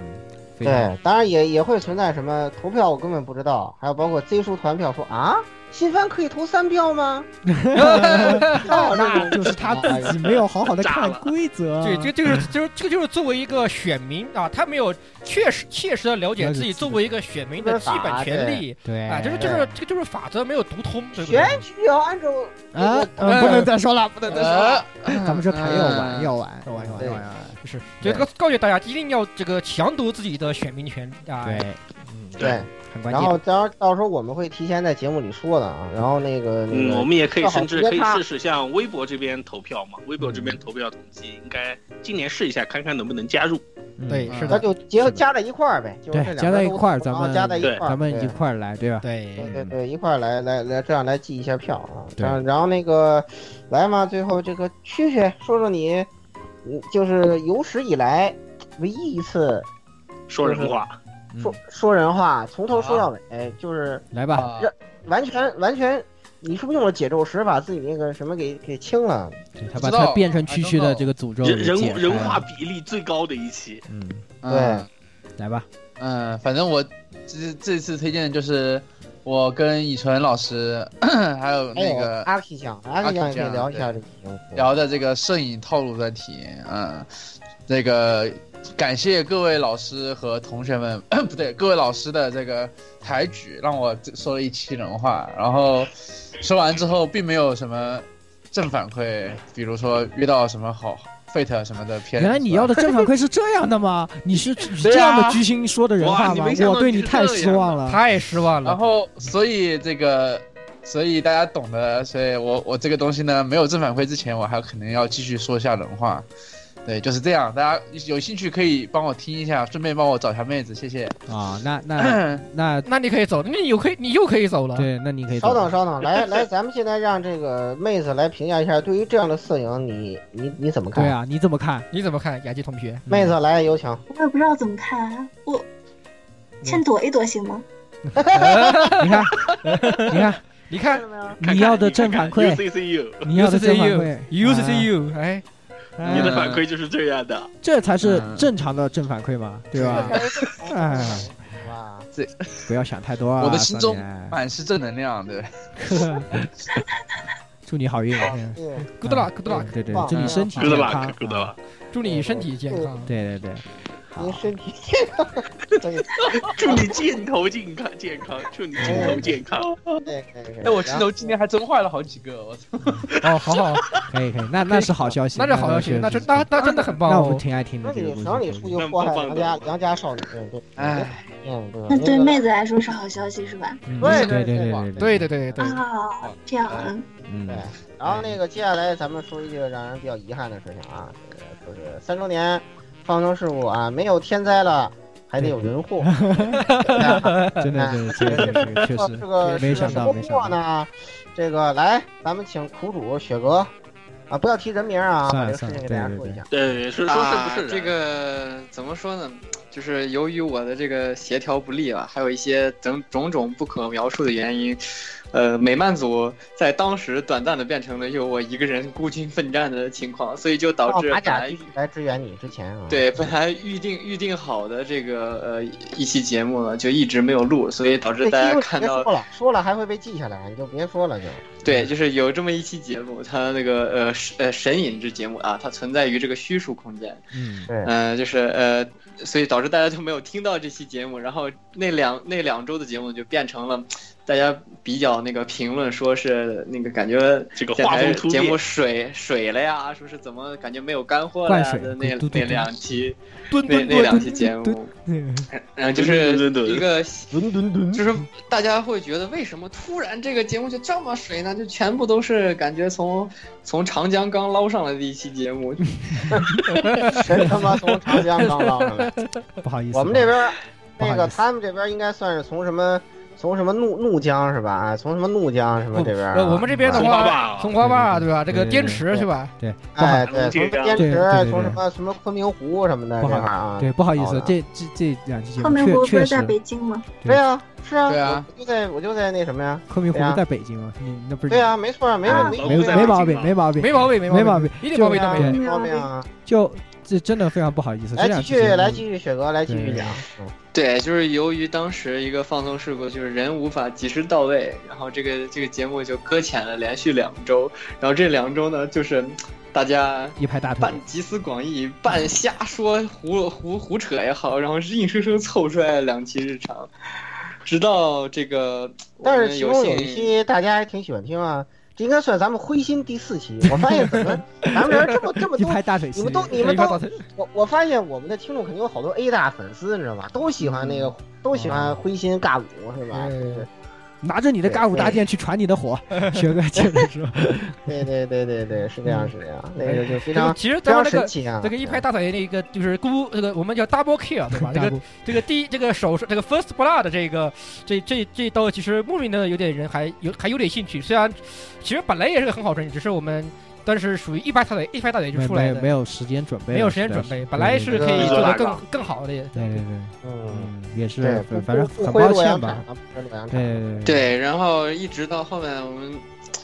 [SPEAKER 7] 非常
[SPEAKER 6] 对，当然也也会存在什么投票，我根本不知道，还有包括 Z 叔团票说啊，新番可以投三票吗？ [laughs]
[SPEAKER 7] 哦，那 [laughs] 就是他自己没有好好的看规则。
[SPEAKER 3] 对，这这个就是
[SPEAKER 7] 嗯
[SPEAKER 3] 就是这个就是作为一个选民啊，他没有确实切实的了解
[SPEAKER 7] 了解
[SPEAKER 3] 自己作为一个选民的基本权利，
[SPEAKER 7] 对
[SPEAKER 3] 啊，这是这
[SPEAKER 7] 对
[SPEAKER 3] 是这个就是法则没有读通，对不对？
[SPEAKER 2] 选举要按照
[SPEAKER 7] 啊，嗯不能再说了，不能再说了，咱们这台要玩，要玩，要玩，要玩，要玩。
[SPEAKER 3] 就是，就告告诫大家一定要这个强夺自己的选民权啊！
[SPEAKER 7] 对，
[SPEAKER 6] 对，
[SPEAKER 3] 很关
[SPEAKER 6] 然
[SPEAKER 3] 键。
[SPEAKER 6] 后到到时候我们会提前在节目里说的啊，然后那个，那
[SPEAKER 5] 嗯，
[SPEAKER 6] 个
[SPEAKER 5] 我们也可以
[SPEAKER 6] 正好
[SPEAKER 5] 甚至
[SPEAKER 6] 别
[SPEAKER 5] 可以
[SPEAKER 6] 看
[SPEAKER 5] 试试像微博这边投票嘛，微博这边投票统计，应该今年试一下，看看能不能加入。
[SPEAKER 7] 嗯
[SPEAKER 3] 对，是
[SPEAKER 6] 那
[SPEAKER 3] 的，
[SPEAKER 6] 就结合加在一块儿呗，就是这
[SPEAKER 7] 对，
[SPEAKER 6] 两
[SPEAKER 7] 加
[SPEAKER 6] 个
[SPEAKER 7] 在
[SPEAKER 6] 都
[SPEAKER 7] 一块儿，
[SPEAKER 6] 投
[SPEAKER 7] 咱
[SPEAKER 6] 然后
[SPEAKER 7] 们
[SPEAKER 6] 加在一块儿，
[SPEAKER 7] 咱们
[SPEAKER 6] 对
[SPEAKER 7] 一块儿来，对吧？
[SPEAKER 3] 对，
[SPEAKER 6] 对对，一块儿来来来，这样来记一下票啊。
[SPEAKER 7] 对
[SPEAKER 6] 然后然后那个，来嘛，最后这个蛐蛐说说你，嗯，就是有史以来唯一一次
[SPEAKER 5] 说人话，
[SPEAKER 6] 说说人话，从头说到尾，就是
[SPEAKER 7] 来
[SPEAKER 9] 啊呃
[SPEAKER 7] 吧，
[SPEAKER 6] 让完全完全，你是不是用了解咒石把自己那个什么给给清了？
[SPEAKER 7] 对他把它变成区区的这个诅咒
[SPEAKER 5] 人人
[SPEAKER 7] 解开
[SPEAKER 5] 人话
[SPEAKER 7] 了
[SPEAKER 5] 比例最高的一期，
[SPEAKER 7] 嗯，
[SPEAKER 9] 嗯
[SPEAKER 7] 来吧，
[SPEAKER 9] 嗯，反正我这这次推荐的就是我跟以纯老师， [coughs] 还有那个
[SPEAKER 6] 哎阿 K 酱，阿 K 酱也可以聊一下这个节目。
[SPEAKER 9] 聊的这个摄影套路专题，嗯，那个感谢各位老师和同学们， [coughs] 不对，各位老师的这个抬举，让我说了一期人话，然后说完之后并没有什么正反馈，比如说遇到什么好 Fate 什么的片，
[SPEAKER 7] 原来你要的正反馈是这样
[SPEAKER 9] [laughs]
[SPEAKER 7] 的吗？你是这样的居心说的人话吗
[SPEAKER 9] 啊哇你没？想到
[SPEAKER 7] 我对
[SPEAKER 9] 你
[SPEAKER 7] 你
[SPEAKER 9] 是
[SPEAKER 7] 太
[SPEAKER 9] 这
[SPEAKER 7] 失
[SPEAKER 9] 样
[SPEAKER 7] 望了。
[SPEAKER 3] 太失望
[SPEAKER 9] 然
[SPEAKER 3] 了。
[SPEAKER 9] 后所以这个，所以大家懂的，所以我我这个东西呢，没有正反馈之前，我还可能要继续说一下人话。对，就是这样，大家有兴趣可以帮我听一下，顺便帮我找一下妹子，谢谢。
[SPEAKER 7] 啊，那
[SPEAKER 9] [clears throat]
[SPEAKER 7] 那那
[SPEAKER 3] 那你可以走，那你又可以，你又可以走了。
[SPEAKER 7] 对，那你可以
[SPEAKER 6] 稍
[SPEAKER 7] 走
[SPEAKER 6] 等稍等，来来，咱们现在让这个妹子来评价一下，对于这样的摄影，你你你怎么看？
[SPEAKER 7] 对啊，你怎么看？
[SPEAKER 3] 你怎么看，雅姬同学？
[SPEAKER 6] 妹子来有请。
[SPEAKER 10] 我也不知道怎么看、啊，我先躲一躲行吗？
[SPEAKER 7] 你
[SPEAKER 9] [laughs]
[SPEAKER 7] 看，你看，
[SPEAKER 3] 你看
[SPEAKER 7] 你要的正反馈
[SPEAKER 5] u c c u
[SPEAKER 7] 你要的正反馈
[SPEAKER 3] u c c
[SPEAKER 7] 啊
[SPEAKER 3] u 哎，
[SPEAKER 5] 你的反馈就是这样的。
[SPEAKER 7] 这才是
[SPEAKER 9] 嗯
[SPEAKER 7] 正常的正反馈嘛，对 [laughs] 吧？哎，
[SPEAKER 6] 哇，
[SPEAKER 9] 这
[SPEAKER 7] 不要想太多啊，
[SPEAKER 9] 我的心中
[SPEAKER 7] 少年
[SPEAKER 9] 满是正能量， [laughs] 对。
[SPEAKER 7] 祝你好运。嗯
[SPEAKER 6] 对
[SPEAKER 3] good luck，good luck，
[SPEAKER 7] 对对
[SPEAKER 6] 棒，
[SPEAKER 7] 祝你身体
[SPEAKER 5] Good
[SPEAKER 7] 健康
[SPEAKER 5] luck，Good。luck。
[SPEAKER 3] 祝你身体健康。
[SPEAKER 7] 对对对，
[SPEAKER 6] 您身体健康，可以，
[SPEAKER 5] 祝你镜头健康健康， [laughs] 祝你镜头健康。
[SPEAKER 6] 对可以可以。
[SPEAKER 9] 哎，我镜头今天还真坏了好几个，我操！
[SPEAKER 7] [laughs]
[SPEAKER 3] 哦，好好，
[SPEAKER 7] 可以可以，那那是好消息，
[SPEAKER 3] 那是好消息，那真那那真的很棒
[SPEAKER 7] 那我们
[SPEAKER 3] 哦。
[SPEAKER 7] 挺爱听的
[SPEAKER 6] 那
[SPEAKER 7] 这
[SPEAKER 6] 你
[SPEAKER 7] 个故
[SPEAKER 6] 哪里
[SPEAKER 7] 事
[SPEAKER 6] 出。去祸害良家良家少女？对，
[SPEAKER 9] 哎，
[SPEAKER 6] 嗯，对吧
[SPEAKER 10] 那对妹子来说是好消息是吧？
[SPEAKER 7] 嗯
[SPEAKER 6] 对对
[SPEAKER 7] 对对
[SPEAKER 6] 对
[SPEAKER 7] 对
[SPEAKER 3] 对的，对的，对的。
[SPEAKER 10] 啊，这样，嗯，
[SPEAKER 7] 嗯
[SPEAKER 6] 对，然后那个接下来咱们说一个让人比较遗憾的事情啊，这个就是三周年方程事故啊，没有天灾了，还得有人祸。
[SPEAKER 7] 真的是确实是确
[SPEAKER 6] 哎这个
[SPEAKER 7] 实，没想到
[SPEAKER 6] 什么
[SPEAKER 7] 没想
[SPEAKER 6] 祸
[SPEAKER 7] 到，
[SPEAKER 6] 呢？这个来，咱们请苦主雪哥啊，不要提人名啊，把
[SPEAKER 7] 算
[SPEAKER 6] 这
[SPEAKER 7] 了
[SPEAKER 6] 个事情给大家说一下。
[SPEAKER 5] 对，是说是不
[SPEAKER 8] 啊
[SPEAKER 5] 是人
[SPEAKER 8] 这个怎么说呢？就是由于我的这个协调不力吧，还有一些种种种不可描述的原因，呃，美漫组在当时短暂的变成了由我一个人孤军奋战的情况，所以就导致
[SPEAKER 6] 马
[SPEAKER 8] 本
[SPEAKER 6] 甲
[SPEAKER 8] 来
[SPEAKER 6] 继续来支援你之前啊，
[SPEAKER 8] 对，本来预定预定好的这个呃一期节目呢，就一直没有录，所以导致
[SPEAKER 6] 这
[SPEAKER 8] 大
[SPEAKER 6] 期
[SPEAKER 8] 家
[SPEAKER 6] 就
[SPEAKER 8] 看
[SPEAKER 6] 别
[SPEAKER 8] 到
[SPEAKER 6] 说了，说了还会被记下来，你就别说了就。
[SPEAKER 8] 对，就是有这么一期节目，它那个呃神呃神隐之节目啊，它存在于这个虚数空间，
[SPEAKER 7] 嗯，
[SPEAKER 6] 对，
[SPEAKER 8] 呃，就是呃，所以导致大家就没有听到这期节目，然后那两那两周的节目就变成了大家比较那个评论，说是那个感觉
[SPEAKER 5] 这个
[SPEAKER 8] 电
[SPEAKER 5] 画
[SPEAKER 8] 台
[SPEAKER 5] 风突
[SPEAKER 8] 节目
[SPEAKER 5] 变
[SPEAKER 8] 水水了呀，说是怎么感觉没有干货了呀
[SPEAKER 7] 灌水
[SPEAKER 8] 的那
[SPEAKER 7] 嘟嘟嘟
[SPEAKER 8] 那两期
[SPEAKER 7] 蹲
[SPEAKER 8] 那
[SPEAKER 7] 蹲
[SPEAKER 8] 那
[SPEAKER 7] 蹲
[SPEAKER 8] 两期节
[SPEAKER 7] 蹲
[SPEAKER 8] 目，
[SPEAKER 7] 蹲，
[SPEAKER 8] 然后就是
[SPEAKER 5] 对对对对
[SPEAKER 8] 一个
[SPEAKER 6] 吨吨吨
[SPEAKER 8] 就是大家会觉得为什么突然这个节目就这么水呢？就全部都是感觉从从长江刚捞上来的一期节目，
[SPEAKER 6] [laughs]
[SPEAKER 8] [laughs]
[SPEAKER 6] 真他妈从长江刚捞上来。
[SPEAKER 7] 不好意思，
[SPEAKER 6] 我们这边儿
[SPEAKER 7] 不好
[SPEAKER 6] 那
[SPEAKER 7] 意
[SPEAKER 6] 个
[SPEAKER 7] 思
[SPEAKER 6] 他们这边儿应该算是从什么从什么怒怒江是吧？啊，从什么怒江什么这边儿啊、
[SPEAKER 3] 呃，我们这边的
[SPEAKER 5] 从花
[SPEAKER 3] 话，
[SPEAKER 5] 坝
[SPEAKER 3] 从花坝对吧？这
[SPEAKER 7] 对
[SPEAKER 3] 个
[SPEAKER 7] 对
[SPEAKER 3] 滇
[SPEAKER 7] 对
[SPEAKER 3] 池是吧？
[SPEAKER 7] 对，不好
[SPEAKER 6] 哎，对，从什么滇
[SPEAKER 7] 对对对对
[SPEAKER 6] 池，从什么什么昆明湖什么的
[SPEAKER 7] 不
[SPEAKER 6] 这
[SPEAKER 7] 好
[SPEAKER 6] 块儿啊，
[SPEAKER 7] 对，不好意
[SPEAKER 6] 好
[SPEAKER 7] 思
[SPEAKER 6] 的，
[SPEAKER 7] 这这这两期节
[SPEAKER 10] 昆
[SPEAKER 7] 目
[SPEAKER 10] 明湖不
[SPEAKER 7] 确确
[SPEAKER 10] 是在
[SPEAKER 7] 实，
[SPEAKER 10] 北京吗？
[SPEAKER 6] 对啊，是啊，
[SPEAKER 9] 对啊
[SPEAKER 6] 我就在我就在那什么呀？
[SPEAKER 7] 昆明湖
[SPEAKER 6] 对啊
[SPEAKER 7] 在北京嘛，你那不是
[SPEAKER 6] 对啊，没错啊，没问题，
[SPEAKER 7] 没
[SPEAKER 5] 都在
[SPEAKER 7] 没
[SPEAKER 5] 北
[SPEAKER 7] 毛
[SPEAKER 5] 京
[SPEAKER 7] 病，
[SPEAKER 5] 嘛
[SPEAKER 7] 没毛病，
[SPEAKER 3] 没毛病，没
[SPEAKER 7] 没
[SPEAKER 3] 毛
[SPEAKER 7] 毛
[SPEAKER 3] 病
[SPEAKER 7] 病，
[SPEAKER 3] 一点毛病
[SPEAKER 6] 对
[SPEAKER 3] 都
[SPEAKER 6] 啊
[SPEAKER 3] 没有。
[SPEAKER 10] 对
[SPEAKER 6] 没毛病啊。
[SPEAKER 7] 就这真的非常不好意思。这
[SPEAKER 6] 来
[SPEAKER 7] 两
[SPEAKER 6] 继
[SPEAKER 7] 期
[SPEAKER 6] 续
[SPEAKER 7] 节目
[SPEAKER 6] 来继续，雪哥来继续
[SPEAKER 7] 对
[SPEAKER 6] 讲。嗯
[SPEAKER 8] 对，就是由于当时一个放松事故，就是人无法及时到位，然后这个这个节目就搁浅了连续两周，然后这两周呢，就是嗯大家
[SPEAKER 7] 一拍大腿
[SPEAKER 8] 半，集思广益，半瞎说胡胡胡扯也好，然后硬生生凑出来两期日常，直到这个，
[SPEAKER 6] 但
[SPEAKER 8] 我
[SPEAKER 6] 是
[SPEAKER 8] 们
[SPEAKER 6] 其
[SPEAKER 8] 有
[SPEAKER 6] 中有
[SPEAKER 8] 幸
[SPEAKER 6] 一期大家还挺喜欢听啊，这应该算咱们灰心第四期。我发现怎
[SPEAKER 8] [laughs]
[SPEAKER 6] 么咱们这儿这么这么
[SPEAKER 7] 一
[SPEAKER 6] 多
[SPEAKER 7] 拍大腿，
[SPEAKER 6] 你们都你们都，我我发现我们的听众肯定有好多 A 大粉丝，你知道吧？都喜欢
[SPEAKER 8] 嗯
[SPEAKER 6] 那个，都喜欢灰心尬舞，是吧？
[SPEAKER 7] 嗯拿着你的尬舞大剑去传你的火，学哥接着说，
[SPEAKER 6] 对对对对对，是这样
[SPEAKER 7] 嗯
[SPEAKER 6] 是这样，那个就非
[SPEAKER 3] 这个
[SPEAKER 7] 哎
[SPEAKER 6] 常
[SPEAKER 3] 其实
[SPEAKER 6] 非
[SPEAKER 3] 咱
[SPEAKER 6] 常
[SPEAKER 3] 们这
[SPEAKER 6] 神
[SPEAKER 3] 个
[SPEAKER 6] 奇啊！
[SPEAKER 3] 这个一拍大腿那个就是孤这个我们叫 double kill 对吧？这个这个第一这个手是这个 first blood 这个这这这刀其实莫名的有点人还有还有点兴趣，虽然其实本来也是个很好专辑，只是我们但是属于一拍大腿一拍大腿就
[SPEAKER 7] 没
[SPEAKER 3] 出来
[SPEAKER 7] 没
[SPEAKER 3] 的，
[SPEAKER 7] 没有时间准备了，
[SPEAKER 3] 没有时间
[SPEAKER 7] 实在
[SPEAKER 3] 准
[SPEAKER 7] 是
[SPEAKER 3] 备，本来是可以
[SPEAKER 6] 对
[SPEAKER 3] 做得
[SPEAKER 5] 对
[SPEAKER 3] 更
[SPEAKER 5] 对
[SPEAKER 3] 更好的。
[SPEAKER 7] 对对对，
[SPEAKER 6] 嗯，
[SPEAKER 7] 嗯，也是
[SPEAKER 6] 对，
[SPEAKER 7] 反反正
[SPEAKER 6] 不
[SPEAKER 7] 很
[SPEAKER 6] 不
[SPEAKER 7] 抱
[SPEAKER 6] 不
[SPEAKER 7] 歉吧，
[SPEAKER 6] 啊不不不不
[SPEAKER 7] 对对
[SPEAKER 8] 对，然后一直到后面我们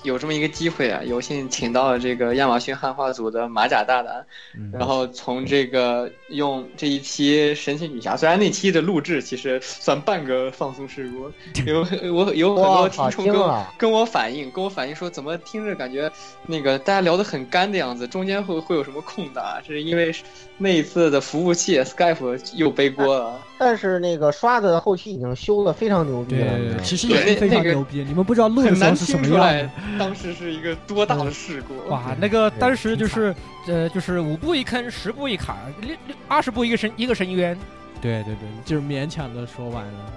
[SPEAKER 8] 有这么一个机会啊，有幸请到了这个亚马逊汉化组的马甲大胆，
[SPEAKER 7] 嗯
[SPEAKER 8] 然后从这个用这一期神奇女侠，虽然那期的录制其实算半个放松事
[SPEAKER 7] [laughs]
[SPEAKER 8] 故，有我有很多
[SPEAKER 6] 我
[SPEAKER 8] 听
[SPEAKER 6] 靠，
[SPEAKER 8] 众
[SPEAKER 6] 惊
[SPEAKER 8] 跟我
[SPEAKER 7] 啊
[SPEAKER 6] 了！
[SPEAKER 8] 跟我反映，跟我反映说怎么听着感觉那个大家聊得很干的样子，中间会会有什么空档？啊这是因为那一次的服务器 Skype 又背锅了。
[SPEAKER 6] 但是那个刷子后期已经修的非常牛逼了，你知道
[SPEAKER 7] 对对，
[SPEAKER 6] 吗
[SPEAKER 7] 其实也是非常牛逼，你们不知道录的
[SPEAKER 8] 很
[SPEAKER 7] 时候
[SPEAKER 8] 难
[SPEAKER 7] 是什
[SPEAKER 8] 听
[SPEAKER 7] 么
[SPEAKER 8] 出
[SPEAKER 7] 样
[SPEAKER 8] 来
[SPEAKER 7] 的，嗯
[SPEAKER 8] 当时是一个多大的事故。
[SPEAKER 3] 哇
[SPEAKER 7] 对，
[SPEAKER 3] 那个
[SPEAKER 6] 对
[SPEAKER 3] 当时
[SPEAKER 7] 挺
[SPEAKER 3] 就是，呃，就是五步一坑，十步一坎，六六二十步一个神一个神渊，
[SPEAKER 7] 对对对，就是勉强的说完了，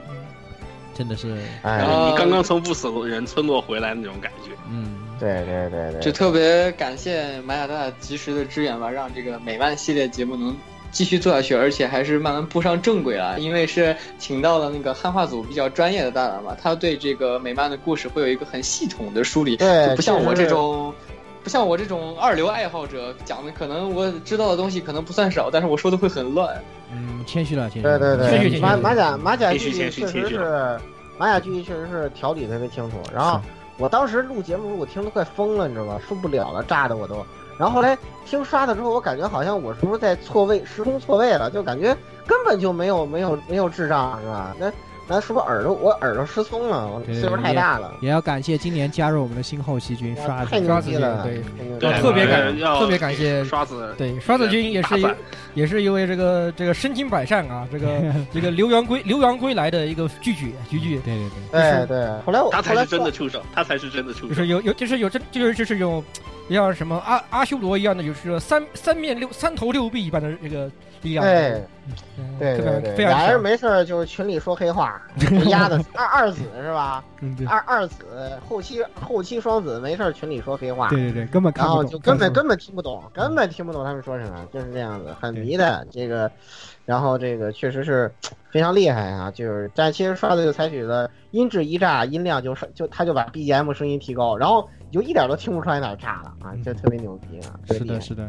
[SPEAKER 7] 真的是，
[SPEAKER 6] 哎
[SPEAKER 8] 然，
[SPEAKER 7] 哦
[SPEAKER 8] 后
[SPEAKER 5] 你刚刚从不死人村落回来那种感
[SPEAKER 3] 哦
[SPEAKER 5] 觉，
[SPEAKER 7] 嗯，
[SPEAKER 6] 对对对对，
[SPEAKER 8] 就特别感谢马雅大及时的支援吧，让这个美漫系列节目能继续做下去，而且还是慢慢步上正轨了。因为是请到了那个汉化组比较专业的大佬嘛，他对这个美漫的故事会有一个很系统的梳理，
[SPEAKER 6] 对
[SPEAKER 8] 就不像我
[SPEAKER 6] 就是
[SPEAKER 8] 这种。不像我这种二流爱好者讲的，可能我知道的东西可能不算少，但是我说的会很乱。
[SPEAKER 7] 嗯，谦虚了，谦虚
[SPEAKER 6] 对
[SPEAKER 7] 了，
[SPEAKER 6] 对
[SPEAKER 3] 谦虚谦
[SPEAKER 6] 对，
[SPEAKER 3] 虚
[SPEAKER 6] 马马甲马甲
[SPEAKER 5] 谦虚
[SPEAKER 6] 剧确
[SPEAKER 5] 谦虚谦
[SPEAKER 6] 实
[SPEAKER 5] 虚
[SPEAKER 6] 是马甲剧确实是条理特别清楚。然后我当时录节目，我听得快疯了，你知道吧？受不了了，炸的我都。然后后来听刷的之后，我感觉好像我是不是在错位，时空错位了？就感觉根本就没有没有没有智障，是吧？那那是不是耳朵我耳朵失聪了？我
[SPEAKER 7] 对对
[SPEAKER 6] 岁数太大了，
[SPEAKER 7] 也要感谢今年加入我们的新后期军刷子
[SPEAKER 6] 太，牛
[SPEAKER 3] 刷子
[SPEAKER 6] 逼
[SPEAKER 3] 君
[SPEAKER 6] 了，
[SPEAKER 3] 对
[SPEAKER 6] 太牛逼
[SPEAKER 3] 对
[SPEAKER 6] 了
[SPEAKER 3] 特别感
[SPEAKER 5] 呃要
[SPEAKER 3] 特别感谢
[SPEAKER 5] 刷子，
[SPEAKER 3] 对，刷子君也是一
[SPEAKER 5] 打散
[SPEAKER 3] 也是因为这个这个身经百战啊，这
[SPEAKER 6] [laughs]
[SPEAKER 3] 个这个留洋归留洋归来的一个拒绝
[SPEAKER 6] 嗯
[SPEAKER 3] 拒绝
[SPEAKER 7] 对，对对，
[SPEAKER 6] 对对。后来我
[SPEAKER 5] 他
[SPEAKER 6] 后
[SPEAKER 5] 才是
[SPEAKER 6] 来
[SPEAKER 5] 真的畜生，他才是真的畜
[SPEAKER 3] 就
[SPEAKER 5] 生
[SPEAKER 3] 是。有有就是有这就是就是有像什么阿阿修罗一样的，就是三三面六三头六臂一般的这个力量，
[SPEAKER 6] 对。
[SPEAKER 3] 嗯
[SPEAKER 6] 哎对
[SPEAKER 3] 特
[SPEAKER 6] 对
[SPEAKER 3] 别
[SPEAKER 6] 对，
[SPEAKER 3] 非常
[SPEAKER 6] 俩人
[SPEAKER 3] 强。
[SPEAKER 6] 没事儿就是群里说黑
[SPEAKER 3] [laughs]
[SPEAKER 6] 话，丫的二二子是吧？
[SPEAKER 7] 嗯对。
[SPEAKER 6] 二二子后期后期双子没事儿群里说黑话，
[SPEAKER 7] 对对对，根本看
[SPEAKER 6] 然
[SPEAKER 7] 不
[SPEAKER 6] 后
[SPEAKER 7] 懂，
[SPEAKER 6] 就根本
[SPEAKER 7] 看不懂
[SPEAKER 6] 根本听不懂，根本听不懂他们说什么，就是这样子，很迷的这个，然后这个确实是非常厉害啊，就是但其实刷子就采取了音质一炸，音量就上就他就把 BGM 声音提高，然后你就一点都听不出来哪儿炸了啊，这特别牛逼啊，特别
[SPEAKER 7] 嗯是
[SPEAKER 6] 厉害
[SPEAKER 7] 的，是的，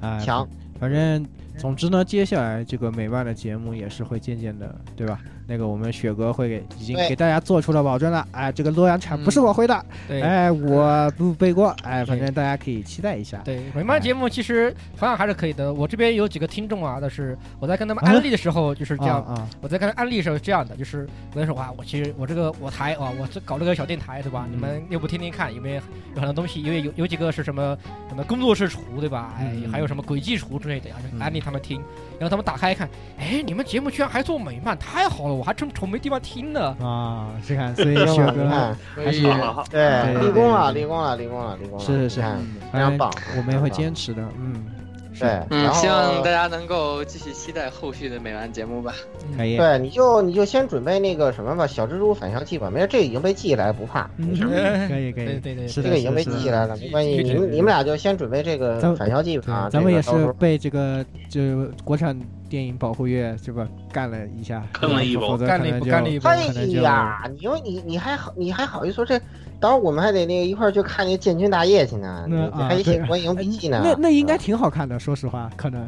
[SPEAKER 7] 啊、
[SPEAKER 6] 强，
[SPEAKER 7] 反正总之呢，接下来这个美漫的节目也是会渐渐的，对吧？那个我们雪哥会给已经
[SPEAKER 6] 对
[SPEAKER 7] 给大家做出了保证了，哎，这个洛阳铲不是我回的，
[SPEAKER 6] 嗯
[SPEAKER 3] 对
[SPEAKER 7] 哎，我不背锅，哎，反正大家可以期待一下。
[SPEAKER 3] 对，美漫节目其实同样还是可以的。我这边有几个听众啊，但是我在跟他们
[SPEAKER 6] 啊
[SPEAKER 3] 安利的时候就是这样，
[SPEAKER 7] 啊啊
[SPEAKER 3] 我在跟他们安利的时候是这样的，就是我跟他说啊，我其实我这个我台啊，我这搞这个小电台对吧？你
[SPEAKER 7] 嗯
[SPEAKER 3] 们要不听听看，有没有有很多东西，因为有有几个是什么什么工作室厨对吧？哎，
[SPEAKER 7] 嗯
[SPEAKER 3] 还有什么轨迹厨之类的，然后就安利他们听，然后他们打开一看，哎，你们节目居然还做美漫，太好了，我还真愁没地方听呢。
[SPEAKER 7] 啊，
[SPEAKER 6] 嗯
[SPEAKER 7] 是看，所以
[SPEAKER 6] 你
[SPEAKER 7] 雪
[SPEAKER 6] 看
[SPEAKER 7] 哥，还是
[SPEAKER 6] 对，
[SPEAKER 7] 对
[SPEAKER 6] 立功了，
[SPEAKER 7] 对
[SPEAKER 6] 立功了，立功了，立功了，
[SPEAKER 7] 是
[SPEAKER 6] 你
[SPEAKER 7] 是是
[SPEAKER 6] 看非
[SPEAKER 7] 反
[SPEAKER 6] 常
[SPEAKER 7] 正
[SPEAKER 6] 棒，
[SPEAKER 7] 我们也
[SPEAKER 6] 非常
[SPEAKER 7] 会
[SPEAKER 6] 棒
[SPEAKER 7] 坚持的，嗯，是
[SPEAKER 6] 对，然
[SPEAKER 8] 嗯，
[SPEAKER 6] 后
[SPEAKER 8] 希望大家能够继续期待后续的美漫节目吧。
[SPEAKER 7] 可以，
[SPEAKER 6] 对，你就你就先准备那个什么吧，小蜘蛛返校记吧，没事，这个已经被记下来，不怕，
[SPEAKER 7] 嗯，可以可以，
[SPEAKER 3] 对对对
[SPEAKER 7] 是
[SPEAKER 6] 这
[SPEAKER 7] 的，
[SPEAKER 6] 个已经被
[SPEAKER 7] 是
[SPEAKER 6] 记
[SPEAKER 7] 的
[SPEAKER 6] 下来了，没关系，你们你们俩就先准备这
[SPEAKER 7] 咱
[SPEAKER 6] 个
[SPEAKER 7] 们
[SPEAKER 6] 返校记吧，
[SPEAKER 7] 咱们也
[SPEAKER 6] 啊这个到时
[SPEAKER 7] 是
[SPEAKER 6] 候
[SPEAKER 7] 被这个就国产电影保护月是吧干了一下，
[SPEAKER 5] 坑了一波
[SPEAKER 7] 否则
[SPEAKER 3] 干
[SPEAKER 7] 可
[SPEAKER 3] 了一
[SPEAKER 7] 能
[SPEAKER 3] 波
[SPEAKER 7] 就
[SPEAKER 3] 干了一波
[SPEAKER 7] 可
[SPEAKER 6] 哎
[SPEAKER 7] 能就
[SPEAKER 6] 呀，你又你你还好你还好意思说这，到时候我们还得那个一块儿去看那个建军大业去呢，你
[SPEAKER 7] 那
[SPEAKER 6] 你
[SPEAKER 7] 啊
[SPEAKER 6] 还得写
[SPEAKER 7] 对
[SPEAKER 6] 观影笔记呢，啊
[SPEAKER 7] 那那应该挺好看的，说实话，可能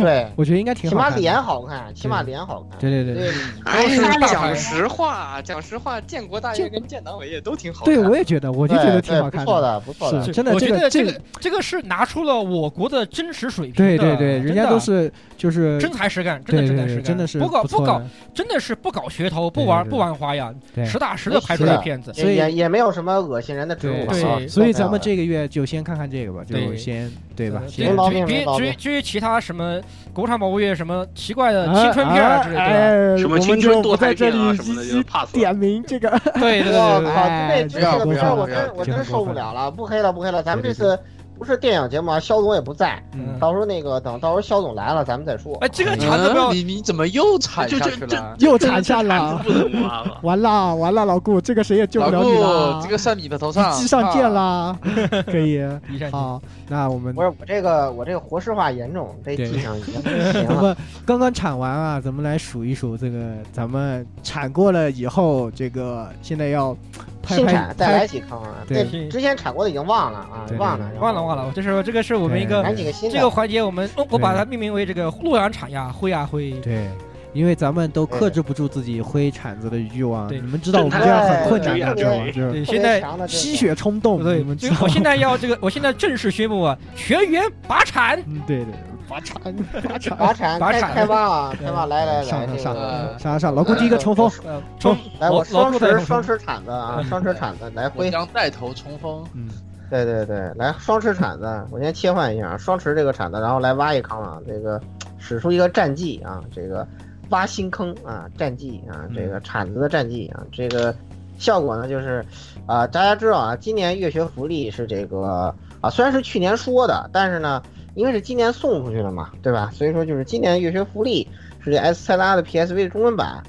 [SPEAKER 6] 对，
[SPEAKER 7] 我觉得应该挺
[SPEAKER 6] 起
[SPEAKER 7] 好
[SPEAKER 6] 码
[SPEAKER 7] 看的。
[SPEAKER 6] 脸好看，起码脸好看，
[SPEAKER 7] 对对对
[SPEAKER 6] 对，
[SPEAKER 8] 哎
[SPEAKER 10] 是大，
[SPEAKER 8] 讲实话，讲实话，建国大业跟建党伟业都挺好看
[SPEAKER 7] 对，
[SPEAKER 8] 的。
[SPEAKER 7] 我也觉得，我就觉
[SPEAKER 6] 对
[SPEAKER 7] 得挺
[SPEAKER 6] 对
[SPEAKER 7] 好
[SPEAKER 6] 不
[SPEAKER 7] 看
[SPEAKER 6] 错。的，不错的
[SPEAKER 7] 是，真的
[SPEAKER 3] 我
[SPEAKER 7] 这
[SPEAKER 3] 觉
[SPEAKER 7] 个
[SPEAKER 3] 得
[SPEAKER 7] 这
[SPEAKER 3] 这
[SPEAKER 7] 个
[SPEAKER 3] 个这个是拿出了我国的真实水平
[SPEAKER 7] 对
[SPEAKER 3] 的，
[SPEAKER 7] 对对，人家
[SPEAKER 3] 真的
[SPEAKER 7] 都是就是
[SPEAKER 3] 真才实干，真
[SPEAKER 7] 对
[SPEAKER 3] 的真
[SPEAKER 7] 对
[SPEAKER 3] 才实
[SPEAKER 7] 对，
[SPEAKER 3] 干，
[SPEAKER 7] 真的是
[SPEAKER 3] 不搞
[SPEAKER 7] 错
[SPEAKER 3] 不搞
[SPEAKER 7] 的，
[SPEAKER 3] 真的是不搞噱头，
[SPEAKER 7] 对
[SPEAKER 3] 不玩
[SPEAKER 7] 对
[SPEAKER 3] 不玩花样，
[SPEAKER 7] 对
[SPEAKER 3] 实打实的拍出来的片子。
[SPEAKER 7] 所
[SPEAKER 6] 也
[SPEAKER 7] 以
[SPEAKER 6] 也也没有什么恶心人的植入吧
[SPEAKER 3] 对
[SPEAKER 6] 啊
[SPEAKER 3] 对
[SPEAKER 7] 所以咱
[SPEAKER 6] 都
[SPEAKER 7] 们
[SPEAKER 6] 挺
[SPEAKER 7] 这个月就先看看这个吧，就
[SPEAKER 3] 对
[SPEAKER 7] 先对吧？
[SPEAKER 3] 呃
[SPEAKER 7] 先啊
[SPEAKER 3] 至
[SPEAKER 6] 没毛病
[SPEAKER 3] 于
[SPEAKER 6] 没毛
[SPEAKER 3] 至于
[SPEAKER 6] 病
[SPEAKER 3] 至于其他什么国产保护月什么奇怪的青春片啊之
[SPEAKER 7] 哎
[SPEAKER 3] 类的，
[SPEAKER 7] 的
[SPEAKER 5] 什么青春堕胎片啊什么的，就 pass 了。
[SPEAKER 7] 点名这个， [laughs]
[SPEAKER 3] 对对
[SPEAKER 6] 好的我
[SPEAKER 3] 对对
[SPEAKER 6] 靠，
[SPEAKER 7] 哎
[SPEAKER 6] 这这
[SPEAKER 9] 这
[SPEAKER 6] 这
[SPEAKER 9] 个
[SPEAKER 6] 个
[SPEAKER 9] 不
[SPEAKER 6] 片
[SPEAKER 9] 要
[SPEAKER 6] 儿
[SPEAKER 9] 不
[SPEAKER 6] 我
[SPEAKER 9] 要
[SPEAKER 6] 真我
[SPEAKER 7] 这个
[SPEAKER 6] 真
[SPEAKER 7] 不
[SPEAKER 6] 受不
[SPEAKER 7] 要
[SPEAKER 6] 了了，不黑了不黑了，咱们
[SPEAKER 7] 对
[SPEAKER 6] 这
[SPEAKER 7] 对
[SPEAKER 6] 次不是电影节目啊，肖总也不在，
[SPEAKER 7] 嗯
[SPEAKER 6] 到时候那个等到时候肖总来了，咱们再说。
[SPEAKER 3] 哎，这个
[SPEAKER 9] 嗯
[SPEAKER 3] 铲子不要
[SPEAKER 9] 你你怎么又踩下去
[SPEAKER 5] 就就
[SPEAKER 9] 了？
[SPEAKER 7] 又
[SPEAKER 3] 啊
[SPEAKER 5] [laughs]
[SPEAKER 7] 缠上
[SPEAKER 5] 铲
[SPEAKER 7] 了。
[SPEAKER 5] 子，不能啊挖了
[SPEAKER 3] [laughs]
[SPEAKER 7] 完了完了，老顾这个谁也救不
[SPEAKER 9] 老
[SPEAKER 7] 了你了
[SPEAKER 9] 顾，，这个算你的头上，
[SPEAKER 7] 机上见
[SPEAKER 9] 啊
[SPEAKER 7] 啦，可以，
[SPEAKER 3] 一扇
[SPEAKER 7] 好，那我们
[SPEAKER 6] 不。是我这个我这个活尸化严重，这
[SPEAKER 7] 对
[SPEAKER 6] 迹象已经
[SPEAKER 7] [laughs]
[SPEAKER 6] 不行
[SPEAKER 7] 咱
[SPEAKER 6] 了。
[SPEAKER 7] 们刚刚铲完啊，咱们来数一数这个，咱们铲过了以后，这个现在要拍
[SPEAKER 6] 新
[SPEAKER 7] 拍
[SPEAKER 6] 产再来
[SPEAKER 7] 拍，
[SPEAKER 6] 几坑啊！
[SPEAKER 7] 对
[SPEAKER 6] 那之前产过的已经忘了啊
[SPEAKER 7] 对，
[SPEAKER 6] 忘了然后
[SPEAKER 3] 忘了忘了，我就说这个是我们一
[SPEAKER 7] 对
[SPEAKER 3] 个
[SPEAKER 6] 来几个新的。
[SPEAKER 3] 这个环节，我们哦我把它命名为这个洛阳铲呀挥呀挥。
[SPEAKER 7] 对，因为咱们都克制不住自己挥铲子的欲望，
[SPEAKER 3] 对
[SPEAKER 7] 你们知道我们这样很困难
[SPEAKER 6] 对
[SPEAKER 7] 的，知道吗？就是
[SPEAKER 3] 对，
[SPEAKER 6] 特别
[SPEAKER 3] 现在
[SPEAKER 6] 强的这个 [laughs]
[SPEAKER 7] 吸血冲动，
[SPEAKER 3] 对
[SPEAKER 7] 你们，知
[SPEAKER 3] 这
[SPEAKER 7] 道
[SPEAKER 3] 个
[SPEAKER 7] 吗？
[SPEAKER 3] 我现在要
[SPEAKER 7] [laughs]
[SPEAKER 3] 这个，我现在正式宣布啊，全员拔铲。
[SPEAKER 7] 嗯，对对，对拔铲拔铲
[SPEAKER 6] 拔铲
[SPEAKER 3] 拔
[SPEAKER 6] 开
[SPEAKER 3] 铲
[SPEAKER 6] 开挖
[SPEAKER 7] [laughs]
[SPEAKER 6] 啊，
[SPEAKER 7] 对
[SPEAKER 6] 开挖来来
[SPEAKER 7] 上
[SPEAKER 6] 来，
[SPEAKER 7] 上
[SPEAKER 6] 这
[SPEAKER 7] 上
[SPEAKER 6] 个
[SPEAKER 9] 呃
[SPEAKER 7] 上上，老顾第一个冲锋，
[SPEAKER 3] 呃，冲
[SPEAKER 6] 来
[SPEAKER 3] 老
[SPEAKER 6] 我
[SPEAKER 3] 老
[SPEAKER 6] 双
[SPEAKER 3] 顾在
[SPEAKER 6] 持
[SPEAKER 3] 冲
[SPEAKER 6] 双持铲子啊，双持铲子
[SPEAKER 7] [laughs]
[SPEAKER 6] 来
[SPEAKER 9] 我
[SPEAKER 6] 挥。
[SPEAKER 9] 将带头冲锋。
[SPEAKER 7] 嗯，
[SPEAKER 6] 对对对，来双持铲
[SPEAKER 3] [laughs]
[SPEAKER 6] 子，我先切换一下啊，双持这个铲子，然后来挖一坑啊，这个使出一个战绩啊，这个挖新坑啊，战绩啊，
[SPEAKER 3] 嗯
[SPEAKER 6] 这个铲子的战绩啊，这个效果呢就是，啊、大家知道啊，今年月学福利是这个啊，虽然是去年说的，但是呢，因为是今年送出去了嘛，对吧？所以说就是今年月学福利是这 S 塞拉的 PSV 的中文版。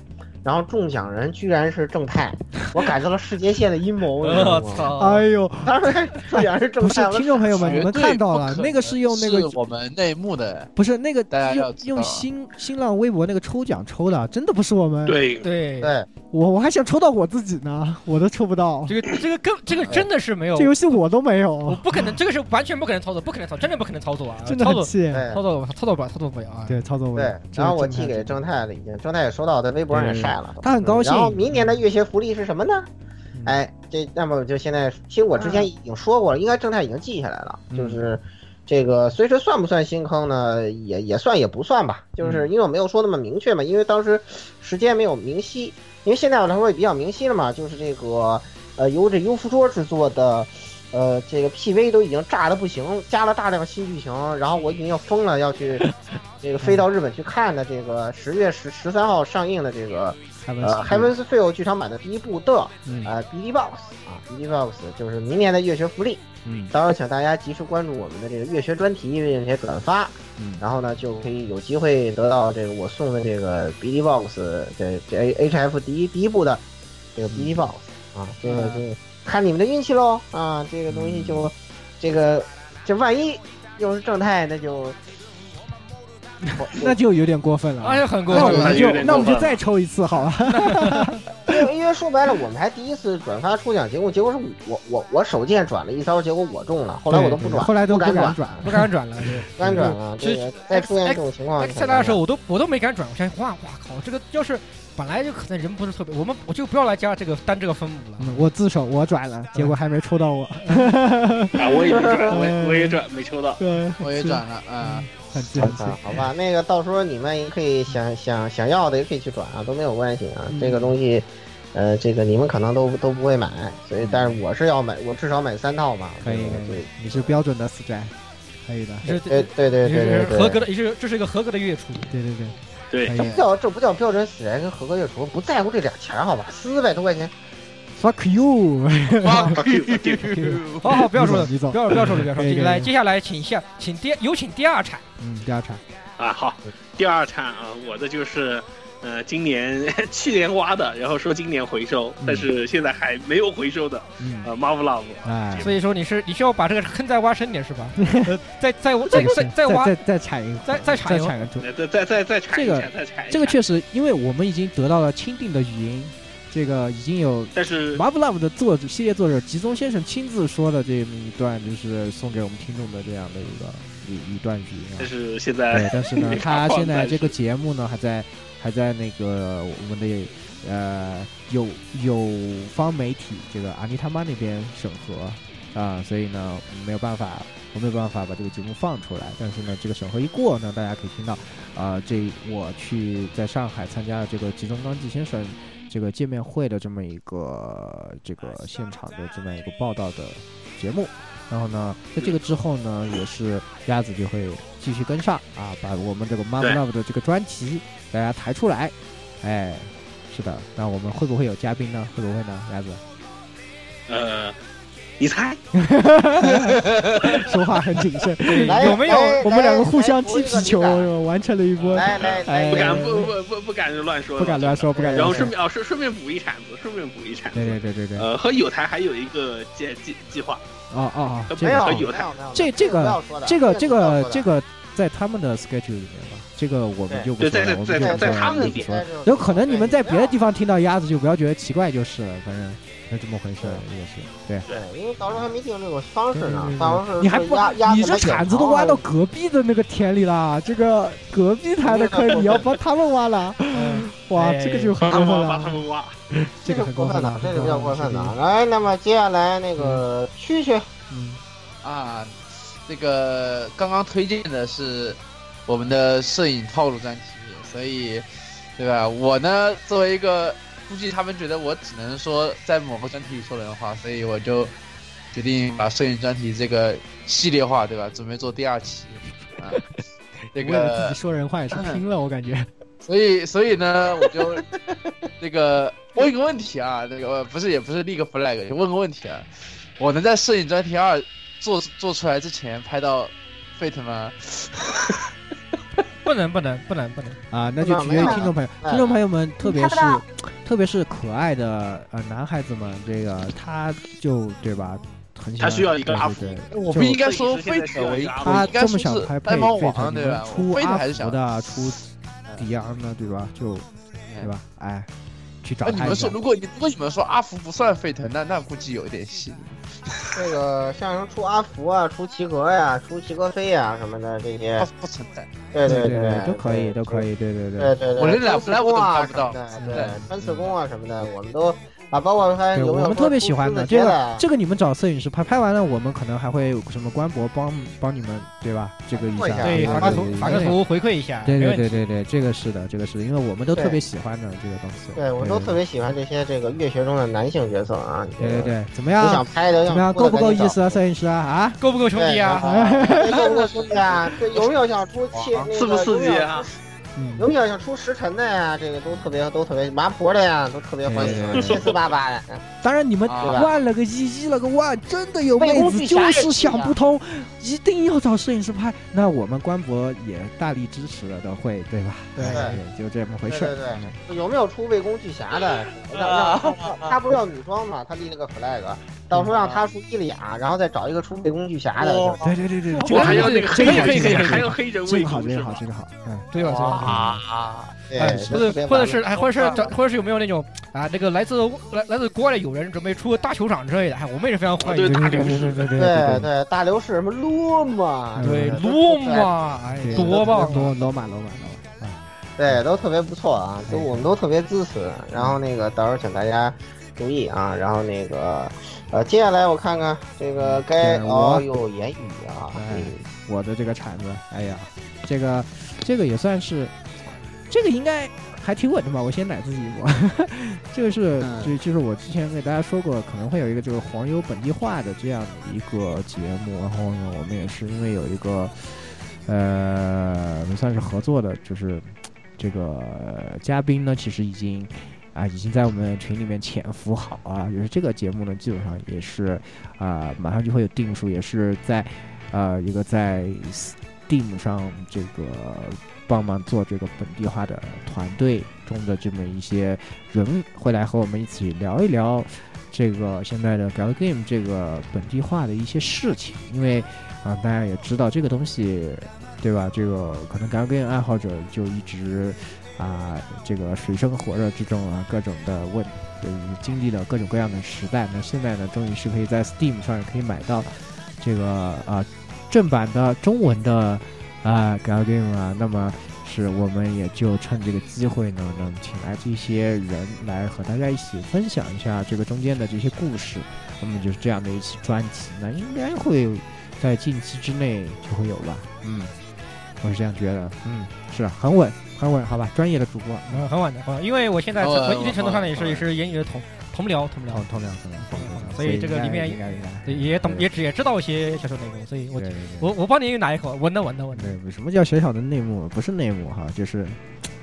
[SPEAKER 6] 然后中奖人居然是正太，我感到了世界线的阴谋，你知道
[SPEAKER 3] [laughs] 我
[SPEAKER 6] 吗？
[SPEAKER 3] 哦操！
[SPEAKER 7] 哎呦，
[SPEAKER 6] 当然，这也是正
[SPEAKER 7] 不是
[SPEAKER 6] 太。
[SPEAKER 7] 听众朋友们，你
[SPEAKER 9] 绝
[SPEAKER 7] 们
[SPEAKER 9] 对
[SPEAKER 7] 看到
[SPEAKER 9] 不
[SPEAKER 7] 了
[SPEAKER 9] 可
[SPEAKER 7] 那个
[SPEAKER 9] 能
[SPEAKER 7] 是用那个
[SPEAKER 9] 是我们内幕的，
[SPEAKER 7] 不是那个
[SPEAKER 9] 大家要
[SPEAKER 7] 用
[SPEAKER 9] 知道
[SPEAKER 7] 用
[SPEAKER 9] 啊
[SPEAKER 7] 新 [laughs] 新浪微博那个抽奖抽的，真的不是我们，
[SPEAKER 5] 对，
[SPEAKER 3] 对，
[SPEAKER 6] 对，
[SPEAKER 7] 我我还想抽到我自己呢，我都抽不到，
[SPEAKER 3] 这个这个跟这个真的是没有
[SPEAKER 7] 这，游戏我都没有，
[SPEAKER 3] 不可能，这个是完全不可能操作，不可能操，真的不可能操作啊！
[SPEAKER 7] 真的
[SPEAKER 3] 操
[SPEAKER 7] 很
[SPEAKER 3] 作
[SPEAKER 7] 气。
[SPEAKER 6] 对
[SPEAKER 3] 操作操作不了，操作不了啊！
[SPEAKER 7] 对，操作不了
[SPEAKER 6] 哎对。
[SPEAKER 7] 这
[SPEAKER 6] 然后
[SPEAKER 7] 个
[SPEAKER 6] 我
[SPEAKER 7] 真
[SPEAKER 6] 寄
[SPEAKER 7] 的
[SPEAKER 6] 给正太了，已经正太也收到，在微博上也晒了。
[SPEAKER 7] 他很高兴
[SPEAKER 6] 然后明年的月学福利是什么呢
[SPEAKER 7] 嗯？
[SPEAKER 6] 哎，这那么就现在，其实我之前已经说过了，应该正太已经记下来了，
[SPEAKER 7] 嗯
[SPEAKER 6] 就是。这个所以说算不算新坑呢？也也算也不算吧，
[SPEAKER 7] 嗯
[SPEAKER 6] 就是因为我没有说那么明确嘛，因为当时时间没有明晰，因为现在来说也比较明晰了嘛，就是这个呃由这优芙桌制作的，呃这个 PV 都已经炸的不行，加了大量新剧情，然后我已经要疯了，要
[SPEAKER 7] [laughs]
[SPEAKER 6] 去这个飞到日本去看的这个十月十十三号上映的这个
[SPEAKER 7] 还文
[SPEAKER 6] 呃《
[SPEAKER 7] 还
[SPEAKER 6] Heaven's f i l 剧场版的第一部的
[SPEAKER 7] 嗯
[SPEAKER 6] 呃 b d Box 啊 b d Box 就是明年的月学福利，
[SPEAKER 7] 嗯
[SPEAKER 6] 到时候请大家及时关注我们的这个月学专题并且转发，
[SPEAKER 7] 嗯
[SPEAKER 6] 然后呢就可以有机会得到这个我送的这个 b d Box 这这 A HF 第一第一部的这个 b d Box 啊，这个这个看你们的运气喽啊，这个东西就这个这万一又是正太那就。我我
[SPEAKER 7] 那就有点过分了啊。
[SPEAKER 3] 哎呀，很过
[SPEAKER 7] 那我
[SPEAKER 3] 分
[SPEAKER 7] 们
[SPEAKER 5] 有点
[SPEAKER 7] 就那我们
[SPEAKER 5] 过分了
[SPEAKER 7] 就再抽一次好了。
[SPEAKER 6] 因为因因为说白了，我们还第一次转发抽奖节目，结果是我我我手贱转了一招，结果我中了，后来我都不转，
[SPEAKER 7] 后来都
[SPEAKER 6] 不
[SPEAKER 7] 不
[SPEAKER 6] 转，
[SPEAKER 7] 转，
[SPEAKER 3] 不敢转了，
[SPEAKER 6] 不敢转了。
[SPEAKER 3] 其
[SPEAKER 6] 这个
[SPEAKER 3] 实
[SPEAKER 6] 再出现这种
[SPEAKER 7] 啊
[SPEAKER 6] 情况，
[SPEAKER 3] 赛大的时候，我都我都没敢转，我想哇哇靠，这个要是本来就可能人不是特别，我们我就不要来加这个单这个分母了。
[SPEAKER 7] 嗯，我自首我转了，结果还没抽到我。
[SPEAKER 5] 啊，我也没转，我也我也转没抽到。
[SPEAKER 7] 对，
[SPEAKER 9] 我也转了啊。
[SPEAKER 7] 很气很气。
[SPEAKER 6] 好吧，那个到时候你们也可以想想想要的也可以去转啊，都没有关系啊。
[SPEAKER 7] 嗯
[SPEAKER 6] 这个东西，呃，这个你们可能都都不会买，所以但是我是要买，我至少买三套嘛。
[SPEAKER 7] 可以
[SPEAKER 6] 这个
[SPEAKER 7] 可以，你是标准的死宅，可以的。
[SPEAKER 3] 是
[SPEAKER 6] 对对对
[SPEAKER 3] 也
[SPEAKER 6] 对对
[SPEAKER 3] 是
[SPEAKER 6] 对，
[SPEAKER 3] 合格的，也是这是一个合格的月初。
[SPEAKER 7] 对对对，
[SPEAKER 5] 对
[SPEAKER 3] 哎
[SPEAKER 7] 可
[SPEAKER 6] 这
[SPEAKER 7] 以
[SPEAKER 6] 不叫这不叫标准死宅跟合格月厨，不在乎这俩钱儿好吧，四百多块钱。
[SPEAKER 7] ，fuck
[SPEAKER 3] [laughs]
[SPEAKER 7] you，
[SPEAKER 3] 好好，哦不要说了，
[SPEAKER 7] 你走你走
[SPEAKER 3] 不要不要说了，不要说
[SPEAKER 7] 嗯可以
[SPEAKER 3] 了。
[SPEAKER 7] 可以
[SPEAKER 3] 来，接下来请下，请第有请第二场。
[SPEAKER 7] 嗯，第二场，
[SPEAKER 5] 啊，好，第二场啊，我的就是，呃，今年 [laughs] 去年挖的，然后说今年回收，但是现在还没有回收的，
[SPEAKER 7] 嗯，
[SPEAKER 5] 呃 m a r v e l o
[SPEAKER 7] 哎，
[SPEAKER 3] 所以说你是你需要把这个坑再挖深点是吧？呃再再再再再
[SPEAKER 7] 再
[SPEAKER 3] 挖
[SPEAKER 7] 再再铲一个，
[SPEAKER 3] 再再铲
[SPEAKER 7] 再
[SPEAKER 3] 一个
[SPEAKER 7] 铲个猪。
[SPEAKER 5] 呃再再再再铲一
[SPEAKER 7] 这个
[SPEAKER 5] 铲，再铲一
[SPEAKER 7] 这个
[SPEAKER 5] 铲
[SPEAKER 7] 确实，因为我们已经得到了钦定的语音，这个已经有
[SPEAKER 5] 但是
[SPEAKER 7] Love Love 的作者系列作者吉宗先生亲自说的这么一段，就是送给我们听众的这样的一个一一段语音啊
[SPEAKER 5] 但。是现
[SPEAKER 7] 对
[SPEAKER 5] 在，，
[SPEAKER 7] 但是 [laughs] 呢他现在这个节目呢，还在还在那个我们的呃有有方媒体这个阿尼他妈那边审核啊，所以呢没有办法，我没有办法把这个节目放出来。但是呢，这个审核一过呢，大家可以听到啊、这我去在上海参加了这个吉中刚纪先生这个见面会的这么一个这个现场的这么一个报道的节目。然后呢，在这个之后呢，也是鸭子就会继续跟上啊，把我们这个 Mom
[SPEAKER 5] 对
[SPEAKER 7] Love 的这个专辑大家抬出来。哎，是的，那我们会不会有嘉宾呢？会不会呢？鸭子
[SPEAKER 5] 呃，你猜，
[SPEAKER 7] 说话很谨慎，
[SPEAKER 6] [laughs]
[SPEAKER 7] [laughs]
[SPEAKER 6] 来
[SPEAKER 3] 有没有
[SPEAKER 6] 来
[SPEAKER 7] 我们两
[SPEAKER 6] 来
[SPEAKER 7] 个互相
[SPEAKER 6] 来
[SPEAKER 7] 踢
[SPEAKER 6] 来
[SPEAKER 7] 皮球，
[SPEAKER 6] 来
[SPEAKER 7] 完成了一波。
[SPEAKER 6] 来来来，
[SPEAKER 7] 哎
[SPEAKER 5] 不敢不不不不敢乱说，
[SPEAKER 7] 不敢乱说，不敢
[SPEAKER 5] 然
[SPEAKER 7] 乱
[SPEAKER 5] 后
[SPEAKER 7] 说
[SPEAKER 5] 顺。便哦，顺顺便补一铲子，顺便补一铲子。
[SPEAKER 7] 对对对对对，哦
[SPEAKER 5] 呃，和友台还有一个计计计划，
[SPEAKER 7] 哦哦，这
[SPEAKER 6] 没有
[SPEAKER 7] 个
[SPEAKER 5] 还
[SPEAKER 6] 没有
[SPEAKER 5] 有
[SPEAKER 6] 没有没有
[SPEAKER 7] 这这个
[SPEAKER 6] 不要说的
[SPEAKER 7] 这个这
[SPEAKER 6] 不要
[SPEAKER 7] 个
[SPEAKER 6] 说的
[SPEAKER 7] 这个在他们的 schedule 里面吧，这个我们就不
[SPEAKER 5] 对
[SPEAKER 7] 说
[SPEAKER 5] 在
[SPEAKER 7] 了，我们
[SPEAKER 5] 在
[SPEAKER 7] 就
[SPEAKER 5] 在
[SPEAKER 7] 不
[SPEAKER 5] 在
[SPEAKER 7] 说了
[SPEAKER 5] 他们
[SPEAKER 7] 我
[SPEAKER 5] 那
[SPEAKER 7] 们就不
[SPEAKER 5] 边
[SPEAKER 7] 说了。有可能你们在别的地
[SPEAKER 6] 方。
[SPEAKER 7] 方听到鸭子就不要觉得奇怪就是了，反正就这么回事儿，也是对。
[SPEAKER 6] 对，因为到时候还没定这种方式
[SPEAKER 7] 对
[SPEAKER 6] 呢
[SPEAKER 7] 对对，
[SPEAKER 6] 到时候
[SPEAKER 7] 你还不
[SPEAKER 6] 压压
[SPEAKER 7] 你这铲
[SPEAKER 6] 哦
[SPEAKER 7] 子都挖到隔壁的那个田里啦，这个隔壁台的坑你要帮他们
[SPEAKER 5] [laughs]
[SPEAKER 7] 挖了，哇，
[SPEAKER 3] 哎
[SPEAKER 7] 这个就
[SPEAKER 5] 把
[SPEAKER 7] 很
[SPEAKER 5] 他
[SPEAKER 7] 过
[SPEAKER 5] 们
[SPEAKER 7] 分
[SPEAKER 5] 把他
[SPEAKER 7] 了，
[SPEAKER 5] 们挖。
[SPEAKER 7] 这个
[SPEAKER 6] 个
[SPEAKER 7] 很
[SPEAKER 6] 过
[SPEAKER 7] 过
[SPEAKER 6] 分
[SPEAKER 7] 分了，
[SPEAKER 6] 这
[SPEAKER 7] 很
[SPEAKER 6] 个比较过
[SPEAKER 7] 分
[SPEAKER 6] 分了。
[SPEAKER 7] 了，
[SPEAKER 6] 来，那么接下来那个蛐蛐，
[SPEAKER 7] 嗯，
[SPEAKER 9] 啊，这个刚刚推荐的是我们的摄影套路专题，所以对吧？我呢，作为一个估计他们觉得我只能说在某个专题里说人话，所以我就决定把摄影专题这个系列化，对吧？准备做第二期
[SPEAKER 7] [laughs]
[SPEAKER 9] 啊，这
[SPEAKER 7] 为了
[SPEAKER 9] 个
[SPEAKER 7] 自己说人话也是拼了，我感觉，
[SPEAKER 9] 所以，所以呢，我就这个问个问题啊，这个呃不是也不是立个 flag，就问个问题啊，我能在摄影专题二做做出来之前拍到 Fate 吗？
[SPEAKER 3] 不能不能不能不能，
[SPEAKER 7] 啊，那就取决于听众朋友，
[SPEAKER 9] 哎
[SPEAKER 6] 嗯
[SPEAKER 7] 听众朋友们，特别
[SPEAKER 10] 看
[SPEAKER 7] 是
[SPEAKER 10] 不到
[SPEAKER 7] 特别是可爱的呃男孩子们，这个他就对吧，很喜欢
[SPEAKER 5] 他需要一个
[SPEAKER 7] 对
[SPEAKER 5] UP
[SPEAKER 7] 对对
[SPEAKER 9] 我
[SPEAKER 7] 就
[SPEAKER 9] 不应该说
[SPEAKER 5] 摄影师现在需
[SPEAKER 9] Fate，
[SPEAKER 5] 要
[SPEAKER 9] 我应
[SPEAKER 5] 一
[SPEAKER 9] 我
[SPEAKER 5] 个
[SPEAKER 7] 他
[SPEAKER 9] 应该
[SPEAKER 7] 这
[SPEAKER 9] 说
[SPEAKER 7] 么想
[SPEAKER 9] 是
[SPEAKER 7] 拍
[SPEAKER 9] 爱
[SPEAKER 7] 配
[SPEAKER 9] 猫
[SPEAKER 7] 配
[SPEAKER 9] 王，对吧？
[SPEAKER 7] 出
[SPEAKER 9] 我 Fate
[SPEAKER 7] 阿
[SPEAKER 9] 还是
[SPEAKER 7] 福
[SPEAKER 9] 想，哎
[SPEAKER 7] 的，出迪昂的，对吧？就对吧？哎，去找
[SPEAKER 9] 那你
[SPEAKER 7] 他一
[SPEAKER 9] 们
[SPEAKER 7] 下
[SPEAKER 9] 说，。如果你如果你们说阿福不算 Fate，那那估计有一点戏。
[SPEAKER 6] 这个像什么出阿福啊，出齐格呀，出齐格飞呀什么的这些
[SPEAKER 9] 阿，福不存在，
[SPEAKER 6] 对
[SPEAKER 7] 哦对
[SPEAKER 6] 对，
[SPEAKER 7] 都可以，都可
[SPEAKER 6] 以。
[SPEAKER 7] 以，对对
[SPEAKER 6] 对
[SPEAKER 7] 对。
[SPEAKER 6] 对对，
[SPEAKER 9] 我连两
[SPEAKER 6] 穿刺
[SPEAKER 9] 我
[SPEAKER 6] 弓
[SPEAKER 9] 都
[SPEAKER 6] 啊
[SPEAKER 9] 看
[SPEAKER 6] 什
[SPEAKER 9] 不到
[SPEAKER 6] 么
[SPEAKER 9] 嗯
[SPEAKER 6] 的，
[SPEAKER 7] 对
[SPEAKER 6] 对，穿刺弓啊什么的，我们都啊，包括还
[SPEAKER 7] 对
[SPEAKER 6] 有没有
[SPEAKER 7] 我们特别喜欢的
[SPEAKER 6] 的啊
[SPEAKER 7] 这个，这个你们找摄影师拍，拍完了我们可能还会有什么官博帮帮你们，对吧？这个一
[SPEAKER 6] 对
[SPEAKER 7] 下，
[SPEAKER 3] 对，
[SPEAKER 6] 啊
[SPEAKER 3] 发个
[SPEAKER 7] 对
[SPEAKER 3] 图
[SPEAKER 7] 对
[SPEAKER 3] 发个图回馈一下，
[SPEAKER 7] 对
[SPEAKER 3] 没
[SPEAKER 7] 对
[SPEAKER 3] 问
[SPEAKER 7] 对
[SPEAKER 3] 题。
[SPEAKER 7] 对对，这个是的，这个是的，因为我们都
[SPEAKER 6] 对
[SPEAKER 7] 特别喜欢的这个东西。
[SPEAKER 6] 对我都特别喜欢这些这个乐学中的男性角色啊，
[SPEAKER 7] 对。对对对，怎么
[SPEAKER 6] 你
[SPEAKER 7] 样
[SPEAKER 6] 想？拍的，
[SPEAKER 7] 怎么样？够不够意思啊，摄影师啊？啊？
[SPEAKER 3] 够不够兄弟啊？
[SPEAKER 7] [laughs]
[SPEAKER 6] 对，够不够兄弟啊？对，有没有想出气？那个
[SPEAKER 5] 刺不刺激啊？
[SPEAKER 7] 嗯
[SPEAKER 6] 有没有想出石沉的呀？这个都特别都特别麻婆的呀，都特别欢
[SPEAKER 7] 对
[SPEAKER 6] 喜，七四八八的。
[SPEAKER 7] 当然，你们
[SPEAKER 9] 啊
[SPEAKER 7] 万了个一，一了个万，真的有
[SPEAKER 6] 被
[SPEAKER 7] 妹
[SPEAKER 6] 公
[SPEAKER 7] 子
[SPEAKER 6] 举
[SPEAKER 7] 就
[SPEAKER 6] 侠
[SPEAKER 7] 是
[SPEAKER 6] 也
[SPEAKER 7] 想
[SPEAKER 6] 是啊
[SPEAKER 7] 不通，一定要找摄影师拍。那我们官博也大力支持了的，会对吧？
[SPEAKER 3] 对
[SPEAKER 7] 哎就这么回
[SPEAKER 6] 对
[SPEAKER 7] 事
[SPEAKER 6] 对
[SPEAKER 7] 儿。
[SPEAKER 6] 对，
[SPEAKER 3] [laughs] 啊
[SPEAKER 6] 有没有出魏公巨侠的？让让他不是要女装嘛？他立了个 flag，到时候
[SPEAKER 3] 嗯
[SPEAKER 6] 让他出一俩，然后再找一个出配工具侠的。
[SPEAKER 7] 哦
[SPEAKER 6] 是吧
[SPEAKER 7] 对对对对，
[SPEAKER 6] 我
[SPEAKER 7] 这个
[SPEAKER 6] 还要那个
[SPEAKER 7] 这个
[SPEAKER 6] 黑人
[SPEAKER 7] 这个
[SPEAKER 6] 可以
[SPEAKER 7] 这个
[SPEAKER 6] 可以还有黑人为
[SPEAKER 7] 这个这个好，
[SPEAKER 6] 主
[SPEAKER 7] 这
[SPEAKER 6] 是吧
[SPEAKER 7] 个好，这个好，嗯，
[SPEAKER 3] 对吧？
[SPEAKER 7] 啊
[SPEAKER 6] 啊！对
[SPEAKER 3] 哎，
[SPEAKER 6] 这
[SPEAKER 3] 或者
[SPEAKER 6] 特别
[SPEAKER 3] 或者
[SPEAKER 6] 完
[SPEAKER 3] 是哎，或者是找，或者是有没有那种啊，这个来自来来自国外的友人准备出大球场之类的，哎，我们也是非常欢迎。
[SPEAKER 7] 对对对对对对
[SPEAKER 6] 对对，大刘是什么罗马？
[SPEAKER 3] 对，
[SPEAKER 6] 都
[SPEAKER 3] 罗，马，哎，
[SPEAKER 6] 对
[SPEAKER 3] 多棒啊！
[SPEAKER 7] 罗罗马罗马罗马，啊，
[SPEAKER 6] 对，都特别不错啊，都我们都特别支持。然后那个到时候请大家注意啊，然后那个呃，接下来我看看这个该
[SPEAKER 3] 嗯
[SPEAKER 7] 对我
[SPEAKER 6] 哦有言语啊，
[SPEAKER 7] 哎，我的这个铲子，哎呀，这个这个也算是，这个应该还挺稳的吧？我先奶自己一波， [laughs] 这个是
[SPEAKER 6] 嗯
[SPEAKER 7] 就就是我之前给大家说过，可能会有一个这个黄油本地化的这样的一个节目，然后呢，我们也是因为有一个呃，我们算是合作的，就是这个嘉宾呢，其实已经。啊，已经在我们群里面潜伏好啊，就是这个节目呢，基本上也是，啊、马上就会有定数，也是在呃，一个在 Steam 上这个帮忙做这个本地化的团队中的这么一些人，会来和我们一起聊一聊这个现在的 Gal Game 这个本地化的一些事情，因为啊、大家也知道这个东西，对吧？这个可能 Gal Game 爱好者就一直。啊，这个水深火热之中啊，各种的问，呃经历了各种各样的时代。那现在呢，终于是可以在 Steam 上可以买到这个啊、正版的中文的啊 g a l Game 啊，那么是我们也就趁这个机会呢，能请来这些人来和大家一起分享一下这个中间的这些故事。那么就是这样的一期专辑呢，应该会在近期之内就会有吧？嗯，我是这样觉得。嗯，是啊很稳，很稳，好吧，专业的主播，嗯
[SPEAKER 3] 嗯，很晚的，很晚，因为我现在
[SPEAKER 9] 好晚
[SPEAKER 3] 从
[SPEAKER 9] 好
[SPEAKER 3] 一定程度
[SPEAKER 9] 晚
[SPEAKER 3] 上呢，也是
[SPEAKER 9] 好
[SPEAKER 3] 也
[SPEAKER 9] 晚
[SPEAKER 3] 是言语的同同僚同
[SPEAKER 7] 同
[SPEAKER 3] 僚，
[SPEAKER 7] 同僚同僚同僚，
[SPEAKER 3] 嗯所以这个里面
[SPEAKER 7] 应该应该
[SPEAKER 3] 对也懂
[SPEAKER 7] 对
[SPEAKER 3] 也只也知道一些小说内容，所以我
[SPEAKER 7] 对对
[SPEAKER 3] 我我帮你拿一口，稳的稳的稳的，
[SPEAKER 7] 对，什么叫小小的内幕？不是内幕哈，就是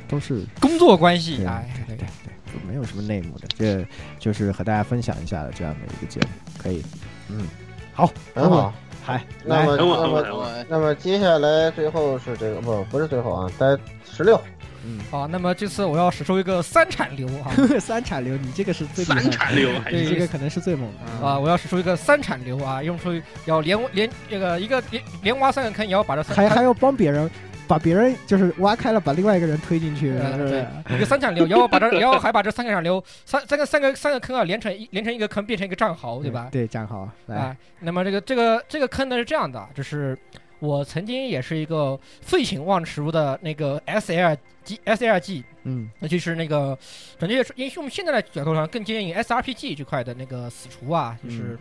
[SPEAKER 7] 都是
[SPEAKER 3] 工作关系
[SPEAKER 7] 对
[SPEAKER 3] 哎，对
[SPEAKER 7] 对对，对没有什么内幕的，这就是和大家分享一下的这样的一个节目，可以，嗯，好，
[SPEAKER 6] 很好。
[SPEAKER 7] 嗨，
[SPEAKER 6] 那
[SPEAKER 7] 来，
[SPEAKER 6] 么
[SPEAKER 5] 等我
[SPEAKER 6] 那
[SPEAKER 5] 等我
[SPEAKER 6] 么
[SPEAKER 5] 等我，
[SPEAKER 6] 那么接下来最后是这个不不是最后啊，在十六
[SPEAKER 7] 嗯，
[SPEAKER 3] 好，那么这次我要使出一个三铲流啊
[SPEAKER 7] [laughs] 三产流，你这个是最厉害
[SPEAKER 5] 三
[SPEAKER 7] 的
[SPEAKER 5] 铲流还
[SPEAKER 7] 你
[SPEAKER 3] 对
[SPEAKER 5] 是
[SPEAKER 7] 这个可能是最猛的
[SPEAKER 3] 啊！！我要使出一个三铲流啊，用出要连连这个一个连连挖三个坑，也要把这三
[SPEAKER 7] 还还要帮别人，把别人就是挖开了，把另外一个人推进去，
[SPEAKER 3] 呃
[SPEAKER 7] 是不是
[SPEAKER 3] 对一个三铲流，然后把这，然后还把这三个铲流三三个三个三个坑啊连成一连成一个坑，变成一个战壕，对吧？
[SPEAKER 7] 嗯对，讲好，来，
[SPEAKER 3] 啊，那么这个这个这个坑呢是这样的，啊就是我曾经也是一个废寝忘食的那个 S L G S L G，
[SPEAKER 7] 嗯
[SPEAKER 3] 那就是那个感觉因为我们现在的角度上更接近 S R P G 这块的那个死厨啊，
[SPEAKER 7] 嗯
[SPEAKER 3] 就是。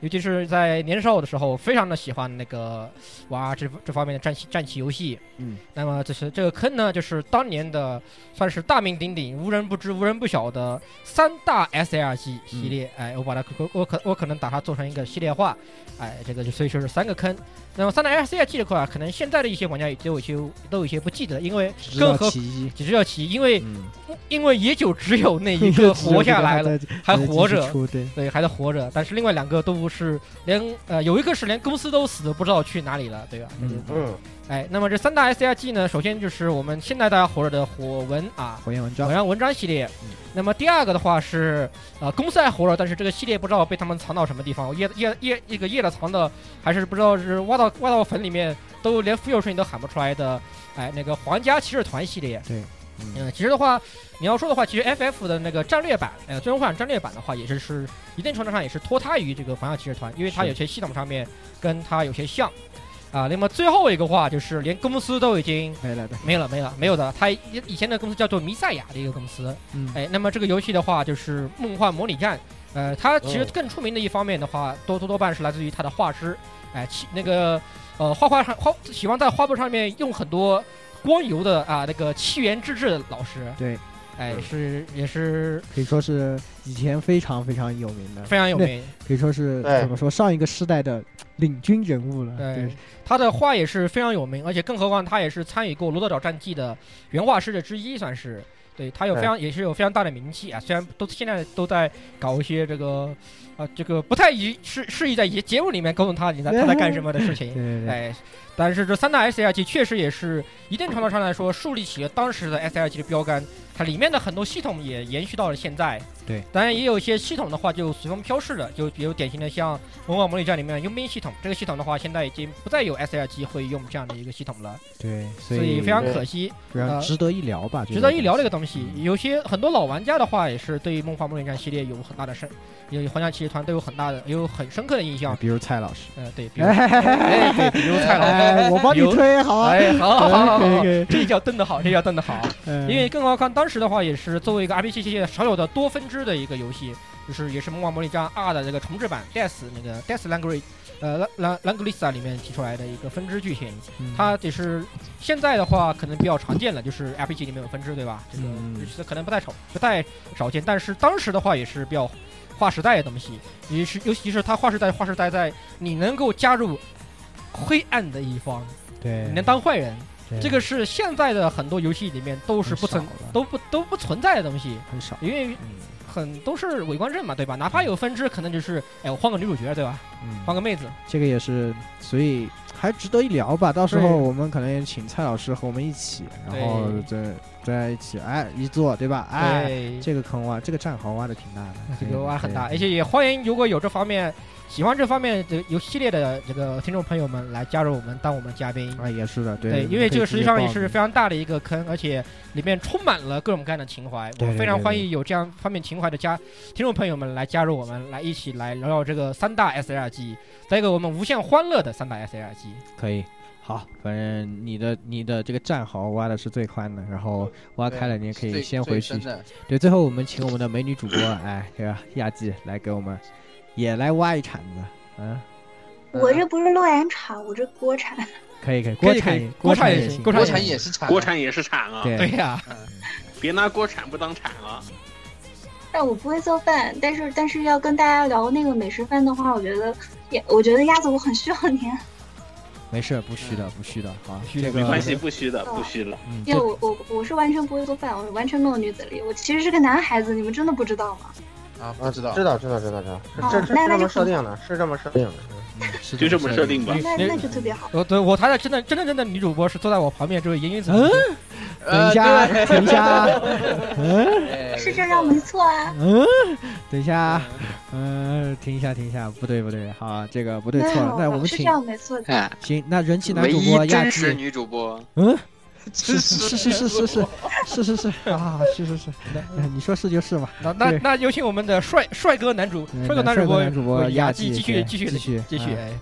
[SPEAKER 3] 尤其是在年少的时候，非常的喜欢那个玩啊这这方面的战棋战棋游戏。
[SPEAKER 7] 嗯，
[SPEAKER 3] 那么就是这个坑呢，就是当年的算是大名鼎鼎、无人不知、无人不晓的三大 SLG 系列。
[SPEAKER 7] 嗯
[SPEAKER 3] 哎，我把它我我可我可能把它做成一个系列化。哎，这个就所以说是三个坑。那么三大 SLG 这块啊，可能现在的一些玩家也都有一些都有一些不记得，因为
[SPEAKER 7] 只知
[SPEAKER 3] 更
[SPEAKER 7] 道
[SPEAKER 3] 何
[SPEAKER 7] 其一，
[SPEAKER 3] 只知道其一，因为
[SPEAKER 7] 嗯，
[SPEAKER 3] 因为也就只有那一个
[SPEAKER 7] [laughs] 只
[SPEAKER 3] [laughs]
[SPEAKER 7] 有
[SPEAKER 3] 活
[SPEAKER 7] 这个
[SPEAKER 3] 下来了，
[SPEAKER 7] 在，
[SPEAKER 3] 还
[SPEAKER 7] 在继
[SPEAKER 3] 活
[SPEAKER 7] 续
[SPEAKER 3] 着
[SPEAKER 7] 出对，
[SPEAKER 3] 对，还在活着。但是另外两个都是连呃有一个是连公司都死的不知道去哪里了，对吧？
[SPEAKER 7] 嗯
[SPEAKER 3] 这就
[SPEAKER 6] 嗯，
[SPEAKER 3] 哎，那么这三大 SLG 呢，首先就是我们现在大家活着的火纹啊，
[SPEAKER 7] 火焰文章
[SPEAKER 3] 火，焰文章系列
[SPEAKER 7] 嗯。
[SPEAKER 3] 那么第二个的话是，呃，公司还活着，但是这个系列不知道被他们藏到什么地方，掖掖掖那个掖了藏的，还是不知道是挖到挖到坟里面，都连复幼声音都喊不出来的。哎，那个皇家骑士团系列。
[SPEAKER 7] 对。
[SPEAKER 3] 嗯，其实的话，你要说的话，其实 FF 的那个战略版，呃，最终幻想战略版的话，也是是一定程度上也是脱胎于这个皇家骑士团，因为它
[SPEAKER 7] 是
[SPEAKER 3] 有些系统上面跟它有些像。啊，那么最后一个话就是，连公司都已经
[SPEAKER 7] 没了的，
[SPEAKER 3] 没了，没了，没有的。它以以前的公司叫做弥赛亚的一个公司，
[SPEAKER 7] 嗯，
[SPEAKER 3] 哎，那么这个游戏的话就是梦幻模拟战，呃，它其实更出名的一方面的话，多多多半是来自于它的画师，哎，其那个呃画画上画喜欢在画布上面用很多光游的啊那个七元之治的老师，
[SPEAKER 7] 对，
[SPEAKER 3] 哎是也是
[SPEAKER 7] 可以说是以前非常非常有名的，
[SPEAKER 3] 非常有
[SPEAKER 7] 那
[SPEAKER 3] 名，
[SPEAKER 7] 可以说是
[SPEAKER 6] 对
[SPEAKER 7] 怎么说上一个世代的领军人物了。
[SPEAKER 3] 对，他的画也是非常有名，而且更何况他也是参与过《罗德岛战记》的原画师的之一，算是。对他有非常也是有非常大的名气啊，虽然都现在都在搞一些这个，啊这个不太宜适适宜在节节目里面告诉他你在他在干什么的事
[SPEAKER 7] 对
[SPEAKER 3] 情，
[SPEAKER 7] 对对，
[SPEAKER 3] 哎，但是这三大 SLG 确实也是一定程度上来说树立起了当时的 SLG 的标杆，它里面的很多系统也延续到了现在，
[SPEAKER 7] 对，
[SPEAKER 3] 当然也有一些系统的话就随风飘逝了，就比如典型的像《文化模拟战》里面的佣兵系统，这个系统的话现在已经不再有 SLG 会用这样的一个系统了，
[SPEAKER 7] 对，嗯
[SPEAKER 3] 所
[SPEAKER 7] 以
[SPEAKER 3] 非常可惜，
[SPEAKER 7] 非常值得一聊吧，
[SPEAKER 3] 值得一聊这个
[SPEAKER 7] [laughs]
[SPEAKER 3] 东西。有些很多老玩家的话也是对《梦幻模拟战》系列有很大的深，有皇家骑士团都有很大的有很深刻的印象，
[SPEAKER 7] 比如蔡老师，
[SPEAKER 3] 呃，对，比如 [laughs] 哎，对，比如蔡老师，
[SPEAKER 7] 哎我帮你推好，
[SPEAKER 3] 哎，嗯好好好好好，这
[SPEAKER 7] 这
[SPEAKER 3] 叫瞪得好，这叫瞪得好。
[SPEAKER 7] 嗯
[SPEAKER 3] 因为更何况当时的话，也是作为一个 RPG 系列少有的多分支的一个游戏，就是也是《梦幻模拟战二》的这个重置版 Death 那个 Death Language，呃，Lang Langlista 里面提出来的一个分支剧情。
[SPEAKER 7] 嗯
[SPEAKER 3] 它也是现在的话可能比较常见了，就是 RPG 里面有分支，对吧？这个
[SPEAKER 7] 嗯
[SPEAKER 3] 这可能不太少不太少见，但是当时的话也是比较划时代的东西，也是尤其是它划时代划时代在你能够加入黑暗的一方，
[SPEAKER 7] 对，
[SPEAKER 3] 你能当坏人。
[SPEAKER 7] 对
[SPEAKER 3] 这个是现在的很多游戏里面都是不存
[SPEAKER 7] 很少了
[SPEAKER 3] 都嗯不都不存在的东西，
[SPEAKER 7] 很少，
[SPEAKER 3] 因为很都是伪光正嘛，对吧？哪怕有分支，可能就是哎，我换个女主角，对吧？
[SPEAKER 7] 嗯
[SPEAKER 3] 换个妹子，
[SPEAKER 7] 这个也是，所以还值得一聊吧。到时候
[SPEAKER 3] 对
[SPEAKER 7] 我们可能也请蔡老师和我们一起，然后再在一起，哎，一坐对吧？哎
[SPEAKER 3] 对，
[SPEAKER 7] 这个坑挖，这个战壕挖的挺
[SPEAKER 3] [laughs]
[SPEAKER 7] 大的，哎
[SPEAKER 3] 这个挖啊很大，
[SPEAKER 7] 对
[SPEAKER 3] 而且也欢迎如果有这方面喜欢这方面的游戏系列的这个听众朋友们来加入我们，当我们嘉宾。
[SPEAKER 7] 啊，也是的，
[SPEAKER 3] 对，因
[SPEAKER 7] 可
[SPEAKER 3] 为
[SPEAKER 7] 以
[SPEAKER 3] 这个
[SPEAKER 7] 直
[SPEAKER 3] 实际
[SPEAKER 7] 接
[SPEAKER 3] 上也
[SPEAKER 7] 报
[SPEAKER 3] 是
[SPEAKER 7] 名
[SPEAKER 3] 非常大的一个坑，而且里面充满了各种各样的情怀。
[SPEAKER 7] 对
[SPEAKER 3] 我
[SPEAKER 7] 对
[SPEAKER 3] 非常
[SPEAKER 7] 对
[SPEAKER 3] 欢
[SPEAKER 7] 对
[SPEAKER 3] 迎有这样方面情怀的加听众朋友们来加入我们，来一起来聊聊这个三大 SLG，再一个我们无限欢乐的三大 SLG。
[SPEAKER 7] 可以。好，反正你的你的这个战壕挖的是最宽的，然后挖开了，你也可以
[SPEAKER 9] 最
[SPEAKER 7] 先
[SPEAKER 9] 最
[SPEAKER 7] 回去
[SPEAKER 9] 深的。
[SPEAKER 7] 对，最后我们请我们的美女
[SPEAKER 3] [laughs]
[SPEAKER 7] 主播，哎，这个亚季来给我们也来挖一铲子，啊，
[SPEAKER 10] 我这不是洛阳铲，我这锅铲。
[SPEAKER 7] 可以可以，
[SPEAKER 3] 可
[SPEAKER 7] 国
[SPEAKER 3] 以可
[SPEAKER 7] 产
[SPEAKER 3] 以国
[SPEAKER 7] 国
[SPEAKER 3] 产也
[SPEAKER 7] 也
[SPEAKER 3] 行
[SPEAKER 7] 行，
[SPEAKER 3] 国
[SPEAKER 9] 国
[SPEAKER 3] 产
[SPEAKER 9] 产也是产，
[SPEAKER 5] 锅铲也是铲啊，
[SPEAKER 7] 对
[SPEAKER 3] 对呀、
[SPEAKER 5] 别拿锅铲不当铲啊了。
[SPEAKER 10] 但我不会做饭，但是但是要跟大家聊那个美食饭的话，我觉得也我觉得鸭子我很需要啊您，
[SPEAKER 7] 没事，不虚的，不虚的，好，
[SPEAKER 3] 虚的
[SPEAKER 7] 这个
[SPEAKER 5] 没关系，不虚的，不虚了。
[SPEAKER 7] 嗯，
[SPEAKER 10] 因为
[SPEAKER 7] 这
[SPEAKER 10] 我我我是完全不会做饭，我完全没有女子力，我其实是个男孩子，你们真的不知道吗？
[SPEAKER 9] 啊，不知 [laughs] 道
[SPEAKER 6] 知道知道知道知道，
[SPEAKER 10] 哦
[SPEAKER 6] 是
[SPEAKER 10] 那
[SPEAKER 6] 这是这
[SPEAKER 10] 那就
[SPEAKER 6] 么设定的，是这么设定的。嗯
[SPEAKER 7] 是
[SPEAKER 5] 就这
[SPEAKER 7] 么
[SPEAKER 5] 么
[SPEAKER 7] 设
[SPEAKER 5] 设定吧
[SPEAKER 3] 你
[SPEAKER 10] 那
[SPEAKER 3] 你
[SPEAKER 10] 那就特别好。
[SPEAKER 3] 我对我台的真的真的真的女主播是坐在我旁边这位言语怎
[SPEAKER 7] 嗯，等
[SPEAKER 9] 呃
[SPEAKER 7] 一下，
[SPEAKER 9] 对
[SPEAKER 7] 等一下，嗯
[SPEAKER 9] 哎
[SPEAKER 10] 是这样没错啊，
[SPEAKER 7] 嗯，等一下，嗯，停一下，停一下，不对不对，好，这个不对错了，那我们
[SPEAKER 10] 嗯是这
[SPEAKER 7] 请
[SPEAKER 10] 样没错的。
[SPEAKER 8] 哎，
[SPEAKER 7] 行，那人气男
[SPEAKER 8] 唯
[SPEAKER 7] 主
[SPEAKER 8] 一
[SPEAKER 7] 播亚
[SPEAKER 8] 真实
[SPEAKER 7] 季，
[SPEAKER 8] 女主播，
[SPEAKER 7] 嗯，
[SPEAKER 9] 真
[SPEAKER 7] 是是是是是是是是是啊，是是是，那你说是就是嘛，
[SPEAKER 3] 那那
[SPEAKER 7] 对
[SPEAKER 3] 那有请我们的帅帅哥男主
[SPEAKER 7] 嗯
[SPEAKER 3] 帅哥男主
[SPEAKER 7] 帅哥
[SPEAKER 3] 播
[SPEAKER 7] 男主播
[SPEAKER 3] 呃
[SPEAKER 7] 亚
[SPEAKER 3] 雅
[SPEAKER 7] 季
[SPEAKER 3] 继继续
[SPEAKER 7] 对
[SPEAKER 3] 继续
[SPEAKER 7] 继续
[SPEAKER 3] 继续
[SPEAKER 7] 嗯
[SPEAKER 3] 哎，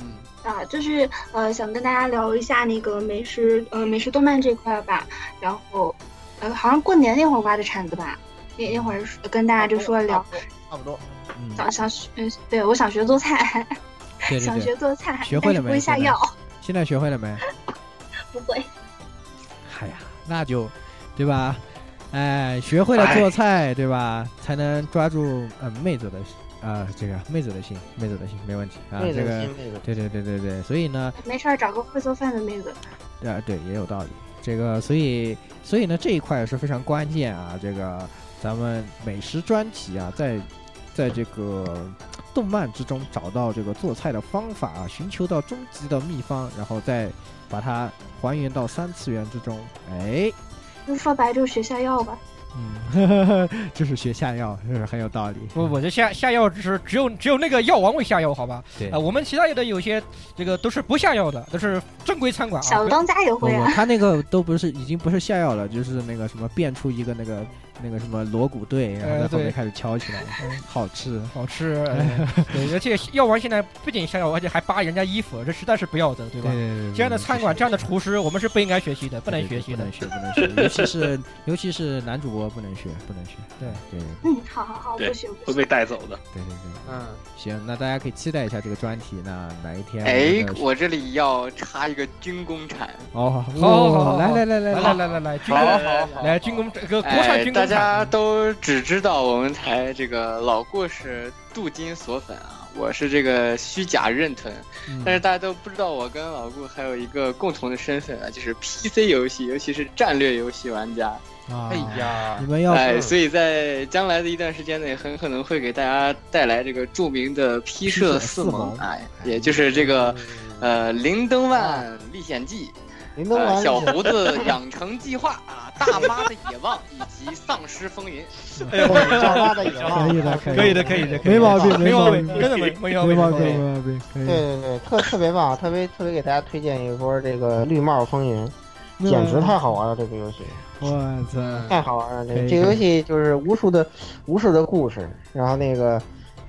[SPEAKER 8] 嗯，
[SPEAKER 10] 啊，就是呃，想跟大家聊一下那个美食，呃，美食动漫这块吧。然后，呃，好像过年那会儿挖的铲子吧，那那会儿说跟大家就说聊，
[SPEAKER 6] 差不多，
[SPEAKER 7] 嗯，
[SPEAKER 10] 想想学，嗯对我想学做菜，[laughs]
[SPEAKER 7] 对
[SPEAKER 10] 想
[SPEAKER 7] 对对，
[SPEAKER 10] 学做菜，
[SPEAKER 7] 学会
[SPEAKER 10] 但
[SPEAKER 7] 了
[SPEAKER 10] 是
[SPEAKER 7] 没
[SPEAKER 10] 不会下
[SPEAKER 7] 现在
[SPEAKER 10] 药，
[SPEAKER 7] 现在学会了没？
[SPEAKER 10] 不会。
[SPEAKER 7] 哎呀，那就，对吧？哎，学会了做菜，对吧？才能抓住呃妹子的啊、这个妹子的心，妹子的心没问题啊，
[SPEAKER 6] 妹子
[SPEAKER 7] 这
[SPEAKER 6] 的
[SPEAKER 7] 个
[SPEAKER 6] 心，妹子
[SPEAKER 7] 对对对对对，所以呢，
[SPEAKER 10] 没事儿，找个会做饭的妹子。
[SPEAKER 7] 啊，对，也有道理。这个，所以，所以呢，这一块也是非常关键啊。这个，咱们美食专题啊，在在这个动漫之中找到这个做菜的方法啊，寻求到终极的秘方，然后再把它还原到三次元之中。哎，
[SPEAKER 10] 就说白了就是学下药吧。
[SPEAKER 7] 嗯，就是学下药，是很有道理。
[SPEAKER 3] 不不，这下下药只是只有只有那个药王会下药，好吧？
[SPEAKER 7] 对
[SPEAKER 3] 啊，我们其他有的有些这个都是不下药的，都是正规餐馆啊。
[SPEAKER 10] 小
[SPEAKER 3] 不要
[SPEAKER 10] 当家也
[SPEAKER 7] 不
[SPEAKER 10] 会
[SPEAKER 7] 不
[SPEAKER 10] 啊，，
[SPEAKER 7] 他那个都不是，已经不是下药了，就是那个什么变出一个那个那个什么锣鼓队，然后
[SPEAKER 3] 呃
[SPEAKER 7] 在后
[SPEAKER 3] 对
[SPEAKER 7] 面开始敲起来，
[SPEAKER 3] 嗯
[SPEAKER 7] 好吃。
[SPEAKER 3] 好吃，呃对，而且药王现在不仅下药，而且还扒人家衣服，这实在是不要的，对吧？
[SPEAKER 7] 对
[SPEAKER 3] 这样的餐馆，这样的厨师，我们是不应该学习的，不能学习
[SPEAKER 7] 不
[SPEAKER 3] 的
[SPEAKER 7] 能。学，不能学，尤
[SPEAKER 3] [laughs]
[SPEAKER 7] 其是尤其是男主播不能学，不能学。
[SPEAKER 3] 对
[SPEAKER 7] 对对
[SPEAKER 10] 嗯，好好好，
[SPEAKER 5] 对
[SPEAKER 10] 不许不
[SPEAKER 5] 会
[SPEAKER 10] 许。
[SPEAKER 5] 被带走的。
[SPEAKER 7] 对对，
[SPEAKER 9] 嗯，
[SPEAKER 3] 啊
[SPEAKER 7] 行，那大家可以期待一下这个专题。那哪一天？
[SPEAKER 8] 哎，我这里要插一个军工铲，
[SPEAKER 7] 哦，好
[SPEAKER 3] 好好好
[SPEAKER 7] 来来
[SPEAKER 3] 来
[SPEAKER 7] 来
[SPEAKER 3] 来
[SPEAKER 7] 来
[SPEAKER 3] 来来来，军
[SPEAKER 9] 好
[SPEAKER 3] 工，
[SPEAKER 9] 好好，
[SPEAKER 3] 来军工这个国产嗯
[SPEAKER 8] 哎，
[SPEAKER 3] 军
[SPEAKER 8] 大
[SPEAKER 3] 工厂，
[SPEAKER 8] 家都只知道我们台这个老过是镀金锁粉啊，我是这个虚假认屯，但是大家都不知道我跟老顾还有一个共同的身份啊，就是 PC 游戏，尤其是战略游戏玩家。
[SPEAKER 7] 啊
[SPEAKER 9] 哎，呀
[SPEAKER 7] 你，们要
[SPEAKER 8] 哎，所以在将来的一段时间内，很可能会给大家带来这个著名的披
[SPEAKER 7] 社
[SPEAKER 8] 社
[SPEAKER 7] 四
[SPEAKER 8] 四
[SPEAKER 7] 盟
[SPEAKER 8] 盟，哎，也就是这个呃《林登万历险记》
[SPEAKER 6] 林登
[SPEAKER 8] 呃
[SPEAKER 6] 完
[SPEAKER 8] 《小胡子养成计划》啊，大妈的野望以及丧尸风云。
[SPEAKER 3] 哎呦大
[SPEAKER 6] 妈的野
[SPEAKER 3] 望可以的可以的可以的可以的
[SPEAKER 7] 没毛病，
[SPEAKER 3] 没
[SPEAKER 7] 毛
[SPEAKER 3] 毛
[SPEAKER 7] 病
[SPEAKER 3] 病，真的没没毛病没
[SPEAKER 7] 没毛
[SPEAKER 3] 毛
[SPEAKER 7] 病，
[SPEAKER 3] 病
[SPEAKER 7] 没毛病，可
[SPEAKER 6] 对
[SPEAKER 7] 以。
[SPEAKER 6] 对对，特特别棒，特别特别给大家推荐一波这个《绿帽风云》，
[SPEAKER 7] 那
[SPEAKER 6] 简直太好玩了，这个游戏
[SPEAKER 7] 我操！
[SPEAKER 3] [laughs]
[SPEAKER 6] 太好玩了，这
[SPEAKER 7] 嗯可
[SPEAKER 6] 个
[SPEAKER 7] 以
[SPEAKER 6] 这个
[SPEAKER 7] 可
[SPEAKER 6] 游
[SPEAKER 7] 以
[SPEAKER 6] 戏就是无数的无数的故事，然后那个，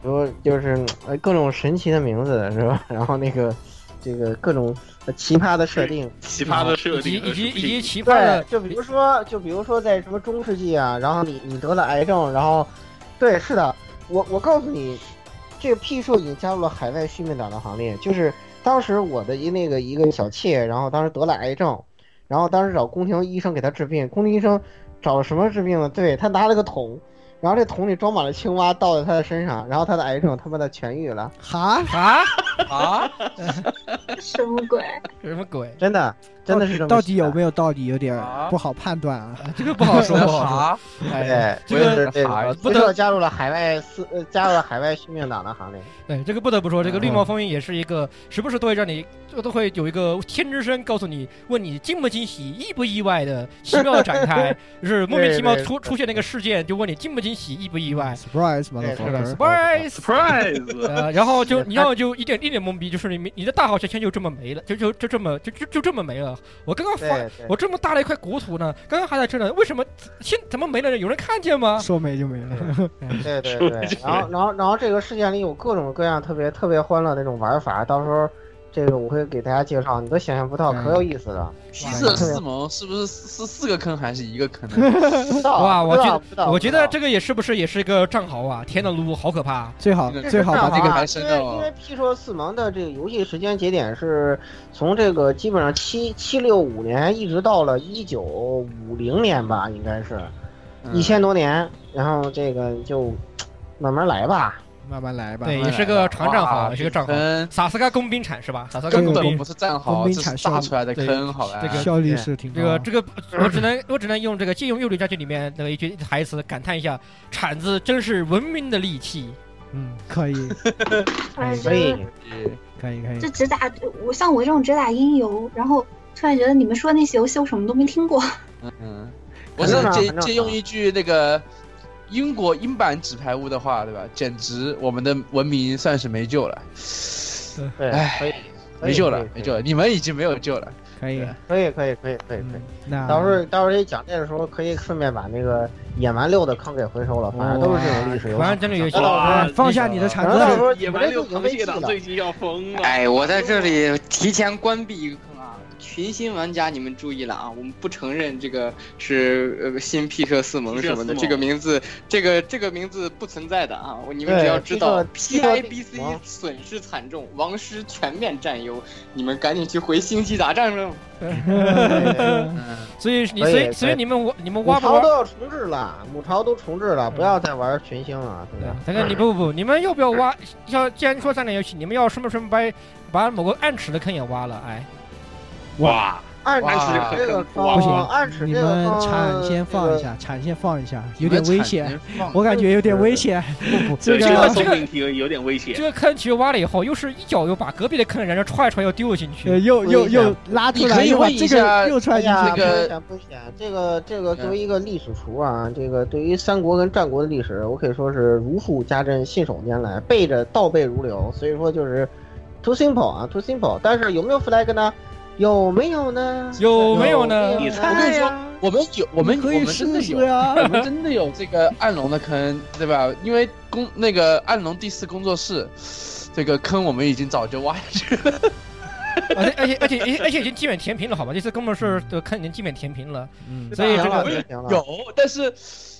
[SPEAKER 6] 比如就是呃各种神奇的名字是吧？然后那个这个各种呃奇葩的设定，
[SPEAKER 5] 奇葩的设
[SPEAKER 3] 以及
[SPEAKER 5] 定和啊
[SPEAKER 3] 以及
[SPEAKER 5] 属
[SPEAKER 3] 以
[SPEAKER 5] 性
[SPEAKER 3] 及奇葩
[SPEAKER 6] 对，
[SPEAKER 3] 的，
[SPEAKER 6] 就比如说，就比如说在什么中世纪啊，然后你你得了癌症，然后，对，是的，我我告诉你，这个 P 数已经加入了海外续命党的行列。就是当时我的一那个一个小妾，然后当时得了癌症，然后当时找宫廷医生给她治病，宫廷医生找了什么治病呢？对他拿了个桶，然后这桶里装满了青蛙，倒在他的身上，然后他的癌症他妈的痊愈了，
[SPEAKER 7] 哈
[SPEAKER 3] 啊啊，
[SPEAKER 10] 什么鬼？
[SPEAKER 3] 什么鬼？
[SPEAKER 6] 真的真的是这么
[SPEAKER 7] 到底有
[SPEAKER 6] 想的
[SPEAKER 7] 没有道理，有点
[SPEAKER 9] 啊
[SPEAKER 7] 不好判断啊。
[SPEAKER 3] 这个不好说，不好
[SPEAKER 9] 啥？
[SPEAKER 3] 说。哎，
[SPEAKER 6] 对，
[SPEAKER 3] 这个
[SPEAKER 6] 对对
[SPEAKER 9] 啥呀
[SPEAKER 6] 不得加入了海外四，呃加入了海外续命党的行
[SPEAKER 3] [laughs]
[SPEAKER 6] 列。
[SPEAKER 3] 对，哎这个不得不说，这个
[SPEAKER 6] 嗯
[SPEAKER 3] 绿帽风云也是一个时不时都会让你，就都会有一个天之声告诉你，问你惊不惊喜、意不意外的奇妙的
[SPEAKER 6] [laughs]
[SPEAKER 3] 展开，就是莫名其妙
[SPEAKER 6] 对对
[SPEAKER 3] 出出现那个事件，就问你惊不惊喜、意不意外。
[SPEAKER 9] 哎
[SPEAKER 7] Surprise，
[SPEAKER 6] 对是的
[SPEAKER 7] motherfucker！
[SPEAKER 6] [laughs]
[SPEAKER 3] Surprise！
[SPEAKER 5] surprise，
[SPEAKER 3] 呃，然后就是你要就一点一点懵逼，就是你没你的大好学圈就这么没了，就就就这么就就就这么没了。我刚刚发
[SPEAKER 6] 对对
[SPEAKER 3] 我这么大的一块国土呢，刚刚还在这呢，为什么现怎么没了呢？有人看见吗？
[SPEAKER 7] 说没就没了。
[SPEAKER 6] 对对对，然后然后然后这个事件里有各种各样特别特别欢乐的那种玩法，到时候这个我会给大家介绍，你都想象不到，
[SPEAKER 7] 嗯
[SPEAKER 6] 可有意思
[SPEAKER 3] [laughs]
[SPEAKER 6] 了。
[SPEAKER 9] 七色四盟是不是四四四个坑还是一个坑呢？ [laughs]
[SPEAKER 6] 不知道
[SPEAKER 3] 哇，我
[SPEAKER 6] 不知
[SPEAKER 3] 觉
[SPEAKER 6] 道不知道
[SPEAKER 3] 得我觉
[SPEAKER 6] 不知
[SPEAKER 3] 得
[SPEAKER 6] 道
[SPEAKER 3] 这个也是不是也是一个战壕啊？天呐，撸好可怕啊！
[SPEAKER 7] [laughs] 最好
[SPEAKER 9] 这
[SPEAKER 6] 这是
[SPEAKER 7] 最好
[SPEAKER 6] 正
[SPEAKER 7] 把
[SPEAKER 6] 啊
[SPEAKER 7] 这
[SPEAKER 9] 这个
[SPEAKER 7] 个
[SPEAKER 9] 还哦深
[SPEAKER 6] 因为
[SPEAKER 9] 奥
[SPEAKER 6] 因为 P 说四盟的这个游戏时间节点是从这个基本上七七六五年一直到了一九五零年吧，应该是
[SPEAKER 9] 嗯
[SPEAKER 6] 一千多年，然后这个就慢慢来吧。
[SPEAKER 7] 慢慢来吧。
[SPEAKER 3] 对，
[SPEAKER 9] 慢
[SPEAKER 3] 也
[SPEAKER 9] 慢
[SPEAKER 3] 是
[SPEAKER 9] 来
[SPEAKER 3] 个
[SPEAKER 9] 吧
[SPEAKER 3] 长战壕，
[SPEAKER 9] 哎哇
[SPEAKER 3] 也是个战壕。
[SPEAKER 9] 坑
[SPEAKER 3] 萨斯嘎工兵铲是吧？萨斯嘎
[SPEAKER 9] 根
[SPEAKER 3] 工
[SPEAKER 9] 本
[SPEAKER 3] 兵
[SPEAKER 9] 不，是战
[SPEAKER 7] 工
[SPEAKER 9] 壕，
[SPEAKER 7] 兵
[SPEAKER 9] 这
[SPEAKER 7] 铲
[SPEAKER 9] 是
[SPEAKER 7] 效
[SPEAKER 9] 炸
[SPEAKER 7] 率
[SPEAKER 9] 出来的
[SPEAKER 3] 对
[SPEAKER 9] 坑，好吧？
[SPEAKER 3] 这个
[SPEAKER 7] 效率是挺
[SPEAKER 3] 这
[SPEAKER 7] 高
[SPEAKER 3] 个
[SPEAKER 7] 的。
[SPEAKER 3] 这个，我只能 [laughs] 我只能用这个借用《幼女战记》里面的一句台词感叹一下：铲子真是文明的利器。
[SPEAKER 7] 嗯，
[SPEAKER 9] [laughs]
[SPEAKER 7] 可以，
[SPEAKER 10] 反正
[SPEAKER 6] 所以
[SPEAKER 9] 嗯
[SPEAKER 7] 可以，可以
[SPEAKER 10] 这。只打我像我这种只打音游，然后突然觉得你们说那些游戏我什么都没听过。
[SPEAKER 9] 嗯，我
[SPEAKER 6] 很
[SPEAKER 9] 是
[SPEAKER 7] 啊
[SPEAKER 6] 正常
[SPEAKER 9] 借
[SPEAKER 6] 很正
[SPEAKER 9] 借用
[SPEAKER 6] 常
[SPEAKER 9] 一句那个英国英版纸牌屋的话，对吧？简直我们的文明算是没救了，
[SPEAKER 6] 对，
[SPEAKER 9] 唉
[SPEAKER 6] 可以，
[SPEAKER 9] 没救了，没
[SPEAKER 6] 没
[SPEAKER 9] 救
[SPEAKER 6] 了，
[SPEAKER 9] 了，你们已经没有救了。
[SPEAKER 7] 可以，
[SPEAKER 6] 可以可以可以可以可以
[SPEAKER 7] 嗯。，那
[SPEAKER 6] 到时候到时候讲这个时候，可以顺便把那个野蛮六的坑给回收了，反
[SPEAKER 7] 啊
[SPEAKER 6] 正哎都是这种历史游
[SPEAKER 3] 反
[SPEAKER 6] 戏
[SPEAKER 3] 正。真的有些
[SPEAKER 6] 那到时候
[SPEAKER 9] 哇
[SPEAKER 7] 哎放下你的铲
[SPEAKER 6] 反正到时
[SPEAKER 7] 子，
[SPEAKER 5] [laughs]
[SPEAKER 6] 候
[SPEAKER 5] 野
[SPEAKER 6] 你
[SPEAKER 5] 蛮
[SPEAKER 6] 们这
[SPEAKER 5] 六
[SPEAKER 6] 已经
[SPEAKER 5] 螃
[SPEAKER 6] 被
[SPEAKER 5] 蟹
[SPEAKER 6] 记
[SPEAKER 5] 党
[SPEAKER 6] 了。
[SPEAKER 5] 最近要疯了。
[SPEAKER 8] 哎，我在这里提前关闭一个坑啊！群新玩家，你们注意了啊！我们不承认这个是呃新 P 社四盟什么
[SPEAKER 5] P 社四
[SPEAKER 8] 的，
[SPEAKER 5] 盟
[SPEAKER 8] 这个名字，这个这个名字不存在的啊！我你们
[SPEAKER 6] 对
[SPEAKER 8] 只要知道
[SPEAKER 6] P 社 P 社
[SPEAKER 8] PIBC
[SPEAKER 6] 四盟
[SPEAKER 8] 损失惨重，王师全面占优，你们赶紧去回星际大战喽！
[SPEAKER 9] 嗯，
[SPEAKER 3] 所以你
[SPEAKER 6] 可以
[SPEAKER 3] 所以
[SPEAKER 6] 可以
[SPEAKER 3] 所以你们我你们
[SPEAKER 6] 母
[SPEAKER 3] 挖不
[SPEAKER 6] 巢
[SPEAKER 3] 挖
[SPEAKER 6] 都？要重置了，母巢都重置了，不要再玩群星了，对
[SPEAKER 3] 对
[SPEAKER 6] 吧？
[SPEAKER 3] 大哥，你不不不，你们要不要挖？要既然说战略游戏，你们要顺不顺把把某个暗尺的坑也挖了？哎，
[SPEAKER 5] 哇，
[SPEAKER 6] 暗
[SPEAKER 9] 哇
[SPEAKER 6] 尺这个
[SPEAKER 5] 哇
[SPEAKER 9] 哦
[SPEAKER 7] 不行
[SPEAKER 6] 坑，暗尺
[SPEAKER 7] 你
[SPEAKER 6] 这个
[SPEAKER 7] 们
[SPEAKER 6] 坑
[SPEAKER 7] 铲先放一。
[SPEAKER 6] 这个
[SPEAKER 7] 下，铲先放一下，
[SPEAKER 9] 你
[SPEAKER 7] 有
[SPEAKER 9] 们
[SPEAKER 7] 点危
[SPEAKER 9] 铲
[SPEAKER 7] 险，
[SPEAKER 9] 先放
[SPEAKER 7] 我感觉有点危险。
[SPEAKER 5] 对
[SPEAKER 7] 这
[SPEAKER 5] 这
[SPEAKER 7] 个
[SPEAKER 5] 个送命题有点危险
[SPEAKER 3] 这。个坑其实挖了以后，又是一脚又把隔壁的坑人家踹一踹又丢进
[SPEAKER 7] [laughs] 呃，
[SPEAKER 3] 去。
[SPEAKER 7] 又又
[SPEAKER 6] 危险
[SPEAKER 7] 又拉出来，
[SPEAKER 9] 你可以
[SPEAKER 7] 又把
[SPEAKER 9] 问一
[SPEAKER 7] 这
[SPEAKER 9] 下
[SPEAKER 7] 个又
[SPEAKER 6] 哎
[SPEAKER 7] 踹进
[SPEAKER 9] 这
[SPEAKER 6] 呀，不
[SPEAKER 7] 去。
[SPEAKER 9] 个嗯
[SPEAKER 6] 显不显，这个这个作为一个历史厨啊，这个对于三国跟战国的历史，我可以说是如数家珍，信手拈来，背着倒背如流。所以说就是 too simple 啊，too simple。但是有没有 flag 呢？有没有呢？
[SPEAKER 3] 有没有呢？
[SPEAKER 5] 你
[SPEAKER 9] 我
[SPEAKER 5] 猜
[SPEAKER 9] 跟你说
[SPEAKER 6] 哎呀，
[SPEAKER 9] 我们有，我们
[SPEAKER 7] 可
[SPEAKER 9] 我
[SPEAKER 7] 以
[SPEAKER 9] 们真的
[SPEAKER 7] 试试
[SPEAKER 9] 有，
[SPEAKER 7] 啊
[SPEAKER 9] [laughs] 我们真的有这个暗龙的坑，对吧？因为工那个暗龙第四工作室，这个坑我们已经早就挖下去了。
[SPEAKER 3] 而且而且而且而且已经基本填平了，好吧？这次哥们儿是的坑已经基本填平了。
[SPEAKER 7] 嗯
[SPEAKER 3] 所以这个
[SPEAKER 6] 哎行了，
[SPEAKER 9] 有，但是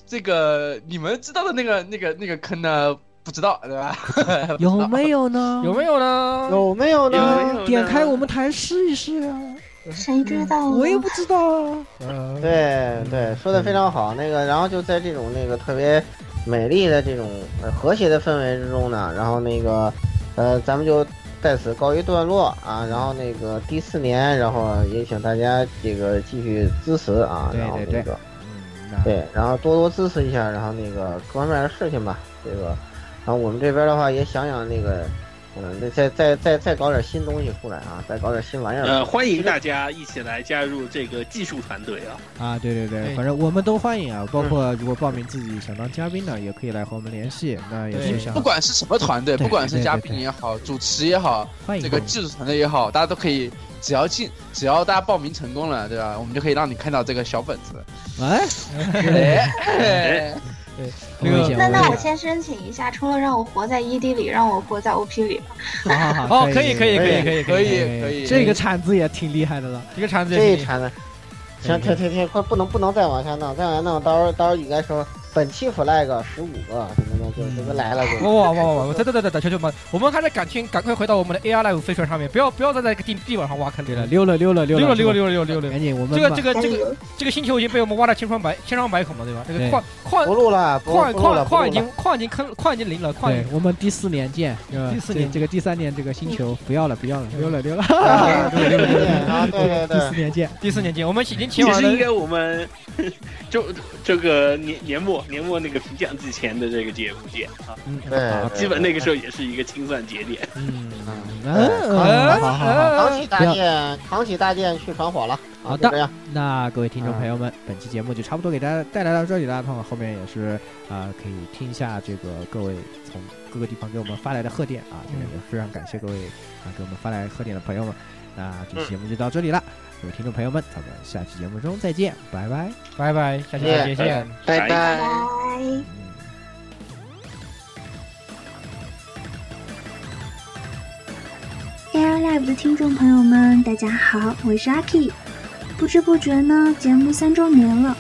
[SPEAKER 9] 这个你们知道的那个那个那个坑呢，不知道，对吧？ [laughs]
[SPEAKER 7] 有没有呢？
[SPEAKER 3] 有没有呢？
[SPEAKER 6] 有没有
[SPEAKER 5] 有没
[SPEAKER 6] 呢？
[SPEAKER 5] 有呢
[SPEAKER 7] 点开我们台试一试啊！
[SPEAKER 10] 谁知道啊？
[SPEAKER 7] 嗯我也不知道啊。
[SPEAKER 6] 对对，说的非常好。那个，然后就在这种那个特别美丽的这种呃和谐的氛围之中呢，然后那个呃，咱们就在此告一段落啊。然后那个第四年，然后也请大家这个继续支持啊。
[SPEAKER 7] 对
[SPEAKER 6] 然后
[SPEAKER 7] 对
[SPEAKER 6] 那
[SPEAKER 7] 对
[SPEAKER 6] 个
[SPEAKER 7] 那
[SPEAKER 6] 对，然后多多支持一下，然后那个各方面的事情吧，这个。然后我们这边的话也想想那个嗯，再再再再搞点新东西出来啊，再搞点新玩意儿。
[SPEAKER 5] 呃，欢迎大家一起来加入这个技术团队啊！
[SPEAKER 7] 啊，对对对，
[SPEAKER 3] 对
[SPEAKER 7] 反正我们都欢迎啊，包括如果报名自己想当嘉宾的，也可以来和我们联系。那也是
[SPEAKER 3] 对
[SPEAKER 7] 想
[SPEAKER 9] 不管是什么团队，
[SPEAKER 7] 对
[SPEAKER 9] 不管是
[SPEAKER 7] 对对
[SPEAKER 9] 嘉
[SPEAKER 7] 对
[SPEAKER 9] 宾也好，主持也好，
[SPEAKER 7] 欢迎
[SPEAKER 9] 这个技术团队也好，大家都可以，只要进，只要大家报名成功了，对吧？我们就可以让你看到这个小本子。
[SPEAKER 7] 哎，
[SPEAKER 9] 哎，
[SPEAKER 7] 很危险
[SPEAKER 10] 那那我
[SPEAKER 7] 危险
[SPEAKER 10] 先申请一下，除了让我活在 ED 里，让我活在 OP 里吧。
[SPEAKER 7] 好好好，
[SPEAKER 3] 哦，可以可以可以可以
[SPEAKER 9] 可
[SPEAKER 3] 以，
[SPEAKER 9] 以可以，
[SPEAKER 7] 这个铲子也挺厉害的了。
[SPEAKER 3] 这个铲子
[SPEAKER 6] 这
[SPEAKER 3] 也
[SPEAKER 6] 一
[SPEAKER 3] 是
[SPEAKER 6] 茬呢，行，停停停，快不能不能再往下弄，再往下弄，到时候到时候你该说本期 flag 十五个什么的，就
[SPEAKER 7] 嗯
[SPEAKER 6] 这个来了就。
[SPEAKER 3] 哇哇哇哇！哇！等等等等等，球球们，我们还在赶紧赶快回到我们的 AR Live 飞船上面，不要不要再在地地板上挖坑
[SPEAKER 7] 对
[SPEAKER 3] 里
[SPEAKER 7] 了，
[SPEAKER 3] 了。
[SPEAKER 7] 溜了溜了溜
[SPEAKER 3] 溜
[SPEAKER 7] 了
[SPEAKER 3] 了溜了溜了溜了溜了！
[SPEAKER 7] 赶紧我们
[SPEAKER 3] 这个这个
[SPEAKER 7] 个
[SPEAKER 10] 加
[SPEAKER 3] 这个
[SPEAKER 10] 油！
[SPEAKER 3] 这个星球已经被我们挖到千疮百千疮百孔了，对吧？这个
[SPEAKER 7] 对
[SPEAKER 3] 矿矿
[SPEAKER 6] 不录了，不
[SPEAKER 3] 矿
[SPEAKER 6] 不录了，不录
[SPEAKER 3] 矿矿
[SPEAKER 6] 了 [laughs]
[SPEAKER 3] 已经矿已经坑矿已经零了，矿已
[SPEAKER 7] 对
[SPEAKER 3] 经，
[SPEAKER 7] 我们第四年见，对吧
[SPEAKER 3] 第四
[SPEAKER 7] 这
[SPEAKER 3] 年
[SPEAKER 7] 这个第三年这个星球不要了不要了，溜了溜了，
[SPEAKER 6] 啊对对对啊对对
[SPEAKER 3] [laughs]
[SPEAKER 7] 第四
[SPEAKER 6] 对，
[SPEAKER 7] 年见。
[SPEAKER 3] 第四年级，我们已经前
[SPEAKER 5] 其
[SPEAKER 3] 往
[SPEAKER 5] 实
[SPEAKER 3] 了
[SPEAKER 5] 应该我们 [laughs] 就这个年年末年末那个评奖之前的这个节目见啊，
[SPEAKER 7] 嗯，
[SPEAKER 6] 对
[SPEAKER 7] 好
[SPEAKER 5] 基本那个时候也是一个清算节点。
[SPEAKER 7] 嗯
[SPEAKER 6] 嗯
[SPEAKER 7] 嗯，好好好。
[SPEAKER 6] 扛起
[SPEAKER 7] 不
[SPEAKER 6] 大
[SPEAKER 7] 要
[SPEAKER 6] 剑，扛起大剑去扛火了。
[SPEAKER 7] 好
[SPEAKER 6] 啊，
[SPEAKER 7] 的
[SPEAKER 6] 就这样。
[SPEAKER 7] 那各位听众朋友们，本期节目就差不多给大家带来到这里了。那么后面也是啊、呃可以听一下这个各位从各个地方给我们发来的贺电啊，这个也非常感谢各位啊给我们发来贺电的朋友们。那这期节目就到这里了，各位听众朋友们，咱们下期节目中再见，拜拜。
[SPEAKER 3] 拜拜，下期再见。
[SPEAKER 5] 拜
[SPEAKER 10] 拜拜。
[SPEAKER 7] 哎
[SPEAKER 13] Air Live 的听众朋友们，大家好，我是阿 K。不知不觉呢，节目三周年了。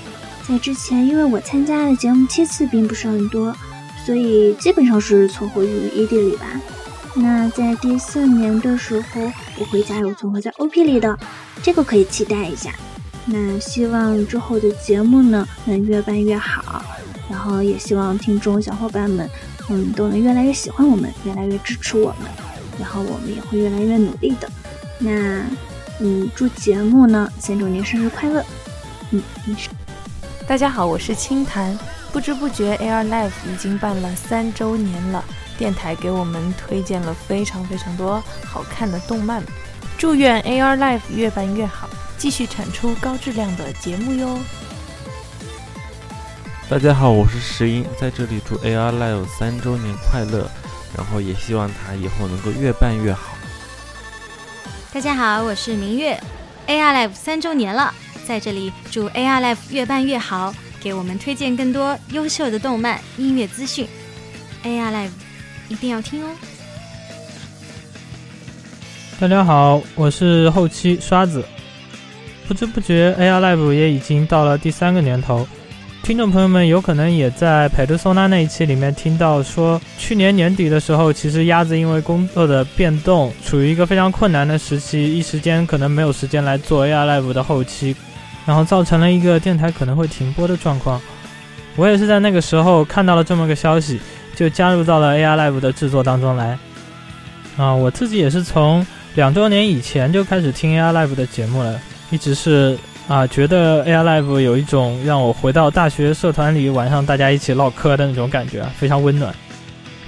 [SPEAKER 13] 在之前，因为我参加的节目七次并不是很多，所以基本上是存活于 ED 里吧。那在第四年的时候，我会加入存活在 OP 里的，这个可以期待一下。那希望之后的节目呢，能越办越好，然后也希望听众小伙伴们，嗯，都能越来越喜欢我们，越来越支持我们。然后我们也会越来越努力的。那，嗯，祝节目呢三周年生日快乐！嗯，
[SPEAKER 14] 大家好，我是清谈。不知不觉，Air Live 已经办了三周年了，电台给我们推荐了非常非常多好看的动漫。祝愿 Air Live 越办越好，继续产出高质量的节目哟。
[SPEAKER 15] 大家好，我是石英，在这里祝 AR Live 三周年快乐，然后也希望它以后能够越办越好。
[SPEAKER 16] 大家好，我是明月。AR Live 三周年了，在这里祝 AR Live 越办越好，给我们推荐更多优秀的动漫、音乐资讯。AR Live 一定要听哦！
[SPEAKER 17] 大家好，我是后期刷子。不知不觉，AR Live 也已经到了第三个年头，听众朋友们有可能也在佩德松纳那一期里面听到说，去年年底的时候，其实鸭子因为工作的变动，处于一个非常困难的时期，一时间可能没有时间来做 AR Live 的后期，然后造成了一个电台可能会停播的状况。我也是在那个时候看到了这么个消息，就加入到了 AR Live 的制作当中来。啊，我自己也是从两周年以前就开始听 AR Live 的节目了，一直是啊，觉得 AR Live 有一种让我回到大学社团里晚上大家一起唠嗑的那种感觉啊，非常温暖。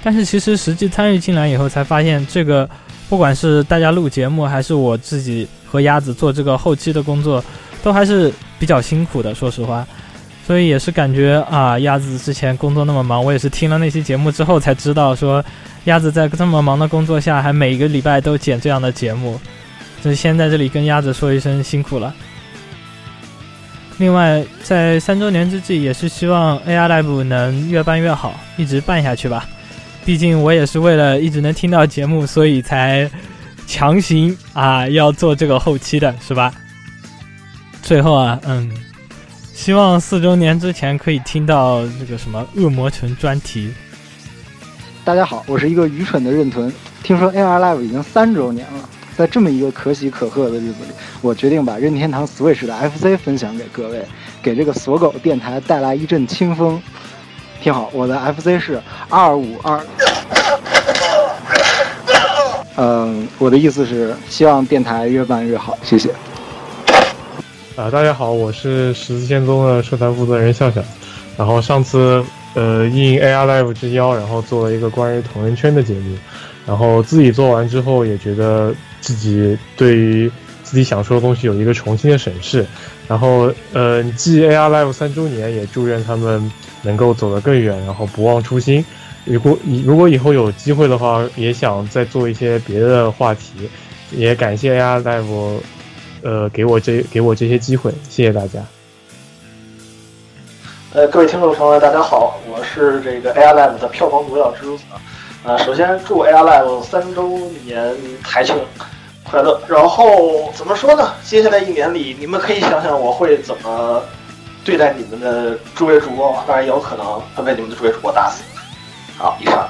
[SPEAKER 17] 但是其实实际参与进来以后，才发现这个不管是大家录节目，还是我自己和鸭子做这个后期的工作，都还是比较辛苦的，说实话。所以也是感觉啊，鸭子之前工作那么忙，我也是听了那期节目之后才知道说，鸭子在这么忙的工作下，还每一个礼拜都剪这样的节目，就是先在这里跟鸭子说一声辛苦了。另外，在三周年之际，也是希望 AR Live 能越办越好，一直办下去吧。毕竟我也是为了一直能听到节目，所以才强行啊要做这个后期的，是吧？最后啊，嗯，希望四周年之前可以听到这个什么恶魔城专题。
[SPEAKER 11] 大家好，我是一个愚蠢的任豚。听说 AR Live 已经三周年了，在这么一个可喜可贺的日子里，我决定把任天堂 Switch 的 FC 分享给各位，给这个锁狗电台带来一阵清风。听好，我的 FC 是二五二。嗯，我的意思是，希望电台越办越好，谢谢。
[SPEAKER 18] 啊，大家好，我是十字仙踪的社团负责人向向。然后上次呃应 AR Live 之邀，然后做了一个关于同人圈的节目。然后自己做完之后也觉得自己对于自己想说的东西有一个重新的审视。然后，呃，继 AR Live 三周年，也祝愿他们能够走得更远，然后不忘初心。如果以如果以后有机会的话，也想再做一些别的话题。也感谢 AR Live，呃，给我这给我这些机会，谢谢大家。
[SPEAKER 5] 呃，各位听众朋友，大家好，我是这个 AI Live 的票房毒药蜘蛛子。呃，首先祝 AI Live 三周年台庆快乐。然后怎么说呢？接下来一年里，你们可以想想我会怎么对待你们的诸位主播吧，当然也有可能会被你们的诸位主播打死。好，以上。